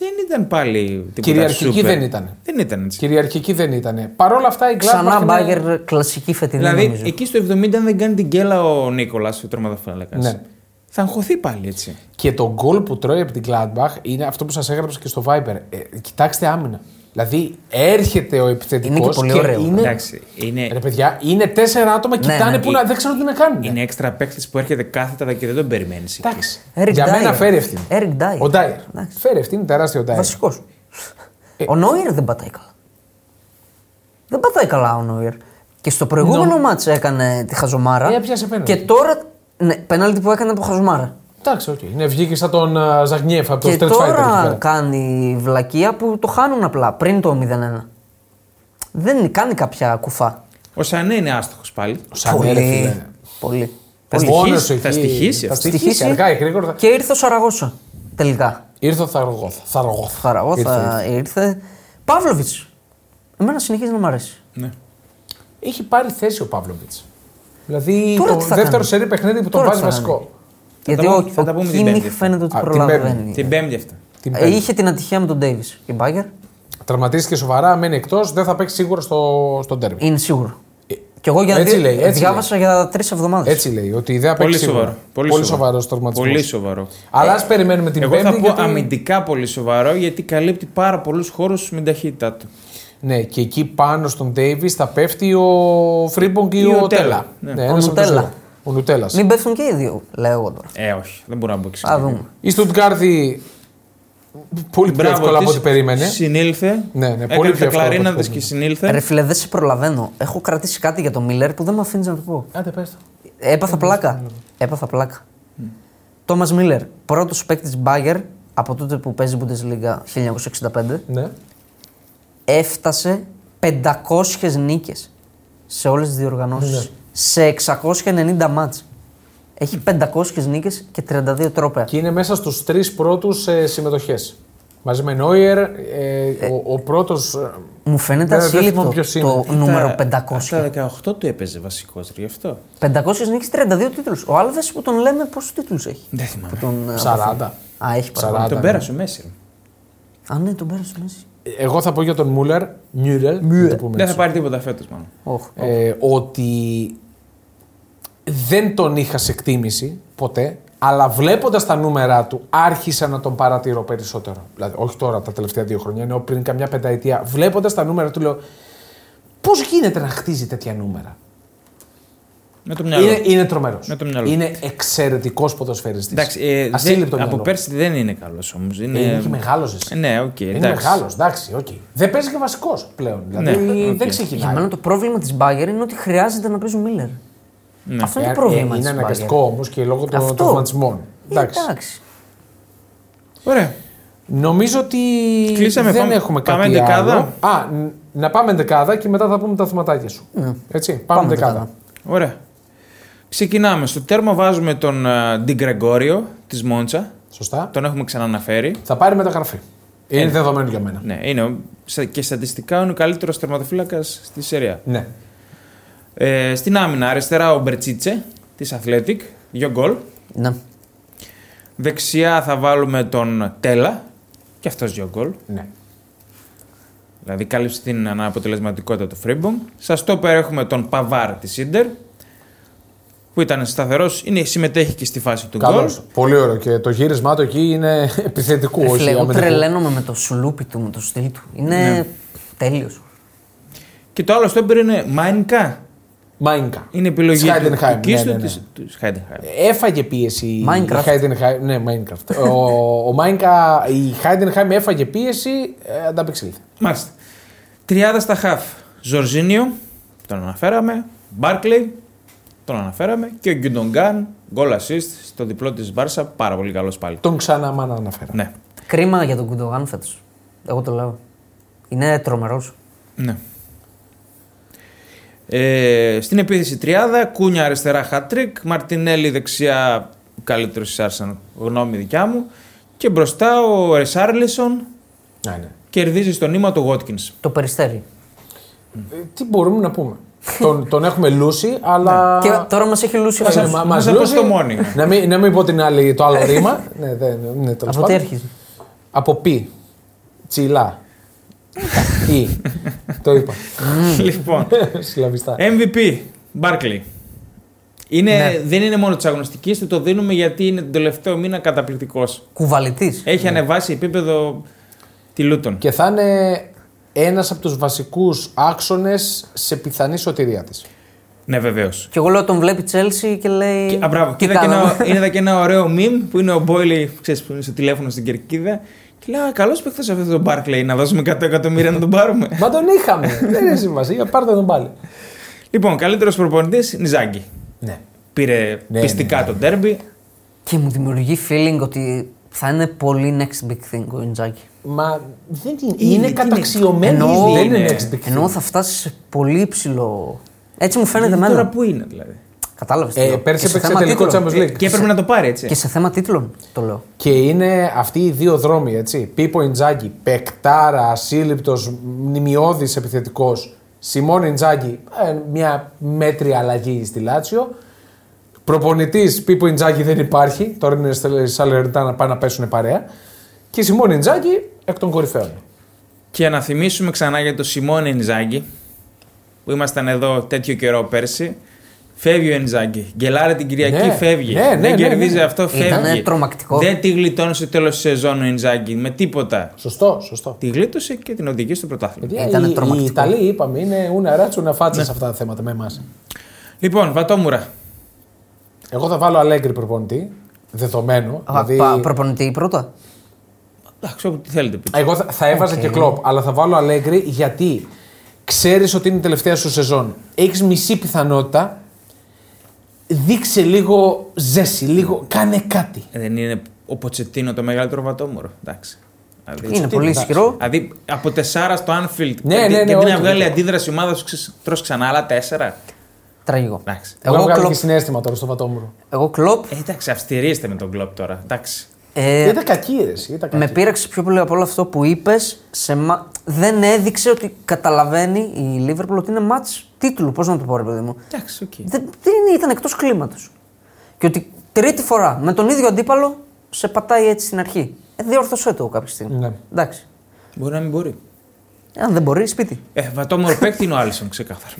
Speaker 2: Δεν ήταν πάλι τίποτα
Speaker 1: Κυριαρχική
Speaker 2: σούπερ.
Speaker 1: δεν ήταν.
Speaker 2: Δεν ήταν έτσι.
Speaker 1: Κυριαρχική δεν ήταν. Παρ' όλα αυτά η Gladbach
Speaker 3: Ξανά
Speaker 1: είναι-
Speaker 3: μπάγκερ κλασική φετινή
Speaker 2: Δηλαδή,
Speaker 3: νομίζω.
Speaker 2: εκεί στο 70, αν δεν κάνει την γκέλα ο Νίκολας, ο τροματοφύλακα.
Speaker 1: Ναι.
Speaker 2: Θα αγχωθεί πάλι έτσι.
Speaker 1: Και το γκολ που τρώει από την Gladbach είναι αυτό που σας έγραψα και στο Viber. Ε, κοιτάξτε άμυνα. Δηλαδή έρχεται ο επιθετικός.
Speaker 3: Είναι και πολύ ωραίο.
Speaker 1: Είναι...
Speaker 2: Εντάξει, είναι,
Speaker 1: Ναι. Ρε παιδιά, είναι τέσσερα άτομα,
Speaker 3: Ναι,
Speaker 1: κοιτάνε
Speaker 3: ναι.
Speaker 1: που να, δεν ξέρουν τι να κάνουν.
Speaker 2: είναι έξτρα παίχτη που έρχεται κάθετα και δεν τον περιμένεις.
Speaker 1: Εντάξει.
Speaker 3: Eric
Speaker 1: Για μένα
Speaker 3: Dyer.
Speaker 1: φέρει ευθύνη.
Speaker 3: Eric Dyer.
Speaker 1: Ο Ντάιερ.
Speaker 3: Εντάξει.
Speaker 1: Φέρει ευθύνη, τεράστιο Ντάιερ.
Speaker 3: Βασικός.
Speaker 1: Ε.
Speaker 3: Ο Νόιερ δεν πατάει καλά. Δεν πατάει καλά ο Νόιερ. Και στο προηγούμενο μάτς έκανε τη χαζομάρα.
Speaker 1: Ναι. Ε, έπιασε πέναλτι.
Speaker 3: Και τώρα. Ναι, πέναλτι που έκανε από χαζομάρα.
Speaker 1: Εντάξει, οκ. Είναι βγήκε σαν τον ε, Ζαγνιέφ από το
Speaker 3: Και
Speaker 1: Street Fighter. εκεί
Speaker 3: τώρα
Speaker 1: πέρα.
Speaker 3: κάνει βλακεία που το χάνουν απλά πριν το 0-1. Δεν κάνει κάποια κουφά.
Speaker 2: Ο Σανέ είναι άστοχος πάλι.
Speaker 1: Ο Σανέ, ρε φίλε.
Speaker 3: Πολύ.
Speaker 2: Θα
Speaker 3: Πολύ.
Speaker 2: στοιχίσει,
Speaker 1: Μόνος
Speaker 2: θα
Speaker 1: εκεί.
Speaker 2: στοιχίσει
Speaker 1: Θα
Speaker 2: αυτό.
Speaker 1: στοιχήσει. Αργά ή γρήγορα.
Speaker 3: Και ήρθε ο Σαραγώσα τελικά.
Speaker 1: Ήρθε ο Θαργόθα. Θαργόθα. Ήρθε.
Speaker 3: Χαραγώθα ήρθε. Παύλοβιτ. Εμένα συνεχίζει να μου αρέσει.
Speaker 2: Ναι.
Speaker 1: Έχει πάρει θέση ο Παύλοβιτ. Δηλαδή
Speaker 3: Τώρα
Speaker 1: το
Speaker 3: τι θα
Speaker 1: δεύτερο
Speaker 3: κάνει.
Speaker 1: σερί παιχνίδι που τον
Speaker 3: Τώρα
Speaker 1: βάζει
Speaker 3: τι θα
Speaker 1: βασικό.
Speaker 3: κάνει. Γιατί
Speaker 2: τα
Speaker 3: ο,
Speaker 2: πούμε- θα τα
Speaker 3: ο
Speaker 2: πούμε την
Speaker 3: Κίμιχ
Speaker 2: Πέμπτη.
Speaker 3: φαίνεται ότι
Speaker 1: Α, την
Speaker 3: προλαβαίνει.
Speaker 2: Την Πέμπτη αυτή.
Speaker 1: Την
Speaker 3: Ε,
Speaker 1: παίρνει.
Speaker 3: Είχε την ατυχία με τον Ντέιβι. Η Μπάγκερ
Speaker 1: Τραυματίστηκε σοβαρά, μένει εκτός, δεν θα παίξει σίγουρα στο, στον τέρμι.
Speaker 3: είναι σίγουρο. Και εγώ για
Speaker 1: Ε, έτσι
Speaker 3: δύο-
Speaker 1: λέει, έτσι
Speaker 3: διάβασα για τρεις εβδομάδες.
Speaker 1: Έτσι λέει, ότι δεν θα παίξει
Speaker 2: Πολύ
Speaker 1: σίγουρα.
Speaker 2: σοβαρό. Πολύ,
Speaker 1: σοβαρό τραυματισμός.
Speaker 2: Πολύ σοβαρό.
Speaker 1: Αλλά ας περιμένουμε την
Speaker 2: Εγώ
Speaker 1: Πέμπτη.
Speaker 2: θα πω
Speaker 1: γιατί-
Speaker 2: αμυντικά πολύ σοβαρό γιατί καλύπτει πάρα πολλούς χώρους με την ταχύτητά του.
Speaker 1: Ναι, και εκεί πάνω στον Ντέιβι θα πέφτει ο Φρίμπονγκ ή
Speaker 2: Ή
Speaker 1: ο
Speaker 2: ο
Speaker 1: Τέλα.
Speaker 2: Τέλα.
Speaker 1: Ναι,
Speaker 2: Ναι.
Speaker 1: ένας από τους
Speaker 3: Νουτέλα.
Speaker 1: δύο. Ο Νουτέλας.
Speaker 3: Μην πέφτουν και οι δύο, λέω εγώ τώρα.
Speaker 2: Ε, όχι, δεν μπορώ να πω
Speaker 3: Θα
Speaker 2: ξεκάθαρα.
Speaker 3: δούμε.
Speaker 1: Η Στουτγκάρδη. Πολύ πιο εύκολα από
Speaker 2: της,
Speaker 1: ό,τι περίμενε.
Speaker 2: Συνήλθε.
Speaker 1: Ναι, ναι, πολύ πιο
Speaker 2: Έκανε τα
Speaker 1: εύκολα από ό,τι
Speaker 2: κλαρίναδες
Speaker 1: περίμενε.
Speaker 2: και συνήλθε.
Speaker 3: Ρε φίλε, δεν σε προλαβαίνω. Έχω κρατήσει κάτι για τον Μίλλερ που δεν με αφήνει να το πω.
Speaker 1: Άντε, πες το.
Speaker 3: Έπαθα πλάκα. Έπαθα πλάκα. Τόμας Μίλλερ, πρώτος παίκτης Μπάγκερ από τότε που παίζει Bundesliga 1965,
Speaker 1: Ναι.
Speaker 3: έφτασε 500 νίκες σε όλες τις διοργανώσεις.
Speaker 1: Ναι.
Speaker 3: Σε 690 μάτς. Έχει 500 νίκες και 32 τρόπαια.
Speaker 1: Και είναι μέσα στους τρεις πρώτους ε, συμμετοχές. Μαζί με Νόιερ, ε, ο, ο ε, πρώτο.
Speaker 3: Μου φαίνεται
Speaker 1: Δεν- δεν θυμάμαι
Speaker 3: ασύλληπτο
Speaker 1: ποιος
Speaker 3: το
Speaker 1: είναι.
Speaker 3: νούμερο 500.
Speaker 2: Στα 18 του έπαιζε βασικός, γι' αυτό.
Speaker 3: 500 νίκες, 32 τίτλους. Ο Άλβες που τον λέμε πόσους τίτλους έχει.
Speaker 2: Δεν θυμάμαι.
Speaker 3: Που τον, ε,
Speaker 1: 40.
Speaker 3: Α, έχει παραπάνω.
Speaker 1: Σαράντα.
Speaker 2: Τον πέρασε ο Μέση.
Speaker 3: Α, ναι, τον πέρασε μέσα.
Speaker 1: Εγώ θα πω για τον Μούλερ. Μιούρελ.
Speaker 2: Δεν θα πάρει τίποτα φέτος μάλλον.
Speaker 3: Όχι.
Speaker 1: ε, ότι δεν τον είχα σε εκτίμηση ποτέ, αλλά βλέποντας τα νούμερα του άρχισα να τον παρατηρώ περισσότερο. Δηλαδή, όχι τώρα τα τελευταία δύο χρόνια, ενώ πριν καμιά πενταετία. Βλέποντας τα νούμερα του λέω, πώς γίνεται να χτίζει τέτοια νούμερα.
Speaker 2: Με το μυαλό.
Speaker 1: Είναι, είναι τρομερός.
Speaker 2: Ναι, Με το μυαλό.
Speaker 1: Είναι εξαιρετικός ποδοσφαιριστής.
Speaker 2: Εντάξει, ε, δεν,
Speaker 1: Ασύλληπτο
Speaker 2: από
Speaker 1: μυαλό.
Speaker 2: πέρσι δεν είναι καλός όμως. Είναι,
Speaker 1: Ε, Είναι και μεγάλος εσύ.
Speaker 2: Ε, Ναι, οκ.
Speaker 1: είναι
Speaker 2: εντάξει.
Speaker 1: μεγάλος, εντάξει, οκ. Δεν παίζει και βασικός πλέον. Δηλαδή
Speaker 2: Ναι,
Speaker 1: δεν
Speaker 2: οκ.
Speaker 3: Για
Speaker 1: ξεκινάει.
Speaker 3: μένα το πρόβλημα της Μπάγκερ είναι ότι χρειάζεται να παίζουν Μίλλερ. Αυτό είναι το πρόβλημα
Speaker 1: Ναι, ε, Είναι
Speaker 3: της Μπάγκερ.
Speaker 1: αναγκαστικό όμως και λόγω των
Speaker 3: Αυτό. Ε,
Speaker 1: τραυματισμών.
Speaker 3: Εντάξει.
Speaker 2: Ωραία.
Speaker 1: Νομίζω ότι
Speaker 2: Κλείσαμε,
Speaker 1: δεν
Speaker 2: πάμε-
Speaker 1: έχουμε
Speaker 2: πάμε
Speaker 1: κάτι
Speaker 2: δεκάδα.
Speaker 1: άλλο. Α, ν- να πάμε δεκάδα και μετά θα πούμε τα θεματάκια σου. Έτσι, πάμε,
Speaker 3: Ναι. Πάμε
Speaker 1: δεκάδα.
Speaker 3: δεκάδα.
Speaker 2: Ωραία. Ξεκινάμε. Στο τέρμα βάζουμε τον ε, Ντι Γκρεγόριο της Μόντσα.
Speaker 1: Σωστά.
Speaker 2: Τον έχουμε ξαναναφέρει.
Speaker 1: Θα πάρει μεταγραφή. Είναι
Speaker 2: Ε.
Speaker 1: δεδομένο για μένα.
Speaker 2: Ναι, είναι ο- στα- και στατιστικά είναι ο καλύτερος τερματοφύλακας στη Σερία.
Speaker 1: Ναι.
Speaker 2: Ε, στην άμυνα, αριστερά ο Μπερτσίτσε της Athletic, δύο γκολ.
Speaker 3: Ναι.
Speaker 2: Δεξιά θα βάλουμε τον Τέλα, και αυτός δύο γκολ.
Speaker 1: ναι.
Speaker 2: Δηλαδή κάλυψε την αναποτελεσματικότητα του Φρίμπονγκ. Στα στόπερ έχουμε τον Παβάρ της Ίντερ, που ήταν σταθερός, συμμετέχει και στη φάση του γκολ.
Speaker 1: Καλώ. Πολύ ωραίο. Και το γύρισμά του εκεί είναι επιθετικού,
Speaker 3: Ρε
Speaker 1: όχι
Speaker 3: Ε, Φίλε, εγώ
Speaker 1: αμυντικού.
Speaker 3: τρελαίνομαι με το σουλούπι του, με το στυλ του. Είναι
Speaker 1: Ναι.
Speaker 3: τέλειος.
Speaker 2: Και το άλλο στόπερ είναι Μάινκα.
Speaker 1: Μάινκα.
Speaker 2: Είναι επιλογή του
Speaker 1: Heidenheim,
Speaker 2: δικής
Speaker 1: ναι,
Speaker 2: του,
Speaker 1: ναι, ναι.
Speaker 2: της- του Heidenheim.
Speaker 1: Έφαγε πίεση η
Speaker 3: Minecraft.
Speaker 1: Heidenheim. Ναι, Minecraft. ο, ο Μάινκα, η Heidenheim έφαγε πίεση, ε, ανταπεξήλθε.
Speaker 2: Μάλιστα. 30 στα χαφ. Ζορζίνιο, τον αναφέραμε. Μπάρκλεϊ, τον αναφέραμε. Και ο Γκιντογκάν, γκολ assist στο διπλό της Μπάρσα. Πάρα πολύ καλός πάλι.
Speaker 1: Τον ξανά μάνα αναφέρα.
Speaker 2: Ναι.
Speaker 3: Κρίμα για τον Κουντογάν φέτος. Εγώ το λέω. Είναι τρομερός.
Speaker 2: ναι. Ε, στην επίθεση 30, Κούνια αριστερά χατρίκ, Μαρτινέλη δεξιά καλύτερος της Arsenal, γνώμη δικιά μου. Και μπροστά ο Ρεσάρλισον
Speaker 1: Ναι, ναι.
Speaker 2: κερδίζει στο νήμα του Watkins.
Speaker 3: Το περιστέρι.
Speaker 1: Ε, Τι μπορούμε να πούμε. τον, τον έχουμε λούσει, αλλά.
Speaker 3: Ναι. Και τώρα μας έχει λούσει
Speaker 1: Ε,
Speaker 3: αυτό.
Speaker 1: μα-
Speaker 2: μας αποστομώνει.
Speaker 1: να, μην, να μην πω την άλλη, το άλλο ρήμα. ναι, δεν, ναι, τέλος
Speaker 3: Από τι
Speaker 1: πάντων.
Speaker 3: έρχεσαι.
Speaker 1: Από πι. Τσιλά. Ή. το είπα. Mm.
Speaker 2: λοιπόν,
Speaker 1: Συλλαβιστά.
Speaker 2: MVP, Barkley. Είναι,
Speaker 1: Ναι.
Speaker 2: Δεν είναι μόνο της αγωνιστικής του, το δίνουμε γιατί είναι τον τελευταίο μήνα καταπληκτικός.
Speaker 3: Κουβαλητής.
Speaker 2: Έχει ανεβάσει επίπεδο τη Λούτων.
Speaker 1: Ναι. και θα είναι ένας από τους βασικούς άξονες σε πιθανή σωτηρία της.
Speaker 2: Ναι, βεβαίως.
Speaker 3: Και εγώ λέω τον βλέπει Τσέλσι και λέει.
Speaker 2: Και, α, μπράβο. Και
Speaker 3: «Τι
Speaker 2: είδα και
Speaker 3: κάναμε».
Speaker 2: ένα, είδα και ένα ωραίο meme που είναι ο Μπόιλι, ξέρεις που είναι στο τηλέφωνο στην κερκίδα. Και λέω, καλό παίχτη αυτό το Barkley, να δώσουμε 100 εκατομμύρια να τον πάρουμε.
Speaker 1: Μα τον είχαμε. δεν έχει σημασία. Πάρτε τον πάλι.
Speaker 2: λοιπόν, καλύτερος προπονητής, Νιζάγκη.
Speaker 1: Ναι.
Speaker 2: Πήρε
Speaker 1: Ναι,
Speaker 2: πιστικά
Speaker 1: ναι,
Speaker 2: το ντέρμπι.
Speaker 3: Και μου δημιουργεί feeling ότι θα είναι πολύ next big thing ο Ιντζάκη.
Speaker 1: Μα δεν είναι, είναι καταξιωμένης
Speaker 3: Εννοώ-
Speaker 1: ήδη. Ε, Δεν είναι
Speaker 2: είναι.
Speaker 1: next big thing.
Speaker 3: Ενώ θα φτάσει σε πολύ ψηλό. Έτσι μου φαίνεται
Speaker 2: Τώρα
Speaker 3: εμένα.
Speaker 2: που είναι δηλαδή.
Speaker 3: Κατάλαβες.
Speaker 1: Ε, πέρσι έπαιξε τελικό Champions League.
Speaker 2: Και έπρεπε να το πάρει έτσι.
Speaker 3: Και σε θέμα τίτλων το λέω.
Speaker 1: Και είναι αυτοί οι δύο δρόμοι, έτσι. Πίπο Ιντζάκη, πεκτάρα, ασύλληπτος, μνημειώδης επιθετικός. Σιμών Ιντζάκη, ε, μια μέτρια αλλαγή στη Λάτσιο. Προπονητής Πίπο Ιντζάκη δεν υπάρχει. Τώρα είναι στη Σαλερνιτά να πάνε να πέσουν παρέα. Και Σιμών Ιντζάκη εκ των κορυφαίων.
Speaker 2: Και να θυμίσουμε ξανά για τον Σιμών Ενζάγκη που ήμασταν εδώ τέτοιο καιρό πέρσι. Φεύγει ο Ενζάγκη. Γκελάρε την Κυριακή,
Speaker 1: Ναι,
Speaker 2: φεύγει.
Speaker 1: ναι, ναι,
Speaker 2: δεν
Speaker 1: ναι,
Speaker 2: κερδίζει
Speaker 1: ναι.
Speaker 2: αυτό, φεύγει.
Speaker 3: Ήτανε τρομακτικό.
Speaker 2: Δεν τη γλιτώνει το τέλος της σεζόν ο Ενζάγκη με τίποτα.
Speaker 1: Σωστό, σωστό.
Speaker 2: Τη γλίτωσε και την οδηγεί στο πρωτάθλημα.
Speaker 1: Παιδιά,
Speaker 3: Ήτανε
Speaker 1: οι, οι
Speaker 3: Ε, τρομακτικό.
Speaker 1: Ιταλοί, είπαμε, είναι ούνα ράτσου να φάτσε σε αυτά τα θέματα με εμάς.
Speaker 2: Λοιπόν, Βατόμουρα.
Speaker 1: Εγώ θα βάλω Αλέγκρι προπονητή, δεδομένο.
Speaker 3: Α,
Speaker 1: δηλαδή-
Speaker 3: πα- Προπονητή πρώτα.
Speaker 2: Εντάξει, όπου τι θέλετε πείτε.
Speaker 1: Εγώ θα, θα έβαζα και κλοπ, αλλά θα βάλω Αλέγκρι γιατί ξέρεις ότι είναι η τελευταία σου σεζόν. Έχεις μισή πιθανότητα. Δείξε λίγο ζέση, λίγο κάνε κάτι.
Speaker 2: Ε, Δεν είναι ο Ποτσετίνο το μεγαλύτερο Βατόμουρο. Εντάξει. Δηλαδή,
Speaker 3: Είναι πολύ
Speaker 1: εντάξει.
Speaker 3: ισχυρό.
Speaker 2: δηλαδή, από τεσσάρα στο Anfield.
Speaker 1: Ναι,
Speaker 2: γιατί-
Speaker 1: ναι, ναι,
Speaker 2: γιατί
Speaker 1: όχι,
Speaker 2: να βγάλει
Speaker 1: δεν-
Speaker 2: αντίδραση η ομάδα σου ξε- τρως ξανά άλλα τέσσερα.
Speaker 3: Τραγικό.
Speaker 2: Εντάξει.
Speaker 1: Εγώ
Speaker 3: Εγώ
Speaker 1: βγάλω και
Speaker 3: κλοπ.
Speaker 1: συνέστημα τώρα στο Βατόμουρο.
Speaker 3: Εγώ κλοπ.
Speaker 2: Ε, εντάξει, αυστηρίστε με τον κλοπ τώρα. Εντάξει.
Speaker 3: ε,
Speaker 1: Ήταν κακή αίρεση. Ήταν κακή.
Speaker 3: με πείραξε πιο πολύ από όλο αυτό που είπες. Δεν έδειξε ότι καταλαβαίνει η Liverpool ότι είναι match τίτλου. Πώς να το πω, ρε παιδί μου.
Speaker 2: Εντάξει, οκ.
Speaker 1: Ναι.
Speaker 3: Δεν, δεν ήταν εκτός κλίματος. Και ότι τρίτη φορά με τον ίδιο αντίπαλο σε πατάει έτσι στην αρχή. Ε, διόρθωσέ το κάποια στιγμή.
Speaker 1: Ναι.
Speaker 3: Εντάξει.
Speaker 2: Μπορεί να μην μπορεί.
Speaker 3: Ε, Αν δεν μπορεί, σπίτι.
Speaker 2: Ε, βατόμορο παίκτη είναι ο Άλισον, ξεκάθαρα.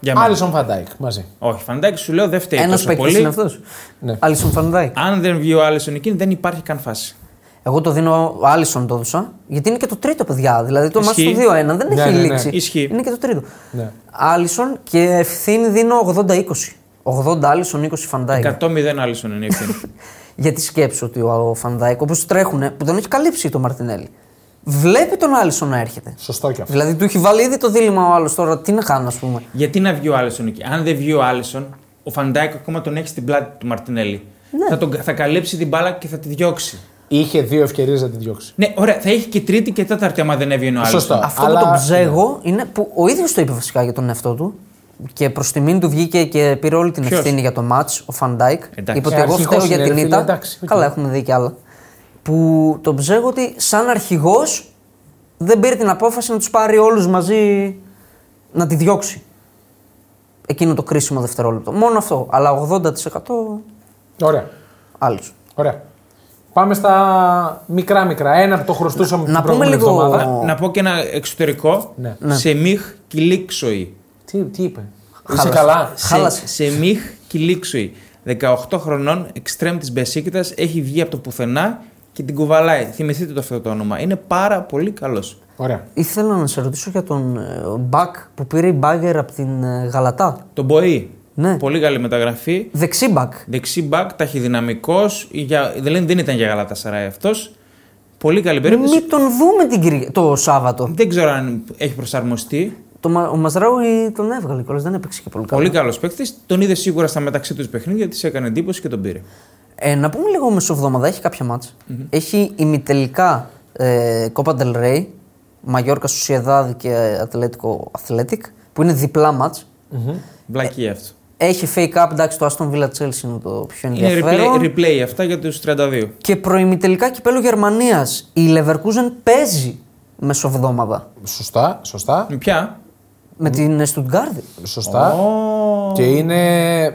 Speaker 2: Για μένα.
Speaker 1: Άλισον Φαντάικ μαζί.
Speaker 2: Όχι, Φαντάκι σου λέω δεν φταίει
Speaker 3: Ένας
Speaker 2: τόσο
Speaker 3: παίκτης
Speaker 2: πολύ.
Speaker 3: είναι αυτός.
Speaker 1: Ναι.
Speaker 3: Άλισον Φαντάικ.
Speaker 2: Αν δεν βγει ο Άλισον εκείνη, δεν υπάρχει καν φάση.
Speaker 3: Εγώ το δίνω, Άλισον το έδωσα, γιατί είναι και το τρίτο, παιδιά. Δηλαδή το μάτι
Speaker 2: Ισχύει.
Speaker 3: του 2-1 δεν
Speaker 1: Ναι,
Speaker 3: έχει
Speaker 1: ναι, ναι.
Speaker 3: λήξει.
Speaker 2: Ισχύει.
Speaker 3: Είναι και το τρίτο.
Speaker 1: Ναι.
Speaker 3: Άλισον και ευθύνη δίνω 80-20. 80 Άλισον, 20
Speaker 1: Ναι.
Speaker 3: Φαντάικ.
Speaker 2: 100-0 Άλισον είναι η ευθύνη.
Speaker 3: Γιατί σκέψω ότι ο Φαντάικ, όπως τρέχουνε, που τον έχει καλύψει το Μαρτινέλli, βλέπει τον Άλισον να έρχεται.
Speaker 1: Σωστό κι αυτό.
Speaker 3: Δηλαδή του έχει βάλει ήδη το δίλημα ο άλλος τώρα. Τι να κάνω, ας πούμε.
Speaker 2: Γιατί να βγει ο Άλισον εκεί. Αν δεν βγει ο Άλισον, ο Φαντάκι ακόμα τον έχει στην πλάτη του Μαρτινέλli.
Speaker 1: Ναι.
Speaker 2: Θα, τον, θα καλύψει την μπάλα και θα τη διώξει.
Speaker 1: Είχε δύο ευκαιρίες να τη διώξει.
Speaker 2: Ναι, ωραία, θα έχει και τρίτη και τέταρτη άμα δεν έβγαινε ο Άλισον.
Speaker 1: Σωστό.
Speaker 3: Αυτό
Speaker 1: αλλά-
Speaker 3: που
Speaker 2: ναι.
Speaker 3: τον ψέγω είναι που ο ίδιος το είπε φυσικά για τον εαυτό του. Και προς τιμήν του βγήκε και πήρε όλη την
Speaker 2: Ποιος?
Speaker 3: ευθύνη για το match ο Φαντάικ.
Speaker 2: Εντάξει.
Speaker 3: Είπε ότι
Speaker 1: Ε,
Speaker 3: εγώ
Speaker 1: αρχηγός
Speaker 3: φταίω για
Speaker 1: είναι,
Speaker 3: την
Speaker 1: ρε φίλε,
Speaker 3: ήττα.
Speaker 1: εντάξει, οκ.
Speaker 3: Καλά, έχουμε δει κι άλλα. Που τον ψέγω ότι σαν αρχηγός δεν πήρε την απόφαση να τους πάρει όλους μαζί να τη διώξει. Εκείνο το κρίσιμο δευτερόλεπτο. Μόνο αυτό. Αλλά 80%
Speaker 1: Ωραία.
Speaker 3: άλλους.
Speaker 1: Ωραία. Πάμε στα μικρά μικρά. Ένα που το χρωστούσαμε
Speaker 3: να
Speaker 1: την
Speaker 3: πούμε
Speaker 1: προηγούμενη
Speaker 3: λίγο-
Speaker 1: εβδομάδα.
Speaker 3: Ο-
Speaker 2: Να πω και ένα εξωτερικό.
Speaker 1: Ναι.
Speaker 2: Σε μιχ κυλίξοη.
Speaker 1: Τι, τι είπε. Είσαι
Speaker 3: Χάλασε.
Speaker 1: καλά.
Speaker 3: Σ- Χάλασε.
Speaker 2: Σε, σε Μιχ Κιλίξουη. 18 χρονών, εξτρέμ της Μπεσίκητας, έχει βγει από το πουθενά και την κουβαλάει. Θυμηθείτε το αυτό το όνομα. Είναι πάρα πολύ καλός.
Speaker 1: Ωραία.
Speaker 3: Ήθελα να σε ρωτήσω για τον ε, Μπακ που πήρε η μπάγκερ από την ε, Γαλατά.
Speaker 2: Τον Μποή.
Speaker 3: Ναι.
Speaker 2: Πολύ καλή μεταγραφή.
Speaker 3: Δεξί μπακ.
Speaker 2: Δεξί μπακ, ταχυδυναμικός. Για... Δεν, λένε- δεν ήταν για Γαλατασαράι αυτός. Πολύ καλή περίπτωση.
Speaker 3: Μην τον δούμε την Κυριακή. Το Σάββατο.
Speaker 2: Δεν ξέρω αν έχει προσαρμοστεί.
Speaker 3: Το, Μα- ο Μαζράουι τον έβγαλε κιόλας, δεν έπαιξε και πολύ καλά.
Speaker 2: Πολύ καλός παίκτης. Τον είδε σίγουρα στα μεταξύ τους παιχνίδια, της έκανε εντύπωση και τον πήρε.
Speaker 3: Ε, να πούμε λίγο μεσοβδομάδα, έχει κάποια μάτς. Έχει ημιτελικά ε, Copa del Rey, Μαγιόρκα Σουσιαδάδ και Ατλέτικο Αθλέτικ, που είναι διπλά μάτς.
Speaker 2: Βλακεί αυτό.
Speaker 3: Έχει fake up, εντάξει, το Aston Villa Chelsea είναι το πιο
Speaker 2: Είναι
Speaker 3: Ε, ενδιαφέρον.
Speaker 2: replay, replay αυτά για τους 32.
Speaker 3: Και προημιτελικά κυπέλο Γερμανίας. Η Leverkusen παίζει μεσοβδόμαδα
Speaker 1: Σωστά, σωστά.
Speaker 2: Με Ποια?
Speaker 3: με την Stuttgart.
Speaker 1: Σωστά.
Speaker 2: Ω.
Speaker 1: Και είναι ε,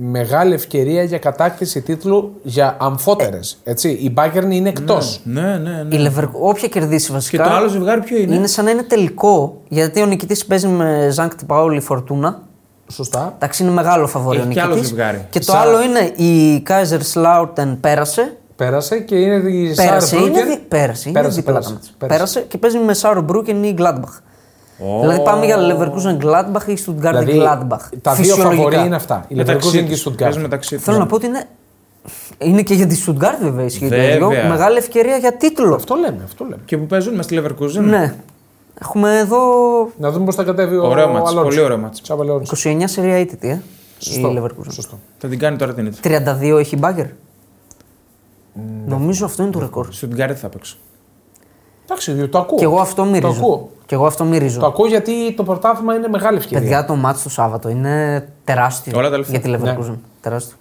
Speaker 1: μεγάλη ευκαιρία για κατάκτηση τίτλου για αμφότερες. έτσι. Η Bayern είναι εκτός.
Speaker 2: Ναι, ναι, ναι.
Speaker 3: Η Lever- Όποια κερδίσει
Speaker 2: Και
Speaker 3: βασικά.
Speaker 2: το άλλο ζευγάρι ποιο είναι.
Speaker 3: Είναι σαν να είναι τελικό, γιατί ο νικητής παίζει με Ζανκ Τιπαόλη Φορτούνα.
Speaker 1: Σωστά.
Speaker 3: Εντάξει, είναι μεγάλο φαβόρι ο
Speaker 2: Έχει κι άλλο
Speaker 3: νικητής.
Speaker 2: ζευγάρι.
Speaker 3: Και το
Speaker 1: Σαν-
Speaker 3: άλλο είναι η Kaiser Slautern πέρασε.
Speaker 1: Πέρασε και είναι η
Speaker 3: Πέρασε,
Speaker 1: Saarbrücken.
Speaker 3: είναι, δι... πέρασε, είναι
Speaker 1: Πέρασε,
Speaker 3: δίπλα τα
Speaker 1: πέρασε,
Speaker 3: μάτς.
Speaker 1: πέρασε.
Speaker 3: πέρασε. και παίζει με Σάουρμπρουκεν ή Gladbach. Δηλαδή πάμε για Leverkusen Gladbach ή Stuttgart
Speaker 1: Δηλαδή,
Speaker 3: Gladbach.
Speaker 1: τα δύο
Speaker 3: Φυσιολογικά.
Speaker 1: φαβορή είναι αυτά. Η
Speaker 2: Μεταξύ
Speaker 1: Leverkusen και η
Speaker 2: τους. Παίζουν
Speaker 1: Stuttgart.
Speaker 2: μεταξύ τους.
Speaker 3: Θέλω να πω ότι είναι. Είναι και για τη Stuttgart βέβαια ισχύει το
Speaker 2: Βέβαια.
Speaker 3: ίδιο. Μεγάλη ευκαιρία για τίτλο.
Speaker 1: Αυτό λέμε, αυτό λέμε.
Speaker 2: Και που παίζουν μες στη Leverkusen.
Speaker 3: Ναι. Έχουμε εδώ
Speaker 1: Να δούμε πώς θα κατέβει ο
Speaker 2: Ωραίο μάτς,
Speaker 1: Αλόνσο.
Speaker 2: πολύ ωραίο μάτς.
Speaker 1: Τσάβε Αλόνσο.
Speaker 3: 29 Serie ATT, ε. η Leverkusen.
Speaker 1: Σωστό.
Speaker 2: Θα την κάνει τώρα την ίδια.
Speaker 3: 32 έχει μπάγκερ. Νομίζω αυτό είναι το ρεκόρ.
Speaker 2: Στουτγκάρδη θα παίξω.
Speaker 1: Εντάξει, το ακούω.
Speaker 3: Και εγώ αυτό
Speaker 1: το
Speaker 3: μυρίζω.
Speaker 1: ακούω.
Speaker 3: Και εγώ αυτό
Speaker 1: Το
Speaker 3: μυρίζω.
Speaker 1: ακούω γιατί το πρωτάθλημα είναι μεγάλη ευκαιρία.
Speaker 3: Παιδιά, το μάτσο το Σάββατο είναι τεράστιο
Speaker 2: Όλα τα λεφτά.
Speaker 3: για τη
Speaker 1: Ναι.
Speaker 3: Leverkusen. Τεράστιο.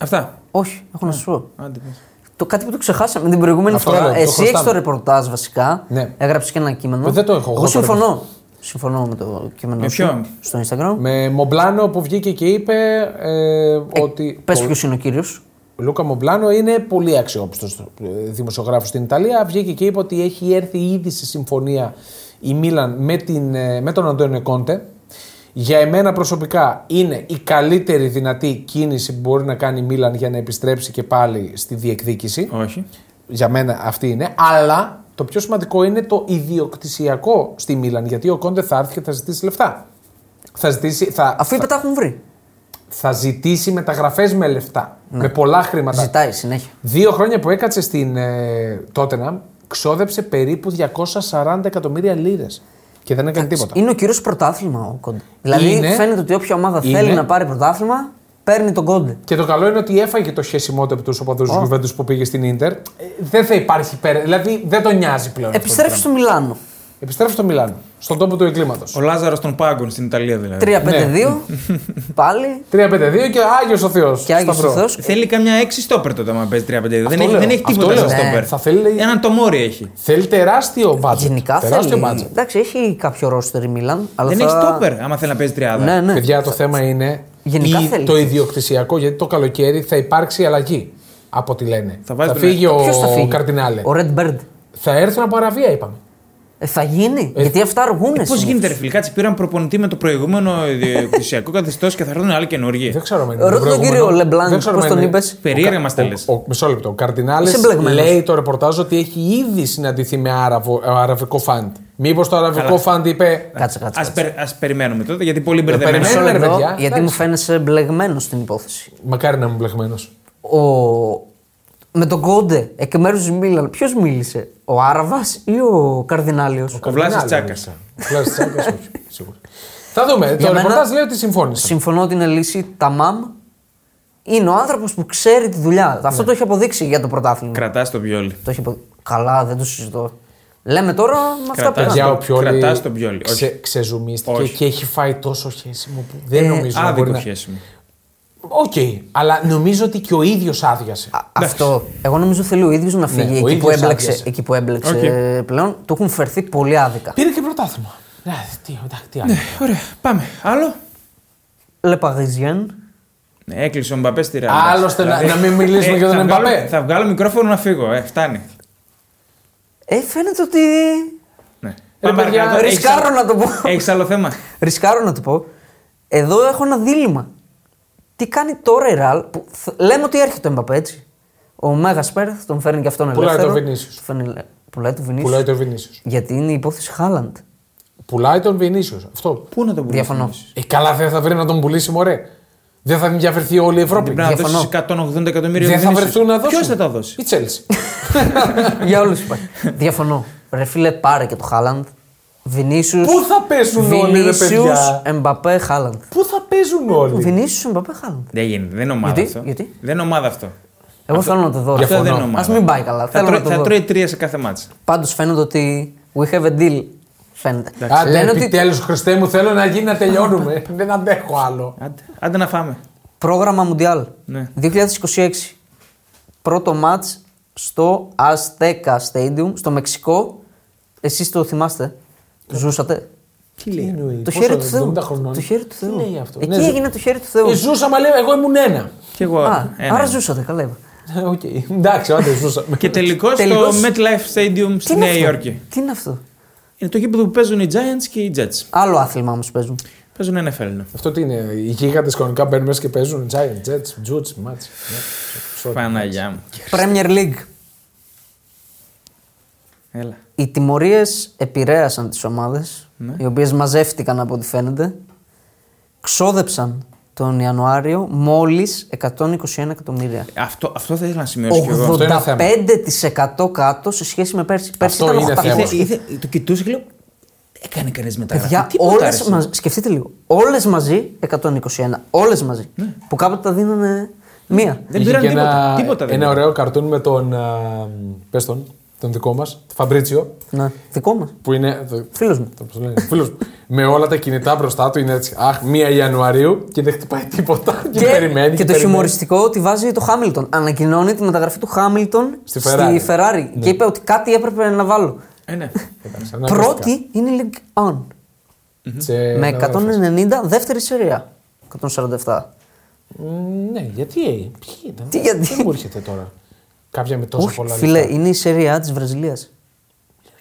Speaker 2: Αυτά.
Speaker 3: Όχι, έχω να σου πω.
Speaker 2: Άντε, πες.
Speaker 3: Το κάτι που το ξεχάσαμε την προηγούμενη
Speaker 1: Ναι. Αυτό
Speaker 3: φορά.
Speaker 1: λέω, το
Speaker 3: Εσύ έχεις
Speaker 1: χρωστάμε.
Speaker 3: το ρεπορτάζ βασικά.
Speaker 1: Ναι.
Speaker 3: Έγραψες και ένα κείμενο.
Speaker 1: Δεν το έχω εγώ
Speaker 3: Εγώ
Speaker 1: το
Speaker 3: συμφωνώ. Συμφωνώ με το κείμενο.
Speaker 2: Με
Speaker 3: σου
Speaker 2: ποιον?
Speaker 3: Στο Instagram.
Speaker 1: Με Μομπλάνο που βγήκε και είπε ε, ότι.
Speaker 3: Πες
Speaker 1: ο
Speaker 3: ποιος είναι ο κύριος.
Speaker 1: Λούκα Μομπλάνο είναι πολύ αξιόπιστος δημοσιογράφος στην Ιταλία. Βγήκε και είπε ότι έχει έρθει ήδη σε συμφωνία η Μίλαν με, την, ε, με τον Αντώνιο Κόντε. Για εμένα προσωπικά είναι η καλύτερη δυνατή κίνηση που μπορεί να κάνει η Μίλαν για να επιστρέψει και πάλι στη διεκδίκηση.
Speaker 2: Όχι.
Speaker 1: Για μένα αυτή είναι. Αλλά το πιο σημαντικό είναι το ιδιοκτησιακό στη Μίλαν. Γιατί ο Κόντε θα έρθει και θα ζητήσει λεφτά. Θα ζητήσει, θα,
Speaker 3: Αφού είπε τα έχουν βρει.
Speaker 1: θα ζητήσει μεταγραφές με λεφτά. Με πολλά χρήματα.
Speaker 3: Ζητάει συνέχεια.
Speaker 1: Δύο χρόνια που έκατσε στην ε, Τότεναμ, ξόδεψε περίπου 240 εκατομμύρια λίρες. Και δεν έκανε τίποτα.
Speaker 3: Είναι ο κύριος πρωτάθλημα ο Κόντε. Δηλαδή
Speaker 1: Είναι.
Speaker 3: φαίνεται ότι όποια ομάδα
Speaker 1: Είναι.
Speaker 3: θέλει να πάρει πρωτάθλημα παίρνει τον Κόντε.
Speaker 1: Και το καλό είναι ότι έφαγε το χέσιμο του από τους οπαδούς oh. Γιουβέντους που πήγε στην ντερ. Δεν θα υπάρχει πέρα. Δηλαδή δεν τον νοιάζει πλέον. αυτό το
Speaker 3: Επιστρέφει στο Μιλάνο.
Speaker 1: πράγμα. Επιστρέφει στο Μιλάνο. Στον τόπο του εγκλήματος.
Speaker 2: Ο Λάζαρος των Πάγκων στην Ιταλία δηλαδή.
Speaker 3: 3-5-2. Πάλι.
Speaker 1: 3-5-2 και Άγιος ο Θεός.
Speaker 3: Και Άγιος ο Θεός.
Speaker 2: Θέλει καμιά έξι στόπερ τότε άμα παίζει 3-5. Δεν, έχει,
Speaker 1: λέω.
Speaker 2: δεν έχει
Speaker 1: Αυτό
Speaker 2: τίποτα
Speaker 1: λέω.
Speaker 2: σαν στόπερ.
Speaker 1: Ναι. Θα θέλει-
Speaker 2: Έναν τομόρι έχει.
Speaker 1: Θέλει τεράστιο μπάτζετ.
Speaker 3: Γενικά
Speaker 1: τεράστιο
Speaker 3: θέλει.
Speaker 1: budget.
Speaker 3: Εντάξει, έχει κάποιο ρόστερ η Μίλαν. αλλά
Speaker 2: δεν
Speaker 3: θα-
Speaker 2: έχει στόπερ άμα θέλει να παίζει 30.
Speaker 3: Ναι, ναι.
Speaker 1: Παιδιά, το θέμα είναι
Speaker 3: Γενικά
Speaker 1: η-
Speaker 3: θέλει.
Speaker 1: το ιδιοκτησιακό, γιατί το καλοκαίρι θα υπάρξει αλλαγή. Από ό,τι λένε.
Speaker 2: Θα βάζει τον-
Speaker 1: φύγει
Speaker 3: Ποιος θα
Speaker 1: ο
Speaker 3: φύγει.
Speaker 1: Καρδινάλε.
Speaker 3: Ο Red Bird.
Speaker 1: Θα έρθουν από Αραβία, είπαμε.
Speaker 3: Ε, θα γίνει. γιατί αυτά αργούν.
Speaker 2: Πώ Ε, γίνεται, ρε φίλε, κάτσε πήραν προπονητή με το προηγούμενο ιδιοκτησιακό καθεστώς και θα έρθουν άλλοι καινούργοι.
Speaker 1: Δεν ξέρω αν είναι.
Speaker 3: Ρώτα τον
Speaker 1: προηγούμενο.
Speaker 3: κύριο
Speaker 1: Δεν
Speaker 3: Λεμπλάν
Speaker 1: ξέρω αν
Speaker 3: πώ τον
Speaker 1: είναι.
Speaker 3: είπε.
Speaker 2: Περίεργα μα τα λε.
Speaker 1: Ο, μισό λεπτό. Ο Καρδινάλε
Speaker 3: Είσαι μπλεγμένος.
Speaker 1: λέει το ρεπορτάζ ότι έχει ήδη συναντηθεί με άραβο, ε, αραβικό φαντ. Μήπως το αραβικό
Speaker 2: Καλά.
Speaker 1: φαντ είπε.
Speaker 3: Κάτσε, κάτσε. κάτσε.
Speaker 2: Ας περιμένουμε τότε γιατί πολύ μπερδεμένο.
Speaker 1: περιμένουμε.
Speaker 3: Μισό
Speaker 1: Περιμένουμε,
Speaker 3: λεπτό,
Speaker 1: ρε παιδιά.
Speaker 3: γιατί μου φαίνεσαι μπλεγμένο στην υπόθεση.
Speaker 1: Μακάρι να είμαι μπλεγμένο.
Speaker 3: Ο... Με τον Κόντε εκ μέρους της Μίλαν, ποιος μίλησε, ο Άραβας ή ο Καρδινάλιος.
Speaker 2: Ο Βλάσης Τσάκας.
Speaker 1: Ο Βλάσης Τσάκας, όχι. Σίγουρα. Θα δούμε. το
Speaker 3: μένα-
Speaker 1: ρεπορτάζ λέει ότι συμφώνησε.
Speaker 3: Συμφωνώ ότι είναι λύση. Τα μαμ είναι ο άνθρωπος που ξέρει τη δουλειά.
Speaker 1: Ναι.
Speaker 3: Αυτό το έχει αποδείξει για το πρωτάθλημα.
Speaker 2: Κρατάς το βιόλι.
Speaker 3: Το έχει απο- Καλά, δεν το συζητώ. Λέμε τώρα με αυτά
Speaker 2: Κρατάς.
Speaker 3: που
Speaker 1: Για
Speaker 2: το-
Speaker 1: ο Πιόλη
Speaker 2: κρατάς τον Πιόλη, όχι.
Speaker 1: ξε- ξεζουμίστηκε
Speaker 2: Όχι.
Speaker 1: και έχει φάει τόσο χέσιμο που δεν
Speaker 3: Ε,
Speaker 1: νομίζω να μπορεί
Speaker 2: Άδικο
Speaker 1: να...
Speaker 2: χέσιμο.
Speaker 1: Οκ, αλλά νομίζω ότι και ο ίδιος άδειασε.
Speaker 3: Α, Αυτό. Εγώ νομίζω θέλει ο ίδιος να φύγει
Speaker 1: Ναι, ο
Speaker 3: εκεί, που
Speaker 1: ίδιος
Speaker 3: έμπλεξε,
Speaker 1: άδειασε.
Speaker 3: εκεί που έμπλεξε πλέον. Του έχουν φερθεί πολύ άδικα.
Speaker 1: Πήρε και πρωτάθλημα. Δηλαδή, τι, εντάξει, τι άλλο.
Speaker 2: Ωραία, πάμε. Άλλο.
Speaker 3: Λεπαγιζιέν.
Speaker 2: Ναι, Έκλεισε ο Μπαπέ στη Ρεάλ. Δηλαδή, ε,
Speaker 1: Άλλωστε, να- να μην μιλήσουμε για τον
Speaker 2: θα βγάλω-
Speaker 1: Εμπαπέ.
Speaker 2: Θα βγάλω μικρόφωνο να φύγω. Ε, φτάνει.
Speaker 3: Ε, φαίνεται ότι.
Speaker 2: Ναι.
Speaker 1: Ρε, παιδιά,
Speaker 2: παρακάτω. Έχεις
Speaker 3: ρισκάρω
Speaker 2: άλλο-
Speaker 3: να το πω.
Speaker 2: Έχεις άλλο θέμα.
Speaker 3: Ρισκάρω να το πω. Εδώ έχω ένα δίλημα. Τι κάνει τώρα η Ραλ. Που... θ- Λέμε ότι έρχεται ο Εμπαπέ έτσι. Ο Μέγα Πέρθ τον φέρνει και αυτόν
Speaker 1: Πουλάει
Speaker 3: ελεύθερο.
Speaker 1: τον Vinicius.
Speaker 3: Του φέρνει ελε- Πουλάει τον Βινίσιος.
Speaker 1: Πουλάει τον Βινίσιος.
Speaker 3: Γιατί είναι η υπόθεση Χάλαντ.
Speaker 1: Πουλάει τον Βινίσιος. Αυτό.
Speaker 2: Πού να τον πουλήσεις.
Speaker 3: Διαφωνώ.
Speaker 1: Ε, καλά, δεν θα βρει να τον πουλήσει, μωρέ. Δεν θα ενδιαφερθεί όλη η Ευρώπη.
Speaker 2: Πρέπει να
Speaker 3: Διαφωνώ.
Speaker 2: δώσεις 180 εκατομμύρια
Speaker 1: Δεν θα βρεθούν να δώσουν.
Speaker 2: Ποιος θα τα δώσει.
Speaker 1: Η Τσέλση.
Speaker 3: Για όλους υπάρχει. Διαφωνώ. Ρε φίλε, πάρε και το Χάλαντ. Βινίσιους,
Speaker 1: Πού θα πέσουν όλοι, ρε παιδιά.
Speaker 3: Εμπαπέ, Χάλαντ.
Speaker 1: Πού θα παίζουν όλοι.
Speaker 3: Βινίσιους, Εμπαπέ, Χάλαντ.
Speaker 2: Δεν γίνεται. Δεν είναι ομάδα
Speaker 3: Γιατί,
Speaker 2: αυτό.
Speaker 3: γιατί?
Speaker 2: Δεν είναι ομάδα αυτό.
Speaker 3: Εγώ θέλω να το δω.
Speaker 2: Αυτό δεν είναι ομάδα.
Speaker 3: Ας μην πάει καλά.
Speaker 2: Θα,
Speaker 3: Θέλω
Speaker 2: τρώει-
Speaker 3: να το
Speaker 2: θα
Speaker 3: δω.
Speaker 2: τρώει τρία σε κάθε μάτσα.
Speaker 3: Πάντως φαίνεται ότι we have a deal. Φαίνεται.
Speaker 1: Άντε,
Speaker 3: Λένε ότι
Speaker 1: επιτέλους, Χριστέ μου, θέλω να γίνει να τελειώνουμε. δεν αντέχω άλλο.
Speaker 2: Άντε, άντε να φάμε.
Speaker 3: πρόγραμμα Μουντιάλ
Speaker 2: Ναι.
Speaker 3: 2026. Πρώτο μάτς στο Azteca Stadium, στο Μεξικό. Εσείς το θυμάστε. Ζούσατε.
Speaker 1: Τι λέει.
Speaker 3: Το χέρι του Θεού. Το χέρι του Θεού.
Speaker 1: λέει αυτό.
Speaker 3: Εκεί
Speaker 1: Ναι, ζου-
Speaker 3: έγινε το χέρι του Θεού.
Speaker 1: Ε, ζούσαμε, λέει, εγώ ήμουν ένα.
Speaker 2: Κι εγώ. ε,
Speaker 3: Α,
Speaker 2: ένα.
Speaker 3: άρα ζούσατε, καλά είπα.
Speaker 1: Ε, Οκ. Εντάξει, άντε, ζούσαμε.
Speaker 2: Και τελικός στο
Speaker 3: Τελικός.
Speaker 2: MetLife Stadium στη Νέα
Speaker 3: αυτό?
Speaker 2: Υόρκη.
Speaker 3: Τι είναι αυτό.
Speaker 2: Είναι το γήπεδο που παίζουν οι Giants και οι Jets.
Speaker 3: Άλλο άθλημα όμως παίζουν.
Speaker 2: Παίζουν NFL. ναι.
Speaker 1: Αυτό τι είναι, οι γίγαντες κανονικά μπαίνουν μέσα και παίζουν Giant Jets, Jutes, μάτς. Ναι. Sorry.
Speaker 2: Παναγιά μου.
Speaker 3: Premier League.
Speaker 2: Έλα.
Speaker 3: Οι τιμωρίες επηρέασαν τις ομάδες,
Speaker 1: Ναι.
Speaker 3: οι οποίες μαζεύτηκαν από ό,τι φαίνεται. Ξόδεψαν τον Ιανουάριο μόλις 121 εκατομμύρια.
Speaker 2: Αυτό, αυτό θα ήθελα να σημειώσω κι εγώ.
Speaker 1: Αυτό είναι θέμα.
Speaker 3: 85% κάτω σε σχέση με πέρσι. Πέρσι
Speaker 1: Αυτό
Speaker 3: ήταν
Speaker 1: είναι
Speaker 3: 800.
Speaker 1: θέμα. Ε,
Speaker 2: Ήθε- ήθε- το κοιτούσε και λέω έκανε κανείς μεταγραφή.
Speaker 3: Παιδιά,
Speaker 2: Τίποτα, ρε,
Speaker 3: όλες
Speaker 2: εσύ.
Speaker 3: μαζί, σκεφτείτε λίγο. Όλες μαζί 121. Όλες μαζί.
Speaker 1: Ναι.
Speaker 3: Που κάποτε τα δίνανε μία.
Speaker 2: Δεν
Speaker 1: Είχε
Speaker 2: πήραν
Speaker 1: και
Speaker 2: τίποτα.
Speaker 1: Ένα,
Speaker 2: τίποτα δεν
Speaker 1: ένα
Speaker 2: πήραν.
Speaker 1: ωραίο καρτούν με τον. α, Πες τον, τον δικό μας, τον Φαμπρίτσιο.
Speaker 3: Ναι, δικό μας.
Speaker 1: Που είναι.
Speaker 3: Φίλος μου.
Speaker 1: το πώς το λένε, φίλος μου, με όλα τα κινητά μπροστά του είναι έτσι. Αχ, 1 Ιανουαρίου και δεν χτυπάει τίποτα. Και, περιμένει.
Speaker 3: και το
Speaker 1: περιμένει.
Speaker 3: χιουμοριστικό ότι βάζει το Χάμιλτον. Ανακοινώνει τη μεταγραφή του Χάμιλτον
Speaker 1: Στη Ferrari. Ναι.
Speaker 3: Ferrari. Και είπε ότι κάτι έπρεπε να βάλω.
Speaker 2: Ε, ναι.
Speaker 1: Εντάξει, αναγκαστικά.
Speaker 3: Πρώτη είναι η League On.
Speaker 1: Σε-
Speaker 3: με
Speaker 1: Ε, να
Speaker 3: 190, δεύτερη σειρά. 147.
Speaker 1: Μ, Ναι, γιατί. ε, Ποιοι ήταν.
Speaker 3: Τι γιατί?
Speaker 1: Δεν μου έρχεται τώρα. Κάποια με τόσα
Speaker 3: Όχι,
Speaker 1: πολλά
Speaker 3: φίλε,
Speaker 1: λεφτά.
Speaker 3: είναι η σειρά τη Βραζιλία.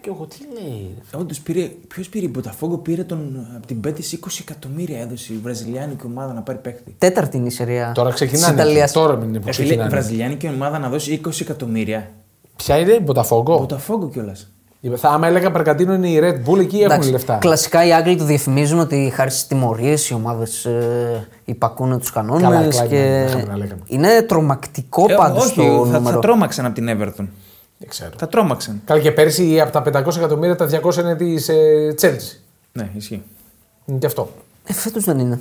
Speaker 1: Και εγώ τι λέει.
Speaker 2: Όντως πήρε. Ποιος πήρε η Μποταφόγκο, πήρε τον, από την Πέτη 20 εκατομμύρια έδωσε η βραζιλιάνικη ομάδα να πάρει παίχτη.
Speaker 3: Τέταρτη είναι η σειρά.
Speaker 1: Τώρα
Speaker 3: της
Speaker 1: ξεκινάνε.
Speaker 3: Ιταλίας.
Speaker 1: Τώρα μην είναι που
Speaker 2: Ε, φίλε, η
Speaker 1: ξεκινάνε.
Speaker 2: βραζιλιάνικη ομάδα να δώσει 20 εκατομμύρια.
Speaker 1: Ποια είναι η Μποταφόγκο.
Speaker 2: Μποταφόγκο κιόλα.
Speaker 1: Είπε, Θα, άμα έλεγα Περκατίνο είναι η Red Bull, εκεί έχουν
Speaker 3: Εντάξει,
Speaker 1: λεφτά.
Speaker 3: Κλασικά οι Άγγλοι το διαφημίζουν ότι χάρη στις τιμωρίες οι ε, ομάδε υπακούν τους κανόνες.
Speaker 1: Καλά, ναι,
Speaker 3: Και...
Speaker 1: κλάμα, να λέγαμε.
Speaker 3: Είναι τρομακτικό
Speaker 2: Ε,
Speaker 3: πάντως
Speaker 2: όχι,
Speaker 3: το
Speaker 2: θα,
Speaker 3: νούμερο.
Speaker 2: θα τρόμαξαν από την Everton.
Speaker 1: Δεν ξέρω.
Speaker 2: Θα τρόμαξαν.
Speaker 1: Καλά και πέρσι από τα 500 εκατομμύρια τα 200 είναι της Chelsea.
Speaker 2: Ναι, ισχύει.
Speaker 1: Είναι και αυτό.
Speaker 3: Ε, Φέτος δεν είναι.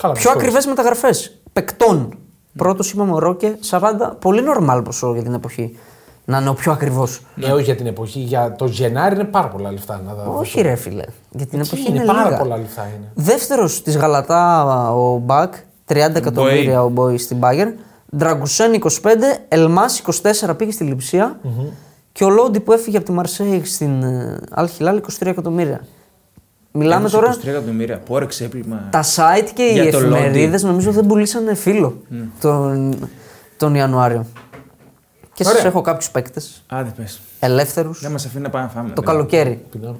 Speaker 1: Καλά,
Speaker 3: Πιο
Speaker 1: πιστεύω.
Speaker 3: ακριβές μεταγραφές. Πεκτών. Πρώτο είπαμε ο Ρόκε 40. Πολύ normal ποσό για την εποχή. Να είναι ο πιο ακριβώ.
Speaker 1: Ναι, όχι για την εποχή. Για το Γενάρη είναι πάρα πολλά λεφτά. Να τα...
Speaker 3: Όχι, ρε φίλε. Για την
Speaker 1: Τι
Speaker 3: εποχή
Speaker 1: είναι,
Speaker 3: είναι
Speaker 1: πάρα
Speaker 3: λίγα.
Speaker 1: πολλά λεφτά είναι.
Speaker 3: Δεύτερος της Γαλατά ο Μπακ, 30 εκατομμύρια ο Μπόι στην Bayern. Ντραγκουσέν 25, Ελμά 24 πήγε στη λιψια Και ο Λόντι που έφυγε από τη Μαρσέη στην ε, Αλχιλάλ 23 εκατομμύρια. Μιλάμε
Speaker 2: Έδωσε
Speaker 3: τώρα.
Speaker 2: 23 εκατομμύρια. Πόρεξ έπλημα.
Speaker 3: Τα site και οι
Speaker 2: Για το
Speaker 3: εφημερίδες νομίζω δεν πουλήσανε φίλο
Speaker 1: Ναι.
Speaker 3: τον, τον Ιανουάριο. Και σα
Speaker 1: Ωραία.
Speaker 3: έχω κάποιους παίκτες
Speaker 2: Άντε πες.
Speaker 3: ελεύθερους
Speaker 2: Δεν μας αφήνει να πάμε να φάμε.
Speaker 3: το
Speaker 2: δηλαδή.
Speaker 3: καλοκαίρι.
Speaker 1: Πεινάω.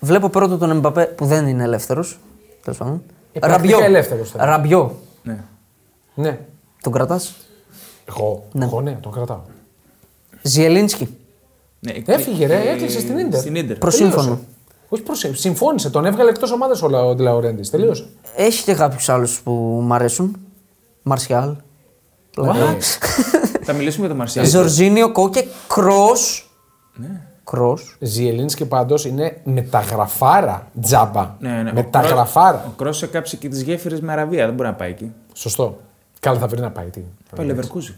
Speaker 3: Βλέπω πρώτο τον Εμπαπέ που δεν είναι ελεύθερος. Τέλος πάντων.
Speaker 1: Ε, πρακτικά ελεύθερος θα είναι.
Speaker 3: Ραμπιό.
Speaker 2: Ναι.
Speaker 1: Ναι.
Speaker 3: Τον κρατάς.
Speaker 1: Εγώ, ναι.
Speaker 3: Ναι.
Speaker 1: εγώ ναι, τον κρατάω.
Speaker 3: Ζιελίνσκι.
Speaker 2: Ναι, εκ-
Speaker 1: Έφυγε, ρε,
Speaker 2: ε,
Speaker 1: έκλεισε στην Ίντερ.
Speaker 2: Στην Ίντερ.
Speaker 3: Προ- Προσύμφωνο.
Speaker 1: Τελείωσε. Όχι προσύμφωνο. Συμφώνησε. Τον έβγαλε εκτός ομάδας ο Λα- ο Ντελαουρέντη. Τελείωσε.
Speaker 3: Έχει και κάποιους άλλους που μου αρέσουν. Μαρσιάλ.
Speaker 2: What? Θα μιλήσουμε για το
Speaker 1: Ε,
Speaker 2: Μαρσιάλ.
Speaker 3: Ζορζίνιο, Κόκε, Κρός.
Speaker 2: Ναι.
Speaker 3: Κρός.
Speaker 1: Ζιελίνσκι πάντως είναι μεταγραφάρα τζάμπα.
Speaker 2: Ναι, ναι. Ο Κρό- Ο
Speaker 1: Μεταγραφάρα.
Speaker 2: Κρό έκαψε και τις γέφυρες με Αραβία. Δεν μπορεί να πάει εκεί.
Speaker 1: Σωστό. Καλά θα βρει να πάει. Τι.
Speaker 2: Πάει Λεβερκούζιν.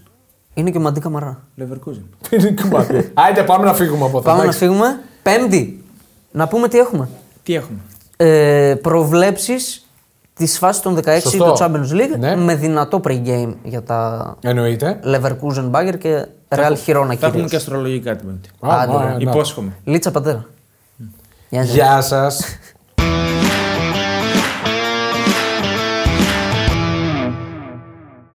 Speaker 3: Είναι και ο Μαντί Καμαρά.
Speaker 2: Λεβερκούζιν.
Speaker 1: Πίνει κουμπάκι. Άιντε πάμε να φύγουμε από εδώ.
Speaker 3: Πάμε να
Speaker 1: εντάξει.
Speaker 3: φύγουμε. Πέμπτη. Να πούμε τι έχουμε.
Speaker 2: Τι έχουμε.
Speaker 3: Ε, Προβλέψεις της φάσης των 16
Speaker 1: Σωστό.
Speaker 3: του Champions League
Speaker 1: Ναι.
Speaker 3: με δυνατό pre-game για τα
Speaker 1: Εννοείται.
Speaker 3: Leverkusen Bagger και Real Χιρόνα
Speaker 2: Θα έχουμε
Speaker 3: κυρίως.
Speaker 2: και αστρολογικά την Πέμπτη.
Speaker 1: Α, ναι.
Speaker 3: Άντε,
Speaker 1: ωραία,
Speaker 3: ρε.
Speaker 1: να.
Speaker 2: Υπόσχομαι.
Speaker 3: Λίτσα πατέρα. Γεια σας.
Speaker 1: Γεια σας.